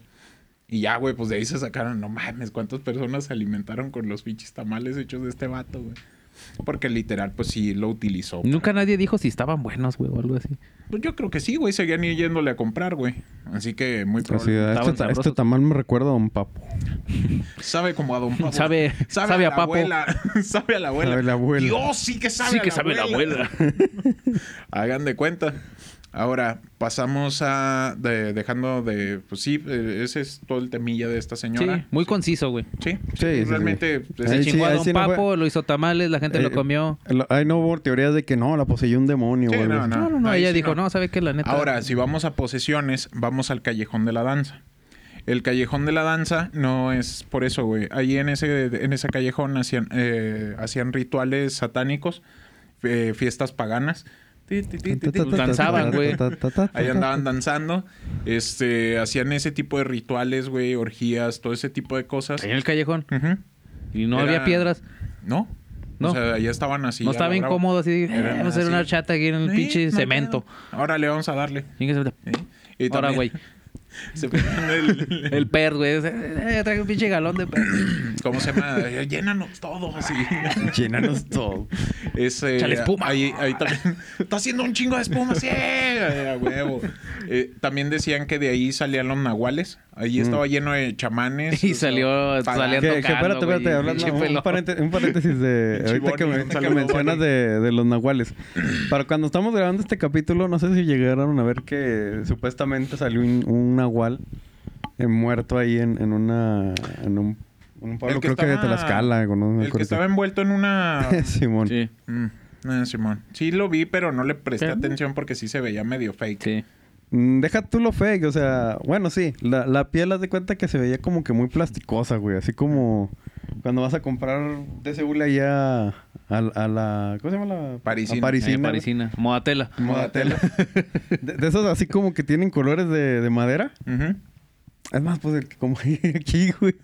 B: Y ya, güey, pues de ahí se sacaron, no mames, cuántas personas se alimentaron con los pinches tamales hechos de este vato, güey. Porque literal, pues sí, lo utilizó. güey.
C: Nunca nadie dijo si estaban buenos, güey, o algo así.
B: Pues yo creo que sí, güey, seguían yéndole a comprar, güey. Así que muy
A: Así,
B: probable.
A: este,
C: Estaban
A: ta- este
C: sabrosos.
A: tamal me recuerda a un papo.
B: Sabe como a Don Papo.
C: Sabe- sabe
B: a,
C: a
B: la
C: Papo.
B: abuela. sabe a la abuela.
A: Sabe a la abuela.
B: Dios, sí que sabe
C: sí
B: a
C: que sabe la abuela.
B: Hagan de cuenta. Ahora, pasamos a... de- dejando de... Pues sí, eh, ese es todo el temilla de esta
C: Sí,
B: señora.
C: muy conciso, güey.
B: Sí,
A: Sí, sí, sí.
B: realmente... pues, es-
A: Ahí
C: Se
A: sí,
C: chingó a
A: ahí
C: Don
A: sí no fue-
C: Papo, lo hizo tamales, la gente
A: Eh,
C: lo comió.
A: Lo- Ahí no hubo teorías de que no, la poseyó un demonio.
B: Sí,
A: o algo
B: no,
A: así.
B: no.
C: No, no, no.
B: ahí
C: Ella
B: sí
C: dijo,
B: no.
C: no, ¿sabe qué? La neta.
B: Ahora, si vamos a posesiones, vamos al Callejón de la Danza. El Callejón de la Danza no es por eso, güey. Ahí en ese, en ese callejón hacían, eh, hacían rituales satánicos, eh, fiestas paganas. Ti, ti, ti, ti, ti.
C: Danzaban, güey.
B: Ahí andaban danzando, este, hacían ese tipo de rituales, güey, orgías, todo ese tipo de cosas.
C: Ahí en el callejón.
B: Ujú.
C: Y no
B: Era-
C: había piedras.
B: No,
C: No.
B: o sea, ya estaban así.
C: no
B: a la
C: estaba
B: brava.
C: incómodo así. eh,
B: Era
C: Vamos a hacer
B: así.
C: una horchata aquí en el
B: Eh,
C: pinche
B: no hay
C: cemento.
B: pedo. Ahora le vamos a darle.
C: Chingue su-
B: ¿eh? Y
C: Ahora,
B: también
C: güey.
B: se ponían el-
C: El perro, güey. Eh, eh, Trae un pinche galón de perro.
B: ¿Cómo se llama? Eh, Llénanos todo así.
A: Llenanos todo.
B: Ese,
C: Échale espuma.
B: Ahí, ahí también. Está haciendo un chingo de espuma, sí. Ay, a huevo. Eh, también decían que de ahí salían los nahuales. Ahí estaba lleno de chamanes.
C: Mm. Y
B: o sea,
C: salió-
B: paganos.
C: salían-
A: Que, que
C: tocando,
A: espérate,
C: güey,
A: espérate, hablando-
C: pinche
A: un,
C: pelón.
A: parente- un paréntesis de
B: Pinche
A: ahorita que,
B: Bonnie,
A: me-
B: un
A: que
B: saludo,
A: mencionas
B: Bonnie.
A: de, de los nahuales. Para cuando estamos grabando este capítulo, no sé si llegaron a ver que supuestamente salió un, un nahual eh, muerto ahí en, en una en un, un pueblo,
B: El
A: creo que de
B: estaba-
A: Tlaxcala, con un-
B: El que estaba envuelto en una.
A: Simón.
C: Sí,
B: Mm, ah, Simón. Sí lo vi, pero no le presté
C: Pero-
B: atención porque sí se veía medio fake.
C: sí.
A: Mm, Deja tú lo fake, o sea, bueno, sí, la, la piel haz de cuenta que se veía como que muy plasticosa, güey, así como cuando vas a comprar de Seúl allá a, a la... ¿Cómo se llama la?
B: Parisina.
A: A
C: Ahí en
A: Parisina. güey.
C: Parisina. Modatela.
A: Modatela. De, de esos así como que tienen colores de, de madera.
B: Ujú.
A: Es más, pues el que como hay aquí, güey.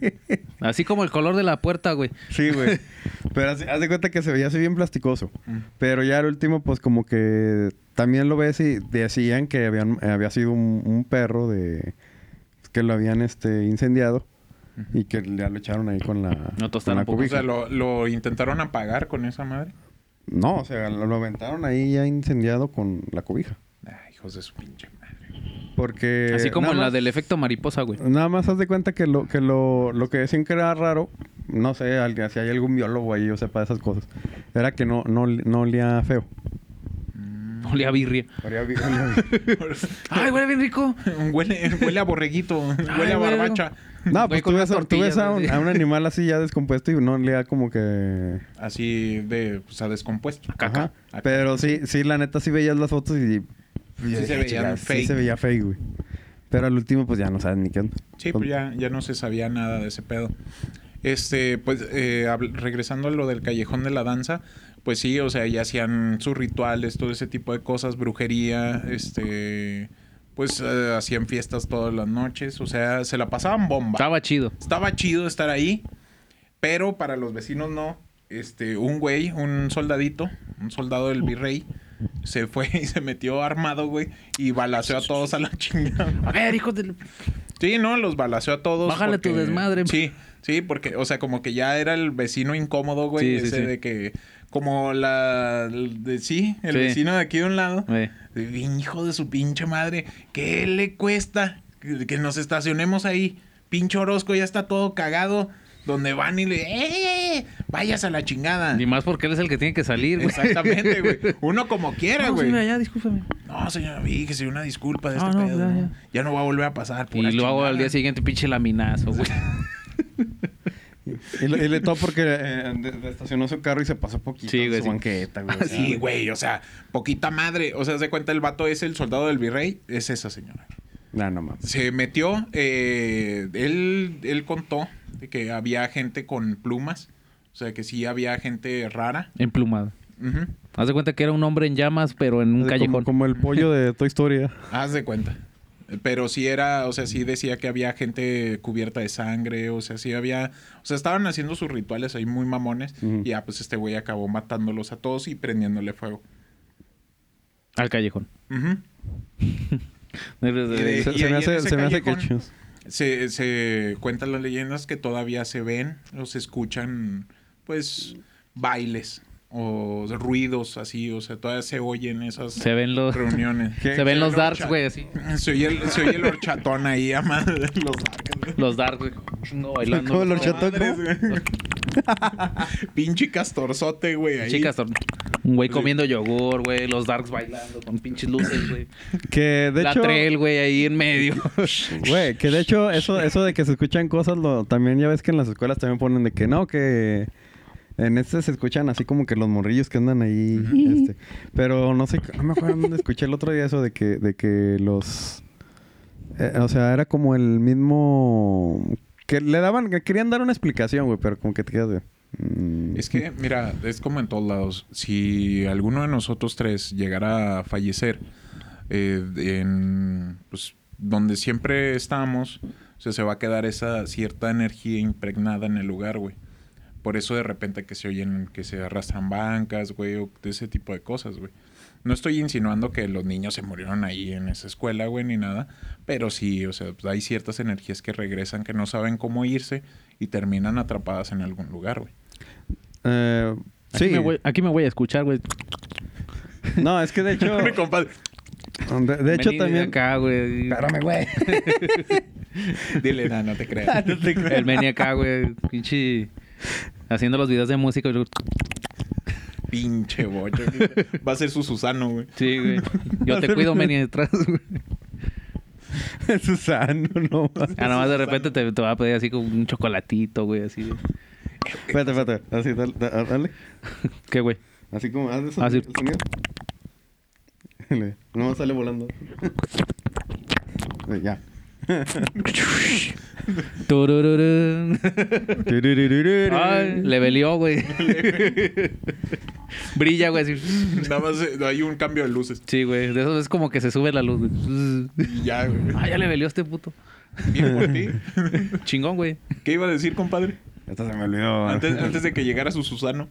C: Así como el color de la puerta, güey.
A: Sí, güey. Pero así- haz de cuenta que se veía así bien plasticoso.
B: Mm.
A: Pero ya al último, pues como que también lo ves y decían que habían, había sido un, un perro de que lo habían este incendiado y que ya lo echaron ahí con la,
C: No
A: con
C: tostaron
A: la
C: un poco.
B: O sea,
A: cobija.
B: lo, lo intentaron apagar con esa madre.
A: No, o sea, lo, lo aventaron ahí ya incendiado con la cobija.
B: Ay, hijos de su pinche madre.
A: Porque
C: Así como
A: nada
C: la
A: más-
C: del efecto mariposa, güey.
A: Nada más haz de cuenta que lo que lo, lo que decían que era raro, no sé, alguien- si hay algún biólogo ahí o sepa de esas cosas, era que no, no, no olía feo.
C: No le birria.
A: Olía bi- olía bi-
C: Mm. Ay, güey, bien rico.
B: huele, huele a borreguito, huele
C: Ay,
B: a
C: güey,
B: barbacha.
A: no,
C: Güey,
A: pues
C: con
A: tú
C: unas
A: ves, a- tú ves
C: tortillas,
A: a,
C: güey,
A: un,
C: sí.
A: a un animal así ya descompuesto y no olía como que...
B: Así de, o sea, descompuesto.
A: Ajá. Pero sí, sí, la neta, sí veías las fotos y...
B: Sí se veían
A: Chicas, sí
B: fake.
A: se veía fake, güey. Pero al último, pues ya no sabes ni qué onda.
B: Sí, pues ya, ya no se sabía nada de ese pedo. Este, pues, eh, habl- regresando a lo del callejón de la danza, pues sí, o sea, ya hacían sus rituales, todo ese tipo de cosas, brujería, este, pues eh, hacían fiestas todas las noches, o sea, se la pasaban bomba.
C: Estaba chido.
B: Estaba chido estar ahí, pero para los vecinos no. Este, un güey, un soldadito, un soldado del virrey, se fue y se metió armado, güey, y balaceó a todos a la chingada.
C: A ver, hijo de...
B: Sí, no, los balaceó a todos.
C: Bájale tu desmadre.
B: Sí, Sí, porque, o sea, como que ya era el vecino incómodo, güey.
C: Sí, sí,
B: ese
C: sí.
B: de que, como la. De, sí, el
C: Sí.
B: vecino de aquí de un lado.
C: Eh,
B: Bien Hijo de su pinche madre. ¿Qué le cuesta que, que nos estacionemos ahí? Pinche Orozco ya está todo cagado. Donde van y le. ¡Eh! Vayas a la chingada.
C: Ni más porque él es el que tiene que salir, güey.
B: Exactamente, güey. Uno como quiera,
E: No,
B: güey.
C: Ah,
E: señora, ya, discúlpame.
B: No, señora, fíjese, una disculpa de
E: Ah,
B: este
E: no,
B: pedo.
E: ya,
B: ¿no?
E: ya.
B: Ya no va a volver a pasar.
C: Y
B: pura
C: lo hago
B: chingada".
C: al día siguiente, pinche laminazo, güey.
A: Y, le- y le todo porque eh, de- de- estacionó su carro y se pasó poquito
C: Sí,
A: en
C: güey,
A: su
C: sí.
A: banqueta, güey. o sea,
B: Ah, Sí, güey, o sea, poquita madre. O sea, se cuenta el vato es el soldado del virrey. Es esa señora.
A: No, no mames.
B: Se metió, eh, él, él contó de que había gente con plumas. O sea, que sí había gente rara.
C: Emplumado.
B: Ujú.
C: Haz de cuenta que era un hombre en llamas, pero en un
A: Como-
C: callejón.
A: Como, el pollo de Toy Story. ¿eh?
B: Haz de cuenta. Pero sí era, o sea, sí decía que había gente cubierta de sangre, o sea, sí había, o sea, estaban haciendo sus rituales ahí muy mamones
A: Ujú.
B: y ya pues este güey acabó matándolos a todos y prendiéndole fuego.
C: Al callejón.
B: Ujú.
C: Desde-
B: Eh,
A: Se,
B: y
A: se me
B: ahí en
A: hace,
B: ese
A: se me hace
B: callejón-
A: quechos.
B: Se, se cuentan las leyendas que todavía se ven, o se escuchan, pues, bailes o ruidos así, o sea, todavía se oyen esas
C: Se ven los,
B: reuniones.
A: ¿Qué?
C: se ven los
B: Pero
C: darts,
B: cha-
C: güey, así.
B: Se oye el, se oye el horchatón ahí, a madre, los darts, güey.
C: Los darts, güey. No, bailando.
A: ¿Cómo
C: güey.
A: los chatón?
B: Madres, güey. Pinche castorzote, güey. ahí.
C: Chicas, un güey comiendo yogur, güey. Los darks bailando con pinches luces, güey.
A: Que de
C: La
A: hecho.
C: trail, güey, ahí en medio.
A: Güey, que de hecho, eso, eso de que se escuchan cosas, lo, también ya ves que en las escuelas también ponen de que no, que en este se escuchan así como que los morrillos que andan ahí. este. Pero no sé, no me acuerdo dónde escuché el otro día eso de que, de que los. eh, o sea, era como el mismo. Que le daban, que querían dar una explicación, güey, pero como que te quedas de. mm.
B: Es que, mira, es como en todos lados. Si alguno de nosotros tres llegara a fallecer eh, en pues, donde siempre estamos, o sea, se va a quedar esa cierta energía impregnada en el lugar, güey. Por eso de repente que se oyen, que se arrastran bancas, güey, o de ese tipo de cosas, güey. No estoy insinuando que los niños se murieron ahí en esa escuela, güey, ni nada. Pero sí, o sea, pues, hay ciertas energías que regresan que no saben cómo irse y terminan atrapadas en algún lugar, güey.
A: Eh,
C: Aquí
A: sí.
C: me voy- Aquí me voy a escuchar, güey.
A: No, es que de hecho.
B: Mi compadre.
A: de, de hecho
C: Vení
A: también.
C: acá, güey.
A: Espérame, güey.
B: Dile, no, no te creas.
C: El Meni acá, güey. Pinche. Haciendo los videos de música. yo-
B: Pinche bocho. Va a ser su Susano, güey.
C: Sí, güey. Yo te cuido, Meni, detrás, güey.
A: Susano, no mames.
C: Ah, nada más de repente te, te va a pedir así como un chocolatito, güey. Así. güey.
A: Espérate, espérate. Así, dale. da- dale.
C: ¿Qué, güey?
A: Así como haz de
C: Así.
A: sonido. el sonido. Le- No sale volando. Eh, ya.
C: Turururún. Ay, le velió, güey. Brilla, güey. así.
B: Nada más eh, hay un cambio de luces.
C: Sí, güey. De eso es como que se sube la luz, güey.
B: Y ya, güey.
C: Ah, ya le velió a este puto.
B: Bien por ti.
C: Chingón, güey.
B: ¿Qué iba a decir, compadre?
A: Esta se me olvidó.
B: Antes, antes de que llegara su Susano.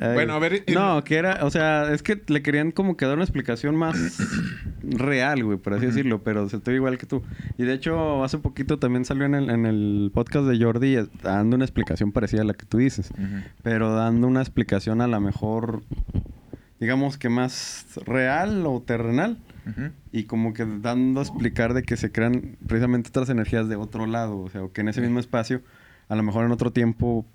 A: Ay,
B: bueno, a ver,
A: No, que era. O sea, es que le querían como que dar una explicación más real, güey, por así decirlo. Pero se estoy igual que tú. Y de hecho, hace poquito también salió en el, en el podcast de Jordi eh, dando una explicación parecida a la que tú dices.
B: Ujú.
A: pero dando una explicación a la mejor, digamos que más real o terrenal,
B: Ujú.
A: y como que dando a explicar de que se crean precisamente otras energías de otro lado, o sea, o que en ese mismo espacio, a lo mejor en otro tiempo,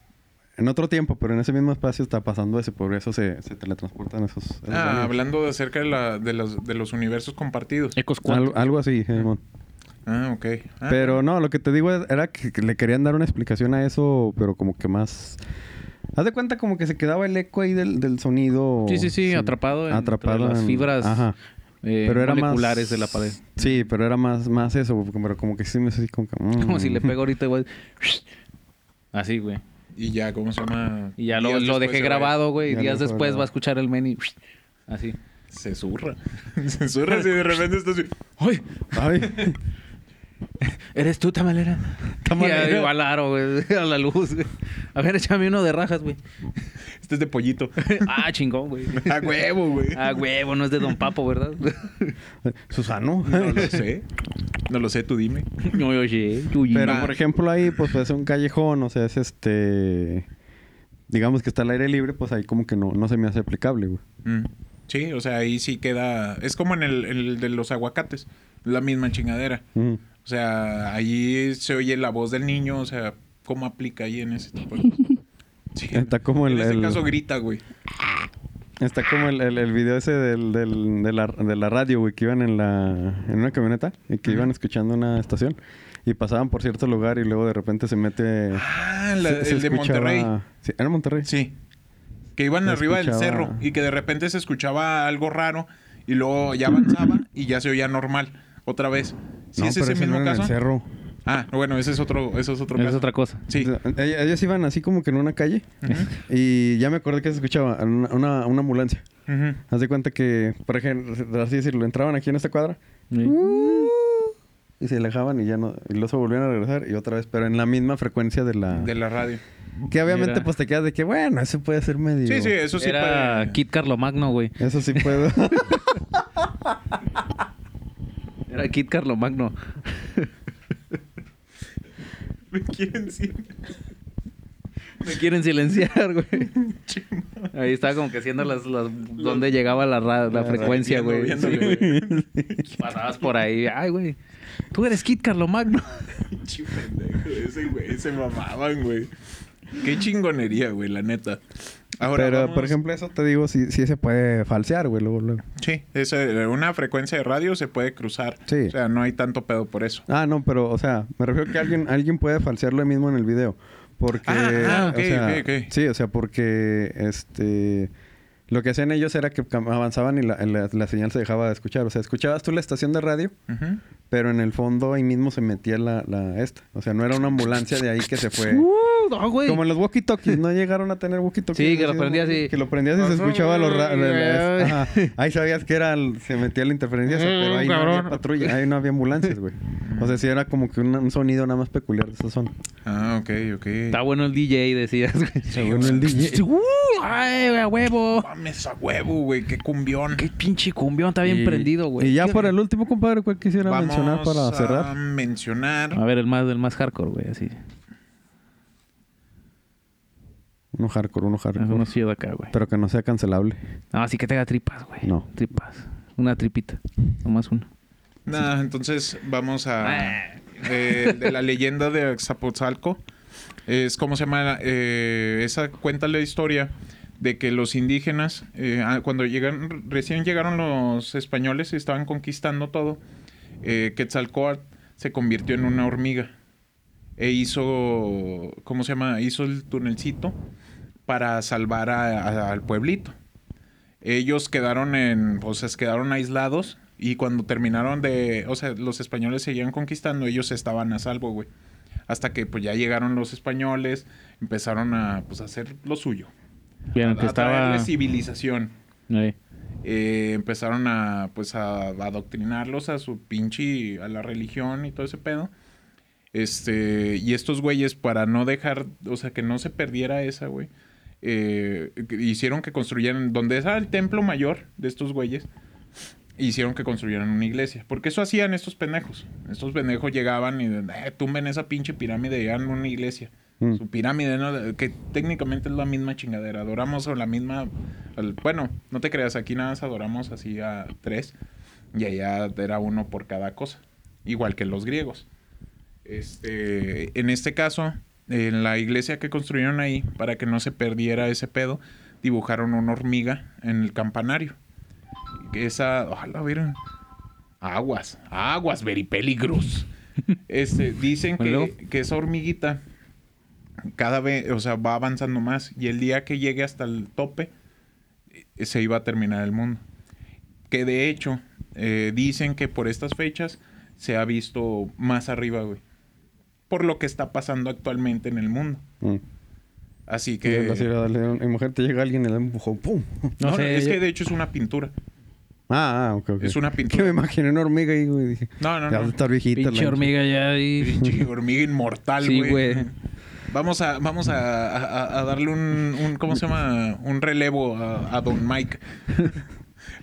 A: en otro tiempo, pero en ese mismo espacio está pasando eso, por eso se, se teletransportan esos... esos
B: Ah,
A: aliens.
B: hablando de acerca de, la- de, los, de los universos compartidos.
C: Ecos
A: Algo,
C: cuánticos.
A: algo así, Simón.
B: Ah, ok. Ah,
A: Pero no, lo que te digo es- era que que le querían dar una explicación a eso, pero como que más... Haz de cuenta como que se quedaba el eco ahí del, del sonido.
C: Sí, sí, sí, atrapado en- entre las
A: en-
C: fibras,
A: Ajá.
C: Eh,
A: pero era más...
C: moleculares de la pared.
A: Sí, pero era más, más eso, güey, pero como que sí me así como que... mm.
C: Como si le pego ahorita, güey. Así, güey.
B: Y ya, ¿cómo se llama?
C: Y ya lo,
B: Días después
C: lo dejé
B: se va-
C: grabado, güey. Y
A: Ya lo
C: días
A: dejó
C: después
A: grabado.
C: va a escuchar el men y... Así.
B: Se zurra. Se zurra si de repente estás así. ¡Ay!
A: Ay,
C: ¿Eres tú, tamalera?
A: Tamalera.
B: ¿eh?
C: Y ahí va al aro, güey. A la luz, güey. A ver, échame uno de rajas, güey.
B: Este es de pollito.
C: Ah, chingón, güey.
B: A huevo, güey.
C: Ah, huevo, no es de Don Papo, ¿verdad?
A: Susano.
B: No lo sé. No lo sé, tú dime.
C: No, oye, uy,
A: Pero,
B: va.
A: por ejemplo, ahí, pues, es un callejón, o sea, es este... Digamos que está al aire libre, pues ahí como que no, no se me hace aplicable, güey.
B: Mm. Sí, o sea, ahí sí queda. Es como en el, el de los aguacates, la misma chingadera.
A: Mm.
B: O sea, ahí se oye la voz del niño, o sea, ¿cómo aplica ahí en ese tipo de cosas? Sí,
A: Está como el-
B: En este
A: el-
B: caso grita, güey.
A: Está como el, el, el video ese del, del- de, la, de la radio, güey, que iban en, la, en una camioneta y que iban escuchando una estación y pasaban por cierto lugar y luego de repente se mete...
B: Ah, la-
A: Eh, se- se
B: el de
A: escuchaba-
B: Monterrey.
A: Sí, era Monterrey.
B: Sí. Que iban
A: Se
B: arriba del
A: escuchaba-
B: cerro y que de repente se escuchaba algo raro y luego ya avanzaba y ya se oía normal otra vez. ¿Sí
A: No,
B: es
A: pero
B: ese
A: ese no
B: mismo
A: era en el
B: caso?
A: cerro.
B: Ah, bueno, ese es otro, eso es otro
E: Esa es
B: caso.
E: otra cosa.
B: Sí.
A: O sea, ellos, ellos iban así como que en una calle y ya me acordé que se escuchaba una, una, una ambulancia.
B: Ujú.
A: Haz de cuenta que, por ejemplo, así decirlo, entraban aquí en esta cuadra y se alejaban y ya no... Y luego se volvían a regresar y otra vez, pero en la misma frecuencia de la...
B: De la radio.
A: Que obviamente
E: Mira.
A: pues te quedas de que, bueno, eso puede ser medio...
B: Sí, sí, eso sí
E: Era
B: puede-
E: Kit Carlomagno, güey.
A: Eso sí puedo.
E: Era Kit Carlomagno.
B: ¿Me quieren sin-
E: Me quieren silenciar, güey. Ahí estaba como que haciendo las... las donde llegaba la, ra- la frecuencia,
B: viendo, viendo,
E: güey. Sí,
B: güey.
E: güey. Pasabas por ahí. Ay, güey. Tú eres Kit Carlomagno.
B: Pinche pendejo, Ese güey se mamaban, güey. Qué chingonería, güey, la neta. Ahora,
A: Pero,
B: vamos-
A: por ejemplo, eso te digo, sí, sí se puede falsear, güey, luego, luego.
B: Sí, es, eh, una frecuencia de radio se puede cruzar.
A: Sí.
B: O sea, no hay tanto pedo por eso.
A: Ah, no, pero, o sea, me refiero que alguien, alguien puede falsearlo mismo en el video. Porque...
B: Ah, ah, ok,
A: o sea,
B: ok, ok.
A: Sí, o sea, porque, este... Lo que hacían ellos era que cam- avanzaban y la, la- la señal se dejaba de escuchar. O sea, escuchabas tú la estación de radio,
B: Ujú.
A: pero en el fondo ahí mismo se metía la, la esta. O sea, no era una ambulancia de ahí que se fue.
E: Uh, no, güey.
A: Como en los walkie-talkies, no llegaron a tener walkie-talkies.
E: Sí, que lo
A: Así,
E: prendías y-
A: Que lo prendías y se escuchaba los ra- la- la- ajá. Ahí sabías que era el- se metía la interferencia, esa, pero ahí no había patrulla, ahí no había ambulancias, güey. O sea, sí era como que un, un sonido nada más peculiar de esa zona.
B: Ah, ok, ok.
E: Está bueno el DJ, decías, güey.
A: Según el DJ.
E: ¡Uh! ¡Ay, güey, a huevo!
B: Mames a huevo, güey, qué cumbión.
E: ¡Qué pinche cumbión! Está bien
A: Y-
E: prendido, güey.
A: Y ya por el último, compadre, ¿cuál quisiera mencionar para
B: a
A: cerrar?
E: A
B: mencionar.
E: ver, el más, el más hardcore, güey, así.
A: Uno hardcore, uno hardcore.
E: Uno chido acá, güey.
A: Pero que no sea cancelable.
E: No, así que te haga tripas, güey.
A: No.
E: Tripas. Una tripita. Nomás una.
B: Nah, entonces vamos a. eh, de la leyenda de Azcapotzalco. Es como se llama. eh, esa cuenta la historia de que los indígenas, eh, ah, cuando llegan, recién llegaron los españoles y estaban conquistando todo, eh, Quetzalcóatl se convirtió en una hormiga. E hizo. ¿Cómo se llama? Hizo el tunelcito para salvar a- a- al pueblito. Ellos quedaron en, o sea, se quedaron aislados y cuando terminaron de, o sea, los españoles seguían conquistando, ellos estaban a salvo, güey. Hasta que pues ya llegaron los españoles, empezaron a pues a hacer lo suyo.
E: Bien,
B: a,
E: que
B: a traerle
E: estaba.
B: civilización.
E: Ahí.
B: Eh, empezaron a pues a, a adoctrinarlos a su pinche a la religión y todo ese pedo. Este, y estos güeyes para no dejar, o sea, que no se perdiera esa, güey. eh, que- hicieron que construyeran donde era el templo mayor de estos güeyes. Hicieron que construyeran una iglesia. Porque eso hacían estos pendejos. Estos pendejos llegaban y "Eh, tumben esa pinche pirámide y hagan una iglesia.
A: Mm.
B: Su pirámide, ¿no? Que técnicamente es la misma chingadera. Adoramos a la misma. al- bueno, no te creas, aquí nada más adoramos así a tres. Y allá era uno por cada cosa. Igual que los griegos. Este, en este caso, en la iglesia que construyeron ahí, para que no se perdiera ese pedo, dibujaron una hormiga en el campanario. Que Esa, ojalá vieron. Aguas, aguas, very peligros. Este, dicen que, que esa hormiguita cada vez, o sea, va avanzando más y el día que llegue hasta el tope eh, se iba a terminar el mundo. Que de hecho, eh, dicen que por estas fechas se ha visto más arriba, güey. Por lo que está pasando actualmente en el mundo.
A: Mm.
B: Así
A: Que...
B: que...
A: mujer te llega alguien y le da un empujón. ¡Pum!
B: No,
E: No sé,
B: es
E: yo-
B: que de hecho es una pintura.
A: Ah, ah, ok, ok.
B: Es una
A: Que
B: pintura.
A: me imaginé una hormiga ahí, güey. Dije,
B: No, no,
A: ya
B: no.
A: va a estar viejita.
E: Pinche
A: la-
E: hormiga ya ahí.
B: Pinche hormiga inmortal,
E: Sí,
B: güey.
E: güey.
B: Vamos a, vamos a, a- a darle un, un- ¿cómo se llama? Un relevo a, a Don Mike.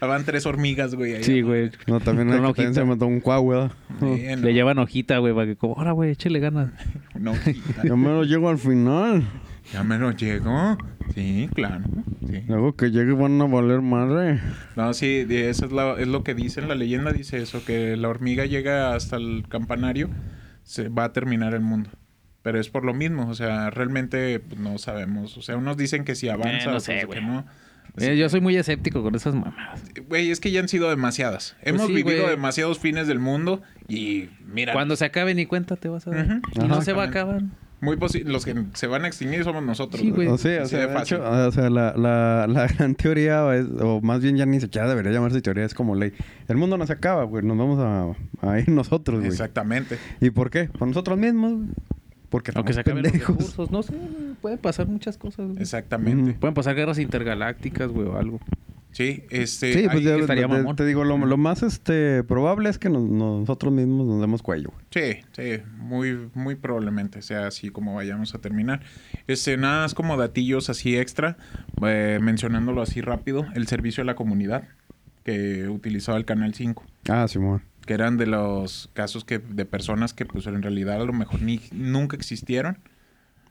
B: Van tres hormigas, güey. ahí.
C: Sí, güey.
A: No, también,
C: Con
A: hay
C: una
A: que también se
C: hojita.
A: mató un cuau, ¿verdad?
B: Sí, no,
C: Le llevan hojita, güey, para que como, ahora, güey, échale ganas.
B: una hojita.
A: Yo me lo llego al final.
B: Ya me lo llegó. Sí, claro. Sí.
A: Luego que llegue van a valer madre.
B: No, sí, de- eso es, la- es lo que dicen. La leyenda dice eso, que la hormiga llega hasta el campanario, se va a terminar el mundo. Pero es por lo mismo, o sea, realmente pues, no sabemos. O sea, unos dicen que si avanza,
C: no
B: otros
C: sé,
B: que
C: güey.
B: no.
C: Eh, yo soy muy escéptico con esas mamadas.
B: Güey, es que ya han sido demasiadas. Hemos
C: Pues sí,
B: vivido
C: güey.
B: demasiados fines del mundo y mira,
C: Cuando se acabe ni cuenta te vas a dar.
B: Ujú.
C: Y no
A: Ajá.
C: se va a acabar.
B: muy posi- los que se van a extinguir somos nosotros.
C: Sí,
B: güey.
C: güey.
A: O sea, o
B: Así
A: sea,
B: de
A: de
B: fácil.
A: hecho, ah, o sea, la, la, la gran teoría, es- o más bien ya ni se ya debería llamarse teoría, es como ley. El mundo no se acaba, güey. Nos vamos a, a ir nosotros, güey.
B: Exactamente.
A: ¿Y por qué? Por nosotros mismos, güey. Porque
C: Aunque
A: estamos
C: se acaben los
A: pendejos.
C: recursos. No sé, güey, pueden pasar muchas cosas. güey.
B: Exactamente.
A: Ujú.
C: Pueden pasar guerras intergalácticas, güey, o algo.
B: Sí, este
A: Sí,
B: ahí-
A: pues ya
C: que estaría
A: te-
C: mamón.
A: te digo, lo, lo más este probable es que nos- nosotros mismos nos demos cuello, güey.
B: Sí, sí, muy, muy probablemente sea así como vayamos a terminar. Este, nada más como datillos así extra, eh, mencionándolo así rápido, el servicio a la comunidad que utilizaba el Canal 5,
A: Ah, Simón.
B: que eran de los casos que de personas que pues en realidad a lo mejor ni, nunca existieron.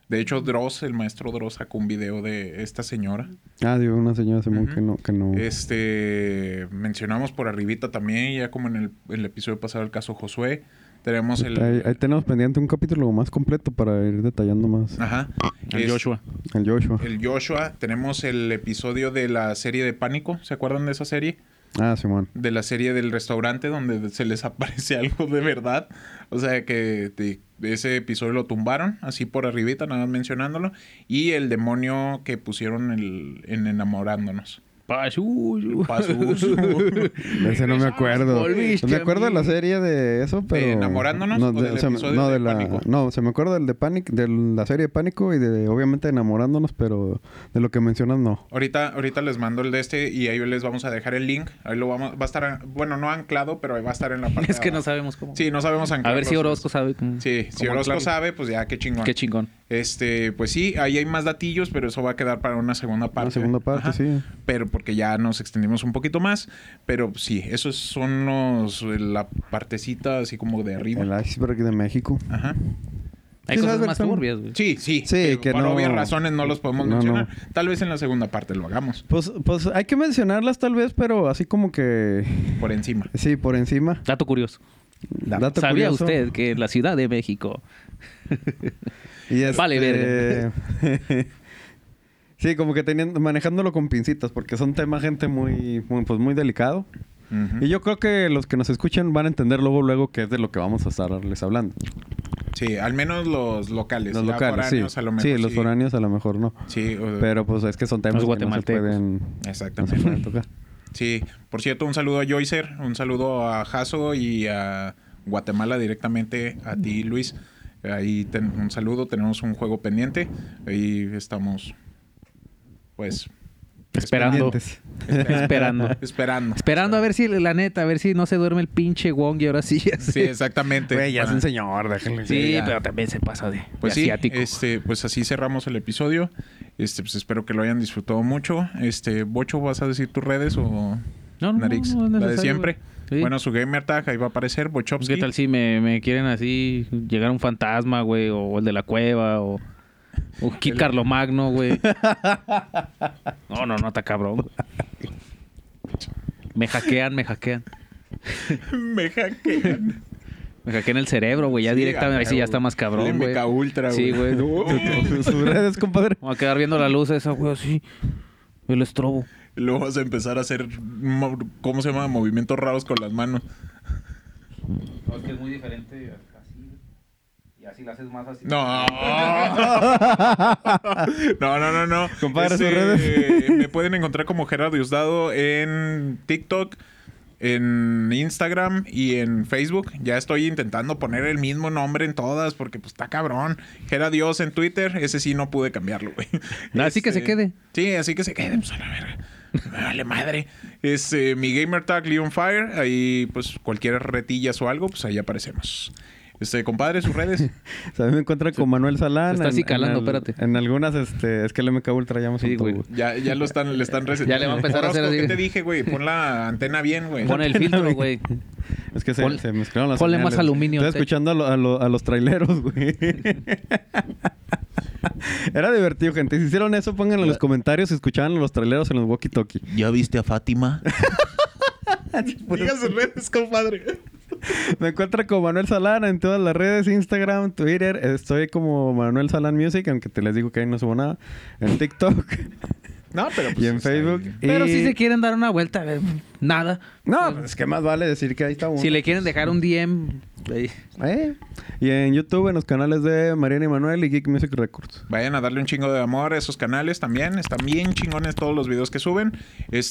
B: De hecho, Dross, el maestro Dross, sacó un video de esta señora.
A: Ah, digo, una señora Simón
B: Ujú. Eh,
A: que no, que no.
B: Este, mencionamos por arribita también, ya como en el, el episodio pasado, el caso Josué. Tenemos el...
A: Ahí, ahí tenemos pendiente un capítulo más completo para ir detallando más
B: Ajá.
C: El
A: Este,
B: Es-
C: Joshua.
A: el Joshua.
B: Ah. El Joshua, tenemos el episodio de la serie de Pánico, ¿se acuerdan de esa serie?
A: Ah, Simón.
B: De la serie del restaurante donde se les aparece algo de verdad. O sea que de- de ese episodio lo tumbaron, así por arribita, nada más mencionándolo. Y el demonio que pusieron el- en enamorándonos.
C: Pachuyu.
B: Pazuzu.
A: De ese no me acuerdo.
C: Volviste
A: Me
C: a
A: acuerdo de
C: mí.
A: la serie de eso, pero.
B: Enamorándonos
A: No,
B: o
A: de,
B: del
A: se me-
B: episodio
A: no,
B: de
A: de la,
B: Pánico?
A: no, se me acuerdo del de Panic, de la serie de Pánico y de, obviamente, enamorándonos, pero de lo que mencionas, no.
B: Ahorita, ahorita les mando el de este y ahí les vamos a dejar el link. Ahí lo vamos, va a estar, bueno, no anclado, pero ahí va a estar en la parte.
C: Es que
B: de
C: no
B: abajo.
C: sabemos cómo.
B: Sí, no sabemos anclar.
C: a ver si
B: los-
C: Orozco sabe. cómo-
B: Sí, si
C: cómo
B: Orozco
C: anclarlo.
B: sabe, pues ya, qué chingón.
C: Qué chingón.
B: Este, pues sí, ahí hay más datillos, pero eso va a quedar para una segunda parte.
A: La segunda parte,
B: Ajá.
A: sí.
B: Pero porque ya nos extendimos un poquito más. Pero sí, esos son los eh, la partecita así como de arriba.
A: El iceberg de México.
B: Ajá.
C: Hay
A: Sí,
C: cosas
A: sabes,
C: más
A: son-
C: turbias, güey.
B: Sí, sí. eh,
A: Sí, que
B: por
A: no-
B: obvias razones no los podemos
A: No,
B: mencionar. Tal vez en la segunda parte lo hagamos.
A: Pues, pues hay que mencionarlas tal vez, pero así como que.
B: Por encima.
A: Sí, por encima.
C: Dato curioso.
A: Dato
C: ¿Sabía
A: curioso.
C: usted que en la Ciudad de México
A: Y este-
C: Vale, verga.
A: sí, como que teniendo, manejándolo con pincitas, porque son temas, gente, muy, muy, pues, muy delicado.
B: Ujú.
A: Y yo creo que los que nos escuchan van a entender luego, luego que es de lo que vamos a estarles hablando.
B: Sí, al menos los locales.
A: Los
B: Ya
A: locales,
B: foráneos
A: sí.
B: a lo mejor
A: sí, los foráneos a lo mejor no.
B: Sí, o-
A: Pero pues es que son temas
C: Los
A: que no se
C: guatemaltecos.
A: pueden, no se
B: exactamente.
A: pueden tocar.
B: Sí, por cierto, un saludo a Joycer, un saludo a Jaso y a Guatemala directamente, a ti Luis. Ahí ten- un saludo, tenemos un juego pendiente ahí estamos pues
C: esperando.
A: Pendientes.
C: Esperando.
B: esperando.
C: Esperando a ver si, la neta, a ver si no se duerme el pinche Wong y ahora sí ya
B: Sí,
C: se...
B: exactamente.
A: Güey, ya es
B: Para-
A: un señor, déjenle.
C: Sí,
B: ya.
C: pero también se pasa de, de
B: Pues sí,
C: asiático.
B: este, pues así cerramos el episodio. Este, pues espero que lo hayan disfrutado mucho. Este, Bocho, ¿vas a decir tus redes o
C: No, no,
B: Narix?
C: no, no es
B: la de
C: necesario,
B: siempre.
C: güey. Sí.
B: Bueno, su gamer tag ahí va a aparecer, Bochowski.
C: ¿Qué tal si me, me quieren así llegar un fantasma, güey? O el de la cueva, o, o Kid
B: El-
C: Carlomagno, güey. No, no, no, está cabrón. güey. Me hackean, me hackean.
B: Me hackean.
C: Me hackean el cerebro, güey. Ya
B: Sí,
C: directamente,
B: a
C: ahí sí ya
B: huevo.
C: está más
B: El
C: cabrón, güey.
B: MK Ultra,
C: Sí, güey.
A: Sus redes, compadre.
C: Vamos a quedar viendo la luz esa, güey, así. El estrobo.
B: Y Luego vas a empezar a hacer, mo- ¿cómo se llama? Movimientos raros con las manos.
C: No, es que es muy diferente así. Y así la haces más así.
B: No. No, no, no, no.
A: Compadre, sus
B: Este,
A: redes.
B: Me pueden encontrar como Gerardo Diosdado en TikTok, en Instagram y en Facebook. Ya estoy intentando poner el mismo nombre en todas porque pues está cabrón. Gera Dios en Twitter, ese sí no pude cambiarlo, güey.
C: Así que se
B: Este,
C: quede.
B: Sí, así que se quede, pues a la verga. Me vale madre. Este, mi gamer tag Leon Fire, ahí pues cualquier retillas o algo, pues ahí aparecemos. Este, compadre, sus redes.
A: O sea, me encuentro con Manuel Salán.
C: se está
A: en-
C: acicalando,
A: en al-
C: espérate.
A: En algunas, este, es que el MK Ultra ya me
C: Sí,
A: soltó,
C: güey.
A: güey.
B: Ya, ya lo están, le están recetando.
C: Ya le va a empezar a hacer
B: Orozco,
C: así.
B: ¿Qué te dije, güey? Pon la antena bien, güey.
C: Pon el filtro, güey.
A: Es que se,
C: Ponle-
A: se mezclaron las
C: ponle más
A: señales.
C: aluminio al
A: Estoy
C: techo.
A: escuchando a, lo- a lo- a los traileros, güey. Era divertido, gente. Si hicieron eso, pónganlo en los comentarios si escuchaban a los traileros en los walkie-talkie.
B: ¿Ya viste a Fátima? Diga sus redes, compadre.
A: Me encuentro con Manuel Salán en todas las redes, Instagram, Twitter. Estoy como Manuel Salán Music, aunque te les digo que ahí no subo nada. En TikTok
B: No, pero pues.
A: y en
B: está
A: Facebook.
B: bien.
C: Pero
A: Y-
C: si se quieren dar una vuelta, a ver, nada.
A: No, pues es que más vale decir que ahí está uno.
C: Si le quieren dejar un DM, ahí.
A: Eh. Y en YouTube, en los canales de Mariana y Manuel y Geek Music Records.
B: Vayan a darle un chingo de amor a esos canales también. Están bien chingones todos los videos que suben.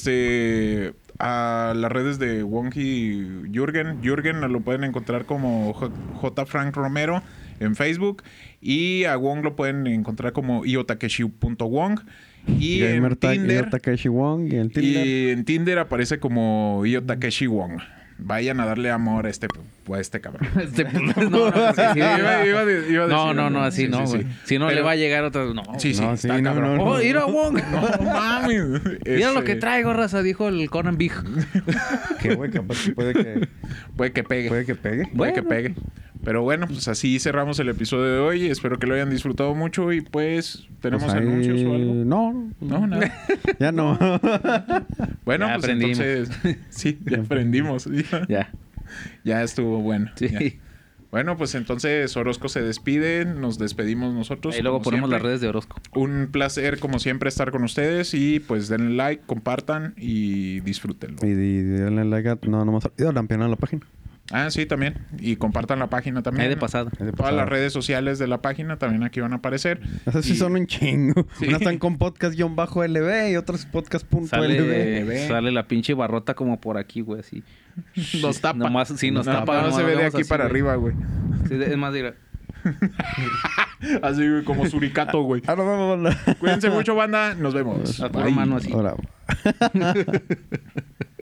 B: Este. A las redes de Wonky Jürgen. Jürgen lo pueden encontrar como J. J. Frank Romero en Facebook. Y a Wong lo pueden encontrar como iotakeshi.wong. Y en
A: Tag,
B: Tinder.
A: Io Takeshi Wong y en Tinder.
B: Y en Tinder aparece como Io Takeshi Wong. Vayan a darle amor a este, a este cabrón.
C: Este, no, no, porque sí,
B: Iba- iba a de- iba a
C: no,
B: decir-
C: no, no, así
B: sí,
C: no,
B: sí,
C: güey.
B: sí.
C: Si no, le
B: Pero-
C: va a llegar otra. No.
B: Sí, sí,
A: No, sí,
B: está
A: no,
B: cabrón.
A: no, no.
C: Oh, mira, Wong.
B: No mames.
C: Mira lo
B: Este,
C: que traigo, raza, dijo el Conan Big.
A: Que, güey, capaz que puede que,
B: Puede que pegue.
A: puede que pegue.
B: Puede que
C: Bueno.
B: pegue. Pero bueno, pues así cerramos el episodio de hoy. Espero que lo hayan disfrutado mucho y pues tenemos
A: Pues ahí-
B: anuncios o algo.
A: No,
B: No, nada.
A: ya no.
B: Bueno,
C: Ya
B: pues
C: aprendimos.
B: entonces sí, ya aprendimos. Ya,
C: Ya.
B: ya estuvo bueno.
C: Sí.
B: ya. Bueno, pues entonces Orozco se despide, nos despedimos nosotros.
C: Ahí luego
B: como
C: ponemos
B: siempre.
C: las redes de Orozco.
B: Un placer como siempre estar con ustedes y pues denle like, compartan y disfrútenlo.
A: y, y denle like a... No, nomás... Yo lampiona a la página.
B: Ah, sí, también. Y compartan la página también.
C: Ahí de pasada.
A: Es de
B: Todas
A: pasada.
B: las redes sociales de la página también aquí van a aparecer.
A: Esas sí
B: Y-
A: son un chingo.
B: Sí.
A: Unas están con podcast-lb y otras podcast.lb.
C: Sale, sale la pinche barrota como por aquí, güey, así.
B: Nos tapa.
C: Nomás, sí, nos tapa.
B: No,
C: nomás
B: se ve de
C: vemos
B: aquí
C: así,
B: para
C: güey.
B: arriba, güey.
C: Sí, es más, dirá.
B: Así, güey, como suricato, güey.
A: Ah, no, no, no, no.
B: Cuídense mucho, banda. Nos vemos.
C: A pura mano así.
A: Ahora.